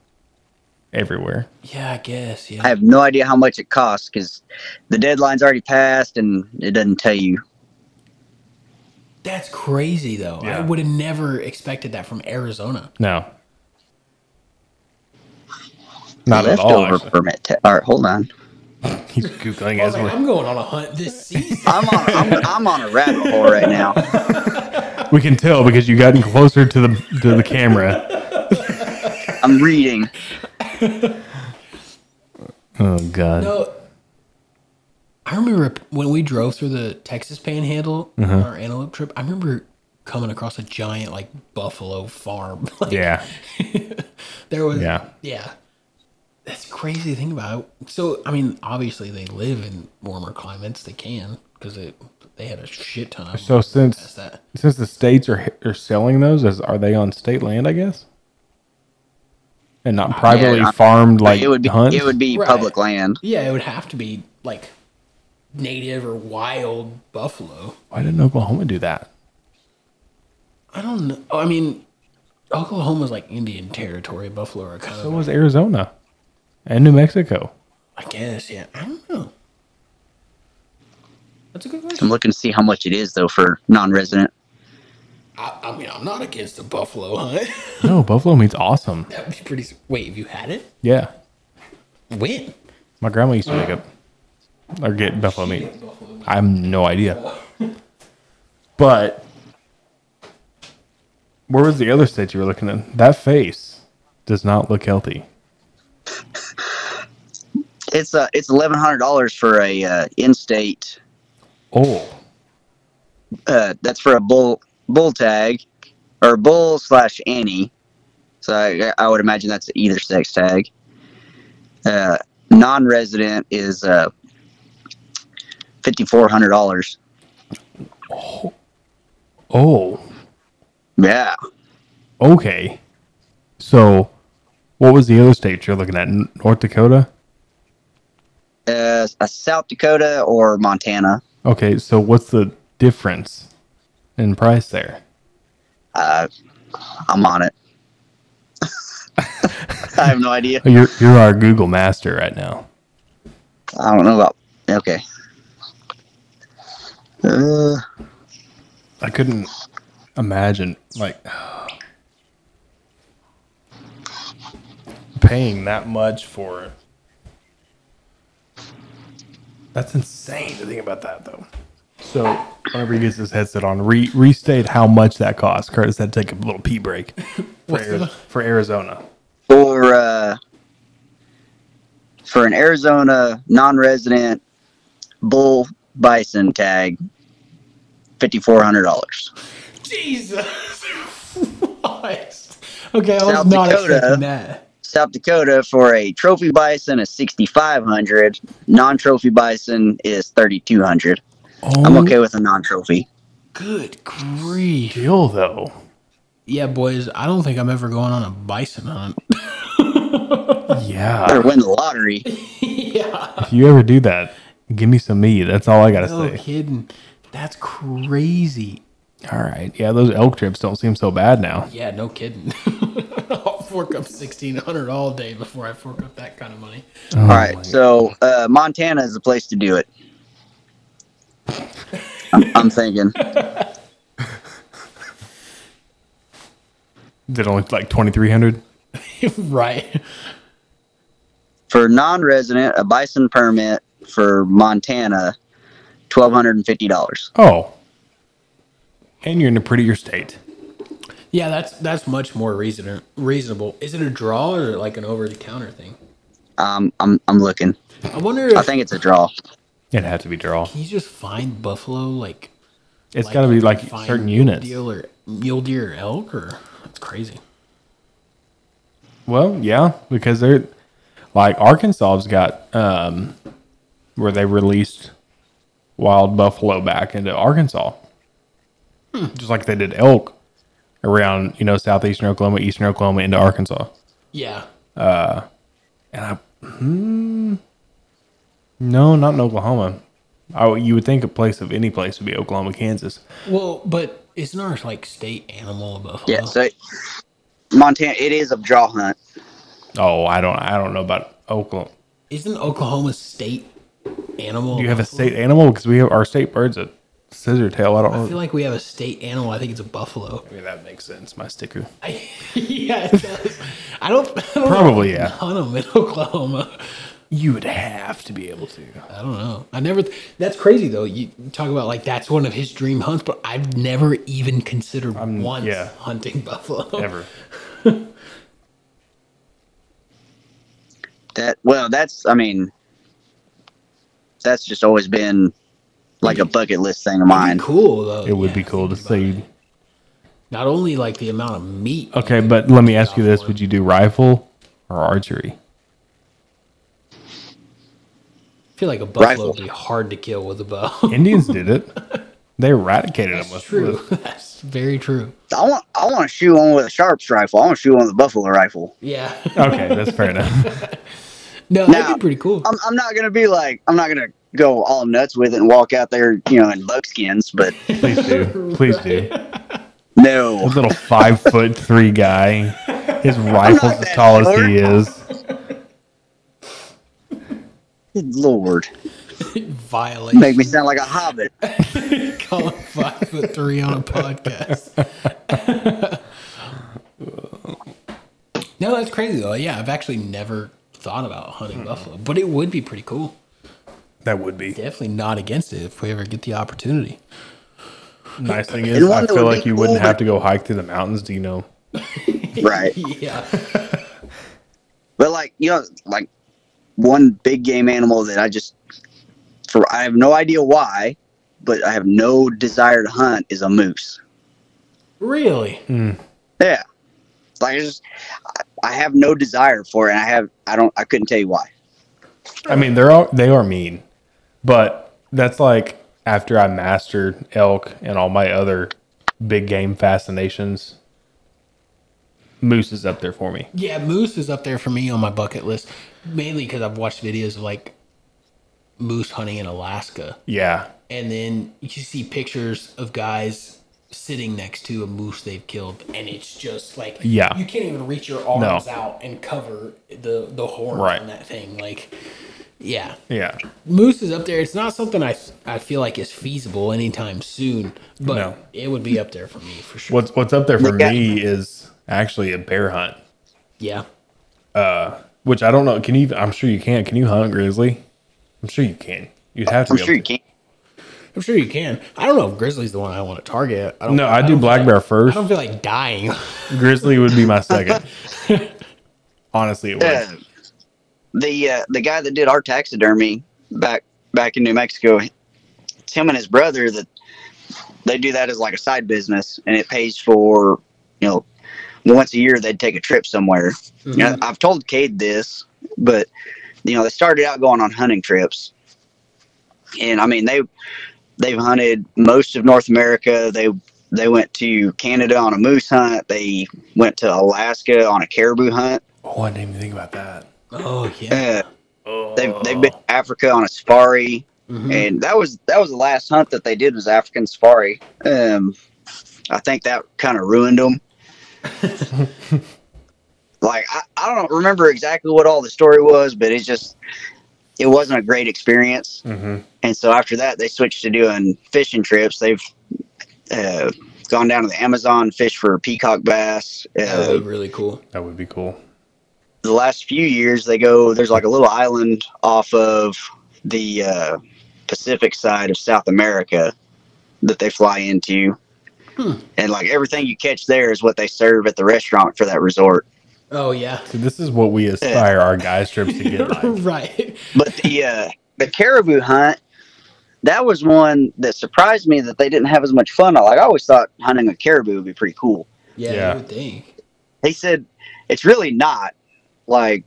Speaker 1: everywhere.
Speaker 3: I guess. Yeah.
Speaker 2: I have no idea how much it costs because the deadline's already passed and it doesn't tell you.
Speaker 3: That's crazy though.
Speaker 1: Yeah.
Speaker 3: I would have never expected that from Arizona.
Speaker 1: No. Not at all.
Speaker 2: leftover
Speaker 1: actually.
Speaker 2: permit. Te- all right, hold on.
Speaker 1: He's googling
Speaker 3: I was
Speaker 1: as
Speaker 3: like,
Speaker 1: we
Speaker 3: I'm going on a hunt this season. (laughs)
Speaker 2: I'm on. I'm, I'm on a rabbit hole right now.
Speaker 1: We can tell because you gotten closer to the to the camera.
Speaker 2: I'm reading.
Speaker 1: (laughs) Oh god.
Speaker 3: no, I remember when we drove through the Texas Panhandle
Speaker 1: Mm-hmm.
Speaker 3: on our antelope trip. I remember coming across a giant like buffalo farm. (laughs) Like,
Speaker 1: Yeah.
Speaker 3: There was
Speaker 1: Yeah.
Speaker 3: yeah. That's crazy to think about. So I mean, obviously they live in warmer climates. They can because they they had a shit ton of
Speaker 1: So
Speaker 3: Is
Speaker 1: since
Speaker 3: that.
Speaker 1: since the states are are selling those, is, are they on state land? I guess. And not privately
Speaker 2: I-
Speaker 1: farmed like
Speaker 2: it would be.
Speaker 1: hunts?
Speaker 2: It would be
Speaker 3: Right.
Speaker 2: public land.
Speaker 3: Yeah, it would have to be like native or wild buffalo.
Speaker 1: Why didn't Oklahoma do that?
Speaker 3: I don't know. I mean, Oklahoma's like Indian territory. Buffalo are kind
Speaker 1: So
Speaker 3: of,
Speaker 1: was Arizona, and New Mexico.
Speaker 3: I guess. Yeah, I don't know. That's a good
Speaker 2: I'm
Speaker 3: question.
Speaker 2: looking to see how much it is though for non-resident.
Speaker 3: I, I mean, I'm not against the buffalo hunt. (laughs)
Speaker 1: No, Buffalo meat's awesome.
Speaker 3: that would be pretty. s- Wait, have you had it?
Speaker 1: Yeah,
Speaker 3: When?
Speaker 1: my grandma used to make up or get buffalo meat. I have no idea. But where was the other state you were looking at? That face does not look healthy.
Speaker 2: It's uh, It's eleven hundred dollars for a uh, in-state.
Speaker 1: Oh,
Speaker 2: Uh, that's for a bull bull tag, or bull slash any. So I, I would imagine that's either sex tag. Uh, non-resident is uh, fifty-four hundred dollars.
Speaker 1: oh,
Speaker 2: Yeah.
Speaker 1: okay. So What was the other state you're looking at? N- North Dakota.
Speaker 2: Uh, uh, South Dakota or Montana.
Speaker 1: Okay, so what's the difference in price there?
Speaker 2: Uh, I'm on it. (laughs) I have no idea.
Speaker 1: You're you're our Google master right now.
Speaker 2: I don't know about. Okay. Uh,
Speaker 1: I couldn't imagine like paying that much for. That's insane to think about that though. So whenever he gets his headset on, re- restate how much that cost. Curtis had to take a little pee (laughs) break for,
Speaker 3: What's
Speaker 1: Ari-
Speaker 3: the-
Speaker 1: for Arizona.
Speaker 2: for uh, for an Arizona non-resident bull bison tag, fifty four hundred dollars.
Speaker 3: Jesus (laughs) Christ. Okay, I was
Speaker 2: South
Speaker 3: not
Speaker 2: Dakota.
Speaker 3: expecting that.
Speaker 2: South Dakota for a trophy bison is sixty five hundred. Non-trophy bison is thirty two hundred. I'm
Speaker 3: Mm-hmm.
Speaker 2: okay with a non-trophy.
Speaker 3: Oh, Good grief.
Speaker 1: Deal though.
Speaker 3: Yeah, boys, I don't think I'm ever going on a bison hunt. (laughs)
Speaker 1: Yeah.
Speaker 2: Better win the lottery.
Speaker 3: yeah.
Speaker 1: If you ever do that, give me some meat. That's all I gotta
Speaker 3: No
Speaker 1: say.
Speaker 3: kidding. That's crazy.
Speaker 1: All right. Yeah, those elk trips don't seem so bad now.
Speaker 3: Yeah, no kidding. (laughs) I'll fork up sixteen hundred all day before I fork up that kind of money. (laughs)
Speaker 2: All right, so uh, Montana is the place to do it. I'm, I'm thinking.
Speaker 1: Is it only like twenty three hundred?
Speaker 3: right.
Speaker 2: for non-resident a bison permit for montana $1250
Speaker 1: Oh. And you're in a prettier state.
Speaker 3: Yeah, that's that's much more reason, reasonable. Is it a draw or like an over the counter thing?
Speaker 2: um, I'm, I'm looking
Speaker 3: I wonder if
Speaker 2: i think it's a draw
Speaker 1: It'd have to be draw.
Speaker 3: can you just find buffalo like
Speaker 1: It's
Speaker 3: like
Speaker 1: gotta be
Speaker 3: you can
Speaker 1: like
Speaker 3: find
Speaker 1: certain
Speaker 3: mule
Speaker 1: units.
Speaker 3: deer or mule deer or elk or that's crazy.
Speaker 1: Well, yeah, because they're like Arkansas's got um where they released wild buffalo back into Arkansas.
Speaker 3: Hmm.
Speaker 1: Just like they did elk around, you know, southeastern Oklahoma, eastern Oklahoma into Arkansas.
Speaker 3: Yeah.
Speaker 1: And I, hmm, no, not in Oklahoma. I, would- you would think a place of any place would be Oklahoma, Kansas.
Speaker 3: Well, but isn't our like state animal a buffalo?
Speaker 2: yeah so it- montana it is a draw hunt
Speaker 1: Oh, I don't, I don't know about Oklahoma.
Speaker 3: Isn't Oklahoma state animal?
Speaker 1: Do you have a
Speaker 3: buffalo?
Speaker 1: state animal? Because we have our state bird's a scissor tail. I don't know.
Speaker 3: I feel like we have a state animal. I think it's a buffalo. (laughs)
Speaker 1: I mean, that makes sense. My sticker.
Speaker 3: I, yeah, it does. I don't. I don't
Speaker 1: Probably,
Speaker 3: know.
Speaker 1: yeah.
Speaker 3: Hunt 'em in (laughs) Oklahoma.
Speaker 1: You would have to be able to.
Speaker 3: I don't know. I never. that's crazy though. You talk about like that's one of his dream hunts, but I've never even considered once
Speaker 1: yeah.
Speaker 3: hunting buffalo.
Speaker 1: Oh. Ever.
Speaker 2: that well that's i mean that's just always been like a bucket list thing of
Speaker 3: It'd
Speaker 2: mine
Speaker 3: be cool though.
Speaker 1: It would
Speaker 3: yeah,
Speaker 1: be cool to
Speaker 3: thinking about it.
Speaker 1: see.
Speaker 3: Not only like the amount of meat.
Speaker 1: Okay, but let me ask you this: Would you do rifle or archery?
Speaker 3: I feel like a buffalo
Speaker 2: Rifle.
Speaker 3: would be hard to kill with
Speaker 1: (laughs)
Speaker 3: a bow. (laughs)
Speaker 1: Indians did it. They eradicated them.
Speaker 3: That's
Speaker 1: With,
Speaker 3: true. That's very true.
Speaker 2: i want i want to shoot one with a sharps rifle i want to shoot one with a buffalo rifle
Speaker 3: Yeah.
Speaker 1: Okay, that's fair enough.
Speaker 2: Now,
Speaker 3: No,
Speaker 2: um,
Speaker 3: that'd be pretty cool.
Speaker 2: I'm, I'm not gonna be like i'm not gonna go all nuts with it and walk out there you know in buckskins but
Speaker 1: Please do. Please do.
Speaker 2: no
Speaker 1: This little five foot three guy. His rifle's
Speaker 2: that
Speaker 1: as tall as he is.
Speaker 2: Good lord.
Speaker 3: Violation.
Speaker 2: Make me sound like a hobbit.
Speaker 3: (laughs) Call him five foot three on a podcast. (laughs) no, that's crazy though. Yeah, I've actually never thought about hunting
Speaker 1: Hmm.
Speaker 3: buffalo, but it would be pretty cool.
Speaker 1: That would be
Speaker 3: Definitely not against it if we ever get the opportunity.
Speaker 1: nice. Thing
Speaker 2: And
Speaker 1: is,
Speaker 2: one
Speaker 1: I
Speaker 2: that
Speaker 1: feel
Speaker 2: would
Speaker 1: like
Speaker 2: be
Speaker 1: you wouldn't
Speaker 2: cool,
Speaker 1: have
Speaker 2: but-
Speaker 1: to go hike through the mountains. Do you know?
Speaker 2: Right.
Speaker 3: (laughs) Yeah.
Speaker 2: But like, you know, like one big game animal that I just for I have no idea why, but I have no desire to hunt is a moose.
Speaker 3: Really?
Speaker 2: Yeah. Like I just I, I have no desire for it and I have I don't I couldn't tell you why.
Speaker 1: I mean, they're all they are mean, but that's like after I mastered elk and all my other big game fascinations. moose is up there for me.
Speaker 3: Yeah, moose is up there for me on my bucket list, mainly because I've watched videos of like moose hunting in Alaska,
Speaker 1: Yeah.
Speaker 3: and then you see pictures of guys sitting next to a moose they've killed, and it's just like
Speaker 1: Yeah.
Speaker 3: you can't even reach your arms out and cover the the horn
Speaker 1: Right.
Speaker 3: on that thing. Like, yeah,
Speaker 1: Yeah.
Speaker 3: moose is up there. It's not something I I feel like is feasible anytime soon, but
Speaker 1: No.
Speaker 3: it would be up there for me for sure.
Speaker 1: What's what's up there for
Speaker 2: Yeah.
Speaker 1: me is actually a bear hunt,
Speaker 3: Yeah,
Speaker 1: which I don't know. Can you? I'm sure you can. Can you hunt grizzly? I'm sure you can. You'd have to.
Speaker 2: I'm
Speaker 1: be able
Speaker 2: sure you
Speaker 1: to.
Speaker 2: can.
Speaker 3: I'm sure you can. I don't know if grizzly's the one I want to target. I don't
Speaker 1: No, I do
Speaker 3: don't feel
Speaker 1: black
Speaker 3: like-
Speaker 1: bear first.
Speaker 3: I don't feel like dying.
Speaker 1: Grizzly would be my
Speaker 2: (laughs)
Speaker 1: second. Honestly, it would.
Speaker 2: Uh, the uh, the guy that did our taxidermy back back in New Mexico, it's him and his brother that they do that as like a side business, and it pays for you know once a year they'd take a trip somewhere. You know, I've told Cade this, but you know they started out going on hunting trips, and I mean they they've hunted most of North America. They they went to Canada on a moose hunt. They went to Alaska on a caribou hunt.
Speaker 1: Oh, I didn't even think about that.
Speaker 3: Oh yeah.
Speaker 2: Uh, they've they've been to Africa on a safari,
Speaker 3: Mm-hmm.
Speaker 2: and that was that was the last hunt that they did was African safari. Um, I think that kind of ruined them. like I, I don't remember exactly what all the story was, but it's just it wasn't a great experience.
Speaker 1: Mhm.
Speaker 2: And so after that, they switched to doing fishing trips. They've uh, gone down to the Amazon, fished for peacock bass.
Speaker 3: That
Speaker 2: Uh,
Speaker 3: would be really cool.
Speaker 1: That would be cool.
Speaker 2: the last few years they go there's like a little island off of the uh, pacific side of south america that they fly into and like everything you catch there is what they serve at the restaurant for that resort
Speaker 3: Oh yeah.
Speaker 1: See, this is what we aspire our guys trips
Speaker 3: (laughs)
Speaker 1: to get like.
Speaker 3: right.
Speaker 2: but the uh, the caribou hunt that was one that surprised me that they didn't have as much fun like i always thought hunting a caribou would be pretty cool
Speaker 3: Yeah,
Speaker 1: Yeah.
Speaker 3: you would think.
Speaker 2: he said it's really not like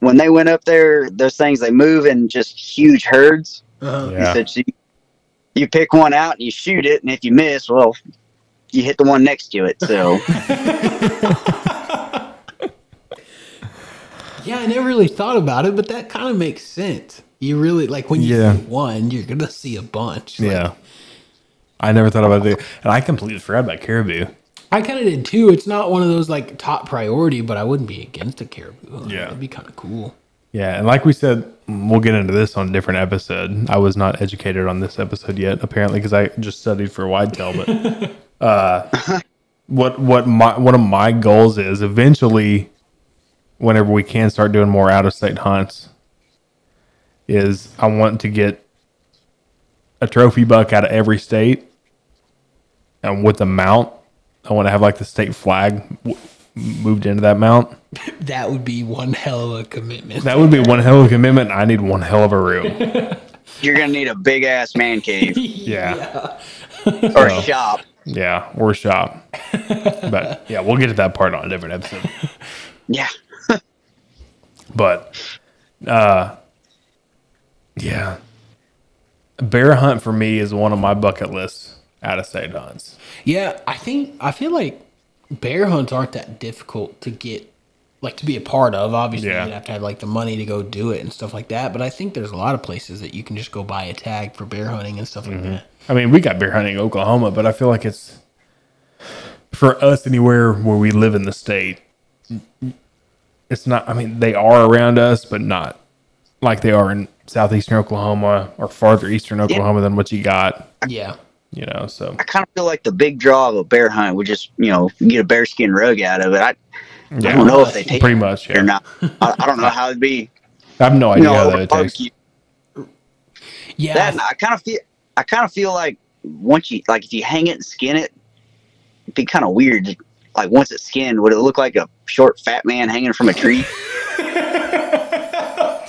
Speaker 2: when they went up there those things they move in just huge herds
Speaker 3: Uh-huh.
Speaker 1: Yeah.
Speaker 2: He said, "So you, you pick one out and you shoot it, and if you miss, well, you hit the one next to it.
Speaker 1: (laughs)
Speaker 2: So
Speaker 3: Yeah, I never really thought about it, but that kind of makes sense. You really like when you
Speaker 1: Yeah.
Speaker 3: see one, you're gonna see a bunch.
Speaker 1: (laughs)
Speaker 3: Like,
Speaker 1: Yeah. I never thought about that. And I completely forgot about caribou.
Speaker 3: I kind of did too. It's not one of those like top priority, but I wouldn't be against a caribou. Like,
Speaker 1: Yeah.
Speaker 3: that'd be kind of cool.
Speaker 1: Yeah, and like we said, we'll get into this on a different episode. I was not educated on this episode yet, apparently, because I just studied for Whitetail. But uh, what what my one of my goals is eventually, whenever we can start doing more out of state hunts, is I want to get a trophy buck out of every state, and with the mount, I want to have like the state flag w- moved into that mount.
Speaker 3: That would be one hell of a commitment.
Speaker 1: That would be one hell of a commitment. I need one hell of a room.
Speaker 2: you're gonna need a big ass man cave
Speaker 1: (laughs) Yeah.
Speaker 2: or
Speaker 1: Yeah.
Speaker 2: shop.
Speaker 1: Yeah. Or shop. But yeah, we'll get to that part on a different episode.
Speaker 2: Yeah,
Speaker 1: But uh yeah. Bear hunt for me is one of my bucket lists out of state hunts.
Speaker 3: Yeah, I think I feel like bear hunts aren't that difficult to get like to be a part of. Obviously,
Speaker 1: Yeah.
Speaker 3: you'd have to have like the money to go do it and stuff like that, but I think there's a lot of places that you can just go buy a tag for bear hunting and stuff like that.
Speaker 1: I mean, we got bear hunting in Oklahoma, but I feel like it's for us anywhere where we live in the state. It's not. I mean, they are around us, but not like they are in southeastern Oklahoma or farther eastern Oklahoma than what you got.
Speaker 3: Yeah.
Speaker 1: You know, so
Speaker 2: I kind of feel like the big draw of a bear hunt would just you know get a bearskin rug out of it. I, I
Speaker 1: yeah,
Speaker 2: don't know if they take
Speaker 1: pretty
Speaker 2: it
Speaker 1: much.
Speaker 2: or
Speaker 1: Yeah,
Speaker 2: not. I, I don't know how
Speaker 1: (laughs)
Speaker 2: it'd be.
Speaker 1: I have no
Speaker 2: You
Speaker 1: idea
Speaker 2: know,
Speaker 1: how
Speaker 2: over
Speaker 1: that it takes.
Speaker 2: barbecue.
Speaker 3: Yeah.
Speaker 2: That and I kind of feel. I kind of feel like once you like if you hang it and skin it, it'd be kind of weird. Like once it's skinned, would it look like a short fat man hanging from a tree?
Speaker 3: (laughs)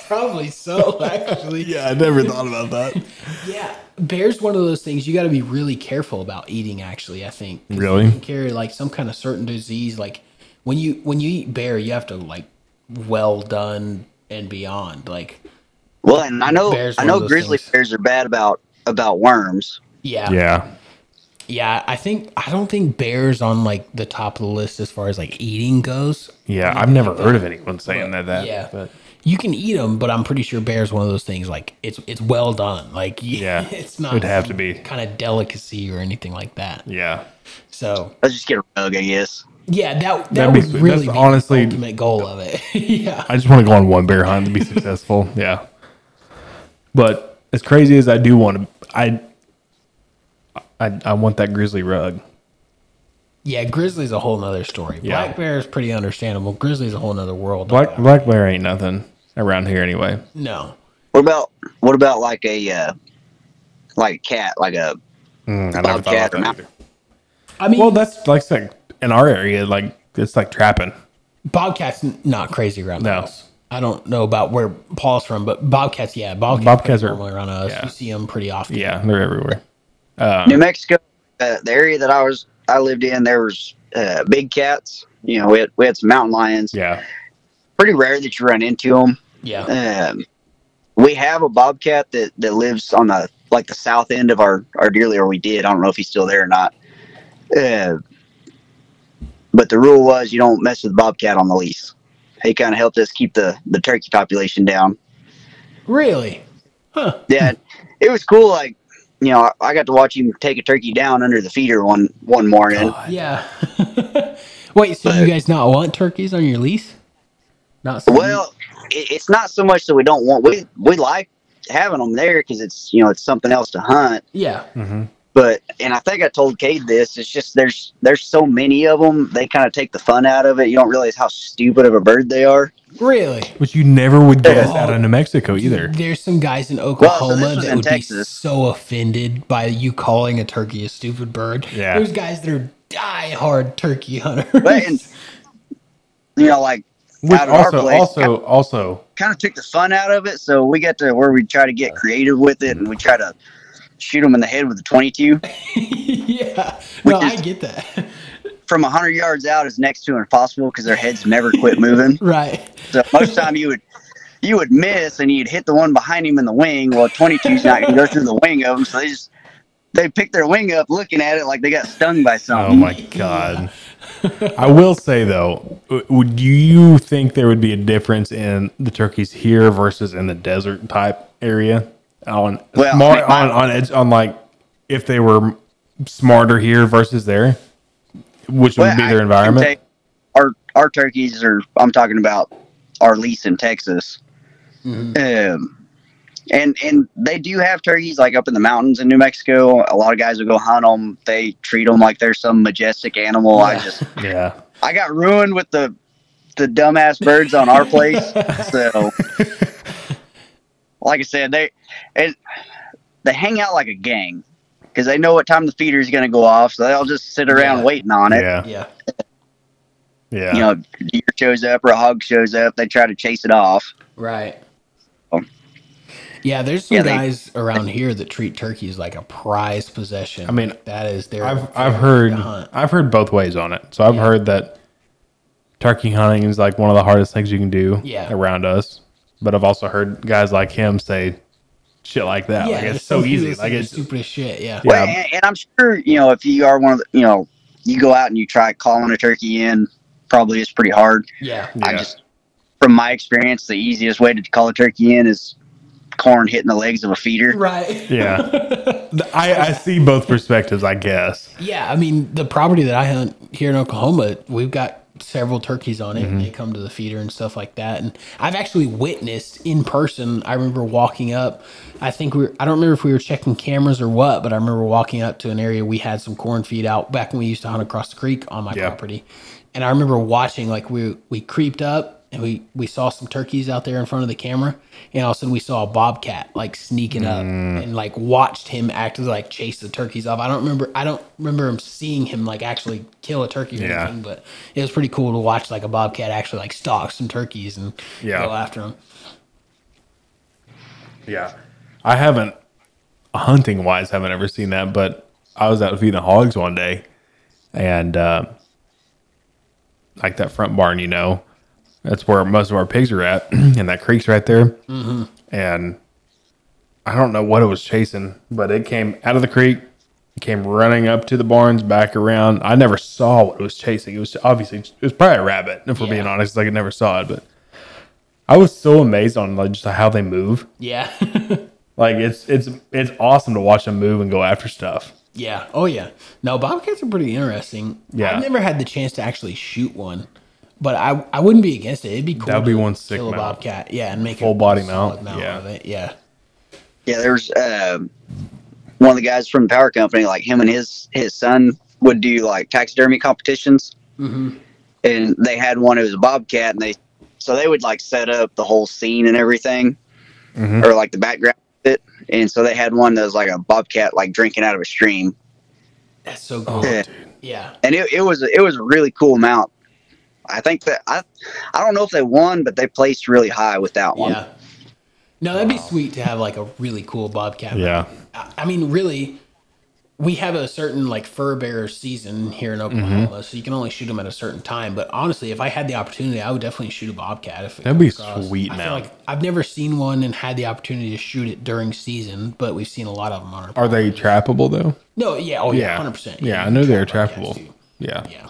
Speaker 3: probably so actually.
Speaker 1: I never thought about that.
Speaker 3: Yeah, bear's one of those things you got to be really careful about eating. Actually, I think
Speaker 1: (laughs)
Speaker 3: 'Cause
Speaker 1: Really?
Speaker 3: you can carry like some kind of certain disease. Like when you when you eat bear, you have to like well done and beyond. Like
Speaker 2: Well, and I know
Speaker 3: Bears
Speaker 2: I
Speaker 3: one of
Speaker 2: know
Speaker 3: those
Speaker 2: grizzly
Speaker 3: things.
Speaker 2: bears are bad about about worms.
Speaker 3: yeah,
Speaker 1: Yeah,
Speaker 3: Yeah, I think I don't think bears on like the top of the list as far as like eating goes.
Speaker 1: Yeah, I've never heard of anyone saying that. That
Speaker 3: yeah,
Speaker 1: but
Speaker 3: you can eat them, but I'm pretty sure bear's one of those things like it's it's well done. Like (laughs)
Speaker 1: Yeah,
Speaker 3: it's not
Speaker 1: it'd have to be.
Speaker 3: kind of delicacy or anything like that.
Speaker 1: yeah,
Speaker 3: So
Speaker 2: Let's just get a rug, I guess.
Speaker 3: yeah, that that
Speaker 1: That'd be
Speaker 3: would
Speaker 1: sweet.
Speaker 3: really
Speaker 1: That's
Speaker 3: be
Speaker 1: honestly-
Speaker 3: the ultimate goal of it. (laughs) yeah,
Speaker 1: I just want to go on one bear hunt to be successful. (laughs) Yeah, but as crazy as I do want to, I, I, I want that grizzly rug.
Speaker 3: yeah. Grizzly's a whole nother story.
Speaker 1: Yeah.
Speaker 3: Black bear is pretty understandable. Grizzly's a whole nother world.
Speaker 1: Black black bear ain't nothing around here anyway.
Speaker 3: No,
Speaker 2: What about what about like a uh, like a cat, like a
Speaker 1: I
Speaker 2: never thought about that either.
Speaker 3: I mean
Speaker 1: Well, that's like said, in our area, like it's like trapping.
Speaker 3: Bobcat's n- not crazy around
Speaker 1: No.
Speaker 3: us. I don't know about where Paul's from, but Bobcats, yeah, Bobcats,
Speaker 1: Bobcats
Speaker 3: pretty
Speaker 1: are-
Speaker 3: normal around us.
Speaker 1: yeah.
Speaker 3: You see them pretty often.
Speaker 1: Yeah, they're everywhere.
Speaker 2: New Mexico, uh, the area that I was I lived in, there was uh, big cats. You know, we had, we had some mountain lions.
Speaker 1: Yeah,
Speaker 2: Pretty rare that you run into them.
Speaker 3: yeah.
Speaker 2: Um, we have a bobcat that that lives on the like the south end of our our deerly, or we did. I don't know if he's still there or not. Uh, but the rule was you don't mess with bobcat on the lease. He kind of helped us keep the the turkey population down.
Speaker 3: Really? Huh?
Speaker 2: Yeah, it was cool. Like, you know, I, I got to watch him take a turkey down under the feeder one one morning.
Speaker 3: Yeah. (laughs) Wait, so you guys not want turkeys on your lease? Not so
Speaker 2: Well, it, it's not so much that we don't want we we like having them there because it's you know it's something else to hunt.
Speaker 3: yeah,
Speaker 1: Hmm.
Speaker 2: But and I think I told Cade this. It's just there's there's so many of them. They kind of take the fun out of it. You don't realize how stupid of a bird they are.
Speaker 3: really.
Speaker 1: which you never would guess
Speaker 3: Oh.
Speaker 1: out of New Mexico either.
Speaker 3: There's some guys in Oklahoma
Speaker 2: this was
Speaker 3: that
Speaker 2: in
Speaker 3: would be
Speaker 2: Texas.
Speaker 3: so offended by you calling a turkey a stupid bird.
Speaker 1: Yeah.
Speaker 3: There's guys that are die-hard turkey hunters.
Speaker 2: But and you know like.
Speaker 1: Which
Speaker 2: out of our
Speaker 1: also,
Speaker 2: place,
Speaker 1: also, also,
Speaker 2: kind of took the fun out of it. So we got to where we try to get creative with it, and we try to shoot them in the head with a twenty-two.
Speaker 3: (laughs) yeah, no,
Speaker 2: Which is-
Speaker 3: I get that. (laughs)
Speaker 2: from 100 yards out is next to impossible because their heads never quit moving.
Speaker 3: right.
Speaker 2: So most time you would you would miss and you'd hit the one behind him in the wing. Well, 22's not going to go through the wing of them, so they just they pick their wing up, looking at it like they got stung by
Speaker 1: oh
Speaker 2: something.
Speaker 1: my god. I will say though, w- would you think there would be a difference in the turkeys here versus in the desert type area on
Speaker 2: Well,
Speaker 1: smart,
Speaker 2: I
Speaker 1: on on edge on like if they were smarter here versus there, which
Speaker 2: Well,
Speaker 1: would be
Speaker 2: I
Speaker 1: their
Speaker 2: can tell you,
Speaker 1: environment?
Speaker 2: Our our turkeys are. I'm talking about our lease in Texas. Um, and and they do have turkeys like up in the mountains in New Mexico. A lot of guys will go hunt them. They treat them like they're some majestic animal. I
Speaker 3: Yeah.
Speaker 2: just
Speaker 1: Yeah,
Speaker 2: I got ruined with the the dumbass birds on our place. so, like I said, they and they hang out like a gang because they know what time the feeder's going to go off. So they'll just sit around
Speaker 3: Yeah.
Speaker 2: waiting on it.
Speaker 1: yeah,
Speaker 3: Yeah.
Speaker 1: yeah.
Speaker 2: You know, deer shows up or a hog shows up. They try to chase it off.
Speaker 3: Right.
Speaker 2: Um,
Speaker 3: Yeah, there's some
Speaker 2: yeah, they-
Speaker 3: guys around here that treat turkeys like their prized possession.
Speaker 1: I mean,
Speaker 3: that is their.
Speaker 1: I've I've heard
Speaker 3: hunt.
Speaker 1: I've heard both ways on it. So I've heard that turkey hunting is like one of the hardest things you can do
Speaker 3: Yeah.
Speaker 1: around us. But I've also heard guys like him say shit like that. like
Speaker 3: there's
Speaker 1: it's so
Speaker 3: some people
Speaker 1: easy.
Speaker 3: that
Speaker 1: Like
Speaker 3: say
Speaker 1: it's
Speaker 3: stupid as shit. Yeah.
Speaker 1: Yeah.
Speaker 2: Well, and, and I'm sure, you know, if you are one of the, you know, you go out and you try calling a turkey in, probably is pretty hard.
Speaker 3: Yeah.
Speaker 2: I
Speaker 1: Yeah.
Speaker 2: just, from my experience, the easiest way to call a turkey in is corn hitting the legs of a feeder.
Speaker 3: Right.
Speaker 1: yeah. I, I see both perspectives, I guess.
Speaker 3: Yeah. I mean, the property that I hunt here in Oklahoma, we've got several turkeys on it and they come to the feeder and stuff like that. And I've actually witnessed in person. I remember walking up. I think we were, I don't remember if we were checking cameras or what, but I remember walking up to an area we had some corn feed out back when we used to hunt across the creek on my
Speaker 1: Yeah.
Speaker 3: property. And I remember watching like we we creeped up and we we saw some turkeys out there in front of the camera and all of a sudden we saw a bobcat like sneaking up
Speaker 1: Mm.
Speaker 3: and like watched him actively like chase the turkeys off. I don't remember I don't remember him seeing him like actually kill a turkey or
Speaker 1: Yeah.
Speaker 3: anything, but it was pretty cool to watch like a bobcat actually like stalk some turkeys and
Speaker 1: Yeah.
Speaker 3: go after them.
Speaker 1: Yeah. I haven't hunting wise haven't ever seen that, but I was out feeding the hogs one day and uh, like that front barn, you know, that's where most of our pigs are at, (clears throat) and that creek's right there. And I don't know what it was chasing, but it came out of the creek, It came running up to the barns, back around. I never saw what it was chasing. It was obviously it was probably a rabbit. If we're
Speaker 3: Yeah.
Speaker 1: being honest, like I never saw it, but I was so amazed on like just how they move.
Speaker 3: Yeah. (laughs)
Speaker 1: Like it's it's it's awesome to watch them move and go after stuff.
Speaker 3: yeah. Oh, yeah. No, bobcats are pretty interesting.
Speaker 1: Yeah.
Speaker 3: I've never had the chance to actually shoot one, but I I wouldn't be against it. It'd be cool.
Speaker 1: That'd be
Speaker 3: to
Speaker 1: one sick
Speaker 3: kill a
Speaker 1: mount.
Speaker 3: bobcat. Yeah, and make a
Speaker 1: Full body
Speaker 3: solid
Speaker 1: mount. Yeah.
Speaker 3: Of it. Yeah.
Speaker 2: Yeah, there's um, one of the guys from the power company, like him and his his son would do like taxidermy competitions, and they had one. It was a bobcat, and they so they would like set up the whole scene and everything, or like the background of it. And so they had one that was like a bobcat like drinking out of a stream,
Speaker 3: That's so cool.
Speaker 2: Oh. Yeah.
Speaker 3: yeah.
Speaker 2: and it, it was it was a really cool mount. I think that I I don't know if they won, but they placed really high with that one.
Speaker 3: Yeah. No, that'd be sweet to have like a really cool bobcat.
Speaker 1: Yeah.
Speaker 3: I I mean, really, we have a certain like fur bearer season here in Oklahoma,
Speaker 1: Mm-hmm.
Speaker 3: so you can only shoot them at a certain time. But honestly, if I had the opportunity, I would definitely shoot a bobcat. If it
Speaker 1: That'd be
Speaker 3: comes across.
Speaker 1: sweet
Speaker 3: I feel
Speaker 1: now.
Speaker 3: like I've never seen one and had the opportunity to shoot it during season, but we've seen a lot of them on our.
Speaker 1: Are they trappable though?
Speaker 3: no, yeah, oh yeah, hundred percent.
Speaker 1: Yeah, I know they're trappable. Yeah.
Speaker 3: Yeah.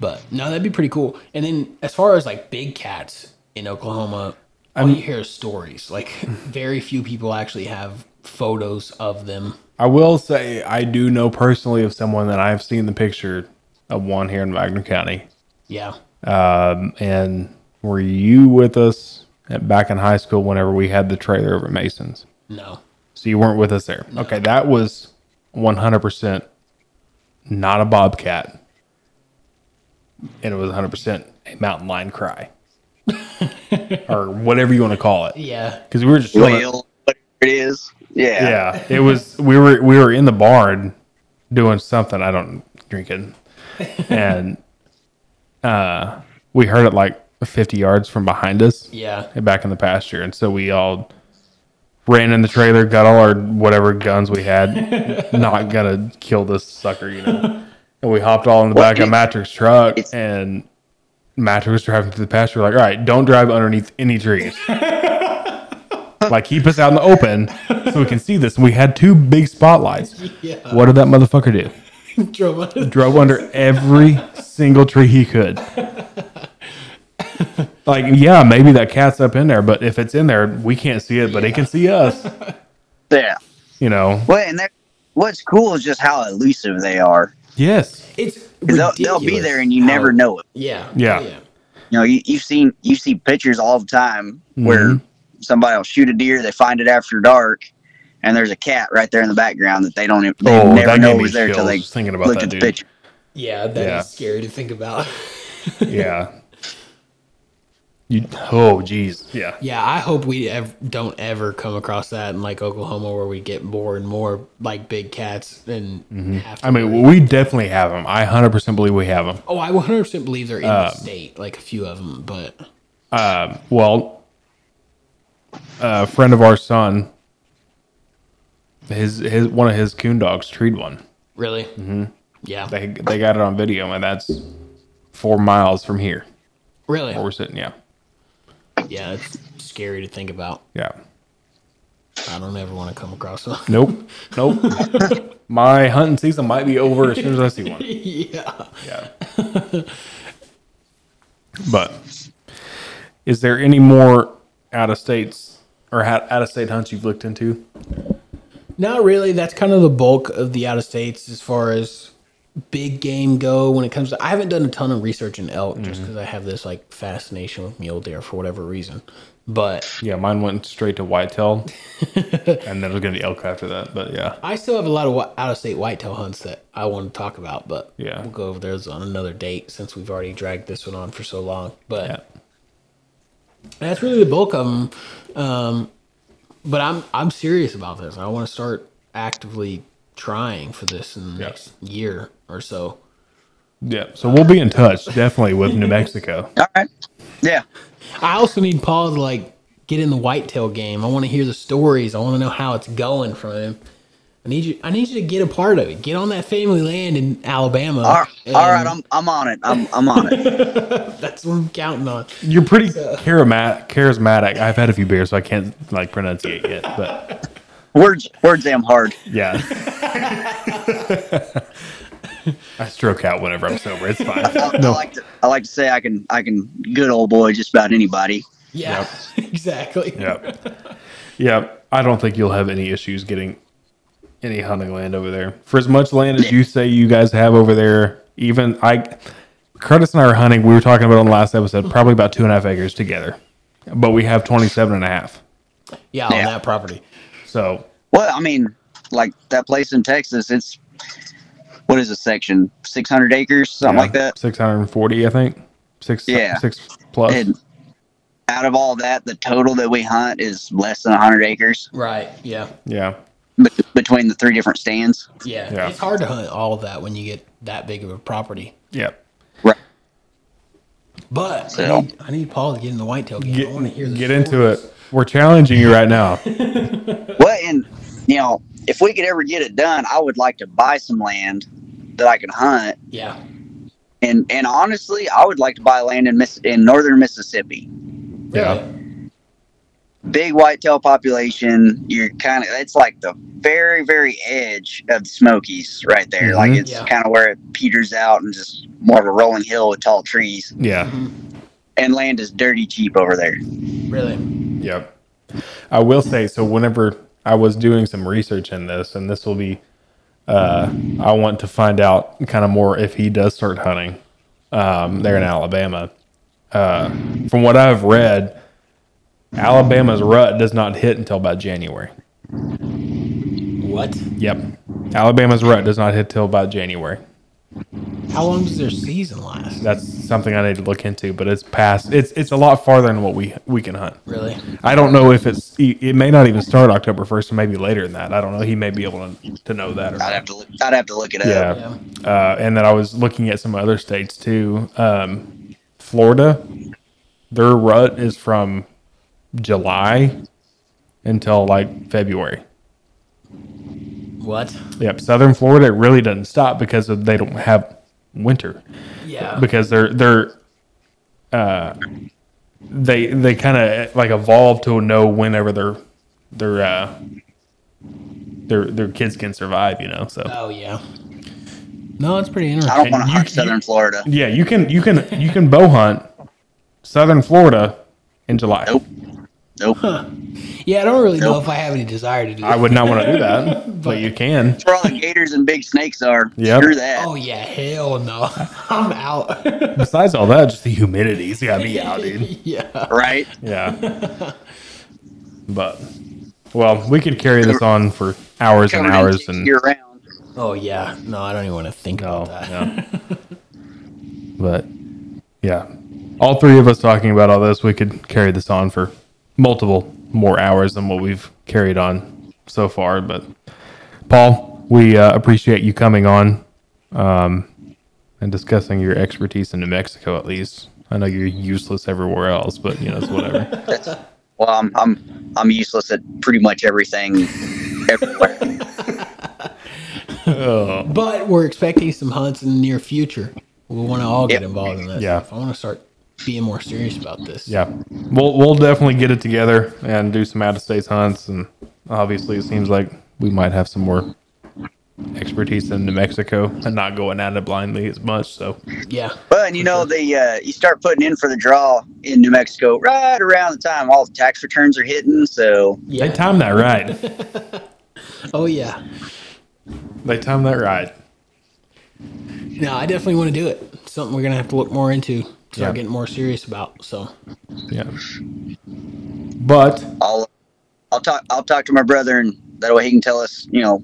Speaker 3: But no, that'd be pretty cool. And then as far as like big cats in Oklahoma, all you hear is stories. Like (laughs) very few people actually have photos of them.
Speaker 1: I will say I do know personally of someone that I've seen the picture of one here in Wagner County.
Speaker 3: Yeah.
Speaker 1: Um, and were you with us at, back in high school whenever we had the trailer over at Mason's?
Speaker 3: No.
Speaker 1: So you weren't with us there. Okay, that was 100% not a bobcat. And it was 100% a mountain lion
Speaker 3: (laughs)
Speaker 1: cry. or whatever you want to call it.
Speaker 3: Yeah.
Speaker 1: Because we were just showing it-
Speaker 2: Whale, whatever it is. Yeah.
Speaker 1: yeah it was we were we were in the barn doing something i don't
Speaker 3: (laughs)
Speaker 1: drinking and uh we heard it like 50 yards from behind us
Speaker 3: Yeah.
Speaker 1: back in the pasture and so we all ran in the trailer got all our whatever guns we had not gonna kill this sucker you know and we hopped all in the back of Matrick's truck and Matrick was driving through the pasture like all right don't drive underneath any trees like keep us out in the open so we can see this and we had two big spotlights
Speaker 3: Yeah.
Speaker 1: what did that motherfucker do
Speaker 3: Drove on
Speaker 1: (laughs)
Speaker 3: his-
Speaker 1: drove under every single tree he could. Like, yeah, maybe that cat's up in there, but if it's in there, we can't see it, but it can see us.
Speaker 2: Yeah.
Speaker 1: You know?
Speaker 2: Well, and they're- what's cool is just how elusive they are.
Speaker 1: Yes.
Speaker 3: It's
Speaker 2: 'Cause They'll, they'll be
Speaker 3: ridiculous
Speaker 2: there and you
Speaker 3: how-
Speaker 2: never know it.
Speaker 3: Yeah.
Speaker 1: Yeah.
Speaker 2: You know, you, you've seen you see pictures all the time where
Speaker 1: Mm-hmm.
Speaker 2: somebody will shoot a deer, they find it after dark, and there's a cat right there in the background that they don't even- they
Speaker 1: Oh, that
Speaker 2: never know
Speaker 1: gave me
Speaker 2: was there until
Speaker 1: chills
Speaker 2: they
Speaker 1: just thinking about
Speaker 2: looked
Speaker 1: that,
Speaker 2: at the
Speaker 1: dude.
Speaker 2: picture.
Speaker 3: Yeah. That is
Speaker 1: Yeah.
Speaker 3: scary to think about. (laughs)
Speaker 1: Yeah. You oh jeez. Yeah.
Speaker 3: Yeah, I hope we ev- don't ever come across that in like Oklahoma where we get more and more like big cats and have
Speaker 1: Mm-hmm.
Speaker 3: to
Speaker 1: I
Speaker 3: worry.
Speaker 1: mean, we definitely have them. I 100% believe we have them.
Speaker 3: oh, I 100% believe they're in the state, like a few of them, but
Speaker 1: Um, well, a friend of our son, his his one of his coon dogs treed one.
Speaker 3: really, mm-hmm. yeah,
Speaker 1: They they got it on video, and that's four miles from here
Speaker 3: really,
Speaker 1: where we're sitting. Yeah,
Speaker 3: yeah, it's scary to think about.
Speaker 1: yeah.
Speaker 3: I don't ever want to come across them. (laughs)
Speaker 1: Nope, nope. My hunting season might be over as soon as I see one.
Speaker 3: yeah,
Speaker 1: Yeah. But is there any more out of states or out of state hunts you've looked into?
Speaker 3: not really. That's kind of the bulk of the out of states as far as big game go when it comes to. I haven't done a ton of research in elk just
Speaker 1: Mm-hmm.
Speaker 3: because I have this like fascination with mule deer for whatever reason, but.
Speaker 1: Yeah, mine went straight to whitetail, and then it was gonna be elk after that. But yeah,
Speaker 3: I still have a lot of out of state whitetail hunts that I want to talk about, but
Speaker 1: Yeah.
Speaker 3: we'll go over those on another date since we've already dragged this one on for so long. But
Speaker 1: Yeah.
Speaker 3: that's really the bulk of them. Um, but I'm I'm serious about this. I want to start actively trying for this in the
Speaker 1: Yeah.
Speaker 3: next year or so.
Speaker 1: yeah. So we'll be in touch definitely with New Mexico.
Speaker 2: All right. Yeah.
Speaker 3: I also need Paul to like get in the whitetail game. I want to hear the stories. I want to know how it's going from him. I need you. I need you to get a part of it. Get on that family land in Alabama.
Speaker 2: All right.
Speaker 3: and
Speaker 2: All right. I'm I'm on it. I'm I'm on it.
Speaker 3: that's what I'm counting on.
Speaker 1: You're pretty charismatic. Charismatic. I've had a few beers, so I can't like pronunciate yet. But
Speaker 2: Words, words, am hard.
Speaker 1: Yeah. (laughs) I stroke out whenever I'm sober. It's
Speaker 2: (laughs)
Speaker 1: fine.
Speaker 2: I, I like to, I like to say I can, I can good old boy just about anybody.
Speaker 3: Yeah, (laughs) exactly.
Speaker 1: Yep. Yep. I don't think you'll have any issues getting any hunting land over there. For as much land as you say you guys have over there, even I, Curtis and I are hunting. We were talking about on the last episode, probably about two and a half acres together, but we have 27 and a half.
Speaker 3: Yeah, on
Speaker 2: Yeah.
Speaker 3: that property.
Speaker 1: So
Speaker 2: Well, I mean, like that place in Texas, it's what is a section? Six hundred acres, something
Speaker 1: yeah,
Speaker 2: like that.
Speaker 1: 640, I think. Six,
Speaker 2: Yeah.
Speaker 1: six plus.
Speaker 2: And out of all that, the total that we hunt is less than hundred acres
Speaker 3: Right. Yeah.
Speaker 1: yeah.
Speaker 2: bet between the three different stands.
Speaker 3: yeah.
Speaker 1: Yeah.
Speaker 3: It's hard to hunt all of that when you get that big of a property.
Speaker 1: Yeah.
Speaker 2: Right.
Speaker 3: But I,
Speaker 2: So-
Speaker 3: need, I need Paul to get in the whitetail game. I want to hear
Speaker 1: Get,
Speaker 3: this.
Speaker 1: get into it. We're challenging you right (laughs) now.
Speaker 2: Well, and you know, if we could ever get it done, I would like to buy some land that I can hunt.
Speaker 3: Yeah.
Speaker 2: And and honestly, I would like to buy land in Miss in northern Mississippi.
Speaker 1: Yeah.
Speaker 3: Really.
Speaker 2: Big whitetail population. You're kind of it's like the very very edge of the Smokies right there.
Speaker 1: Mhm.
Speaker 2: Like it's
Speaker 3: Yeah.
Speaker 2: kind of where it peters out and just more of a rolling hill with tall trees.
Speaker 1: Yeah.
Speaker 2: And land is dirty cheap over there.
Speaker 3: Really.
Speaker 1: (laughs) Yep. I will say so. Whenever I was doing some research in this, and this will be, uh, I want to find out kind of more if he does start hunting um, there in Alabama. Uh, from what I've read, Alabama's rut does not hit until about January.
Speaker 3: What?
Speaker 1: Yep, Alabama's rut does not hit till about January.
Speaker 3: How long does their season last?
Speaker 1: That's something I need to look into, but it's past. It's it's a lot farther than what we we can hunt.
Speaker 3: Really?
Speaker 1: I don't know if it's. It may not even start October first, or maybe later than that. I don't know. He may be able to, to know that. Or
Speaker 2: I'd have
Speaker 1: not.
Speaker 2: to look, I'd have to look it up.
Speaker 1: Yeah. Uh, and then I was looking at some other states too. Um, Florida, their rut is from July until like February.
Speaker 3: What?
Speaker 1: Yep. Southern Florida it really doesn't stop because of, they don't have winter
Speaker 3: Yeah.
Speaker 1: because they're they're. Uh, they they kind of like evolve to know whenever their their uh, their their kids can survive, you know. So
Speaker 3: Oh yeah. No, it's pretty
Speaker 2: I
Speaker 3: interesting.
Speaker 2: don't want to
Speaker 1: you-
Speaker 2: hunt
Speaker 1: you-
Speaker 2: southern Florida.
Speaker 1: Yeah, you can you can you can bow hunt southern Florida in July.
Speaker 2: Nope. Nope.
Speaker 3: Yeah, I don't really know
Speaker 2: Nope.
Speaker 3: if I have any desire to do.
Speaker 1: I
Speaker 3: that.
Speaker 1: would not want to do that, but, you can.
Speaker 2: That's where all the gators and big snakes are.
Speaker 1: Yep.
Speaker 2: Screw that.
Speaker 3: Oh yeah, hell no, (laughs) I'm
Speaker 2: (laughs)
Speaker 3: out.
Speaker 1: Besides all that, just the humidity's got me out, dude.
Speaker 3: (laughs) yeah.
Speaker 2: Right?
Speaker 1: Yeah. But well, we could carry this on for hours and hours and
Speaker 2: year round.
Speaker 3: Oh yeah. No, I don't even want to think
Speaker 1: no,
Speaker 3: about that.
Speaker 1: no. (laughs) But yeah, all three of us talking about all this, we could carry this on for multiple more hours than what we've carried on so far. But Paul, we uh, appreciate you coming on um, and discussing your expertise in New Mexico. At least I know you're useless everywhere else, but you know it's (laughs) whatever.
Speaker 2: Well, I'm I'm I'm useless at pretty much everything everywhere.
Speaker 3: But we're expecting some hunts in the near future. We want to all get
Speaker 2: Yeah.
Speaker 3: involved in this.
Speaker 1: Yeah.
Speaker 3: If I want to start being more serious about this.
Speaker 1: yeah, we'll we'll definitely get it together and do some out of state hunts. And obviously, it seems like we might have some more expertise in New Mexico and not going at it blindly as much. So
Speaker 3: Yeah.
Speaker 2: But you know, the uh, you start putting in for the draw in New Mexico right around the time all the tax returns are hitting. So
Speaker 3: Yeah.
Speaker 1: they timed that right.
Speaker 3: (laughs) oh yeah.
Speaker 1: They timed that right.
Speaker 3: No, I definitely want to do it. Something we're gonna have to look more into. Start
Speaker 1: Yeah.
Speaker 3: getting more serious about. So.
Speaker 1: Yeah. But
Speaker 2: I'll I'll talk I'll talk to my brother and that way he can tell us you know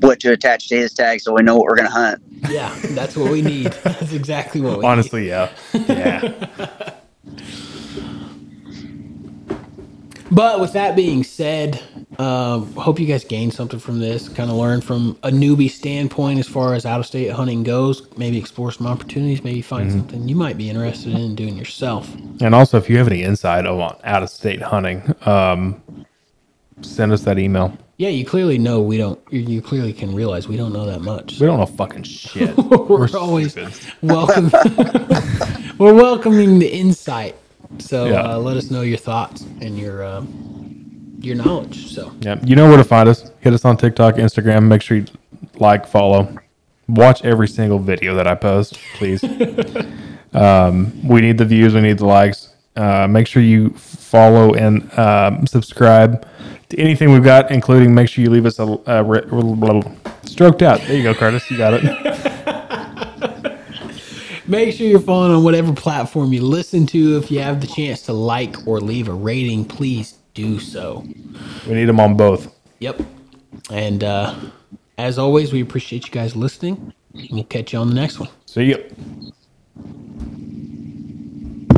Speaker 2: what to attach to his tag so we know what we're gonna hunt.
Speaker 3: Yeah, that's what we need.
Speaker 1: (laughs)
Speaker 3: That's exactly what we need.
Speaker 1: honestly, yeah, yeah,
Speaker 3: But with that being said, um, hope you guys gained something from this. Kind of learn from a newbie standpoint as far as out of state hunting goes. Maybe explore some opportunities. Maybe find
Speaker 1: Mm-hmm.
Speaker 3: something you might be interested in doing yourself.
Speaker 1: and also if you have any insight on out of state hunting, um, send us that email.
Speaker 3: Yeah, you clearly know we don't. You, you clearly can realize we don't know that much.
Speaker 1: We don't know fucking shit.
Speaker 3: (laughs) We're always
Speaker 1: stupid.
Speaker 3: (laughs) welcome. we're welcoming the insight. So
Speaker 1: Yeah.
Speaker 3: uh, let us know your thoughts and your uh, your knowledge. So
Speaker 1: Yeah, you know where to find us. Hit us on TikTok, Instagram. Make sure you like, follow, watch every single video that I post, please. um, we need the views. We need the likes. Uh, make sure you follow and um, subscribe to anything we've got, including make sure you leave us a, a re- re- blah, blah. stroked out. There you go, Curtis. You got it.
Speaker 3: make sure you're following on whatever platform you listen to. If you have the chance to like or leave a rating, please do so.
Speaker 1: We need them on both.
Speaker 3: Yep. And uh, as always, we appreciate you guys listening. We'll catch you on the next one.
Speaker 1: See you.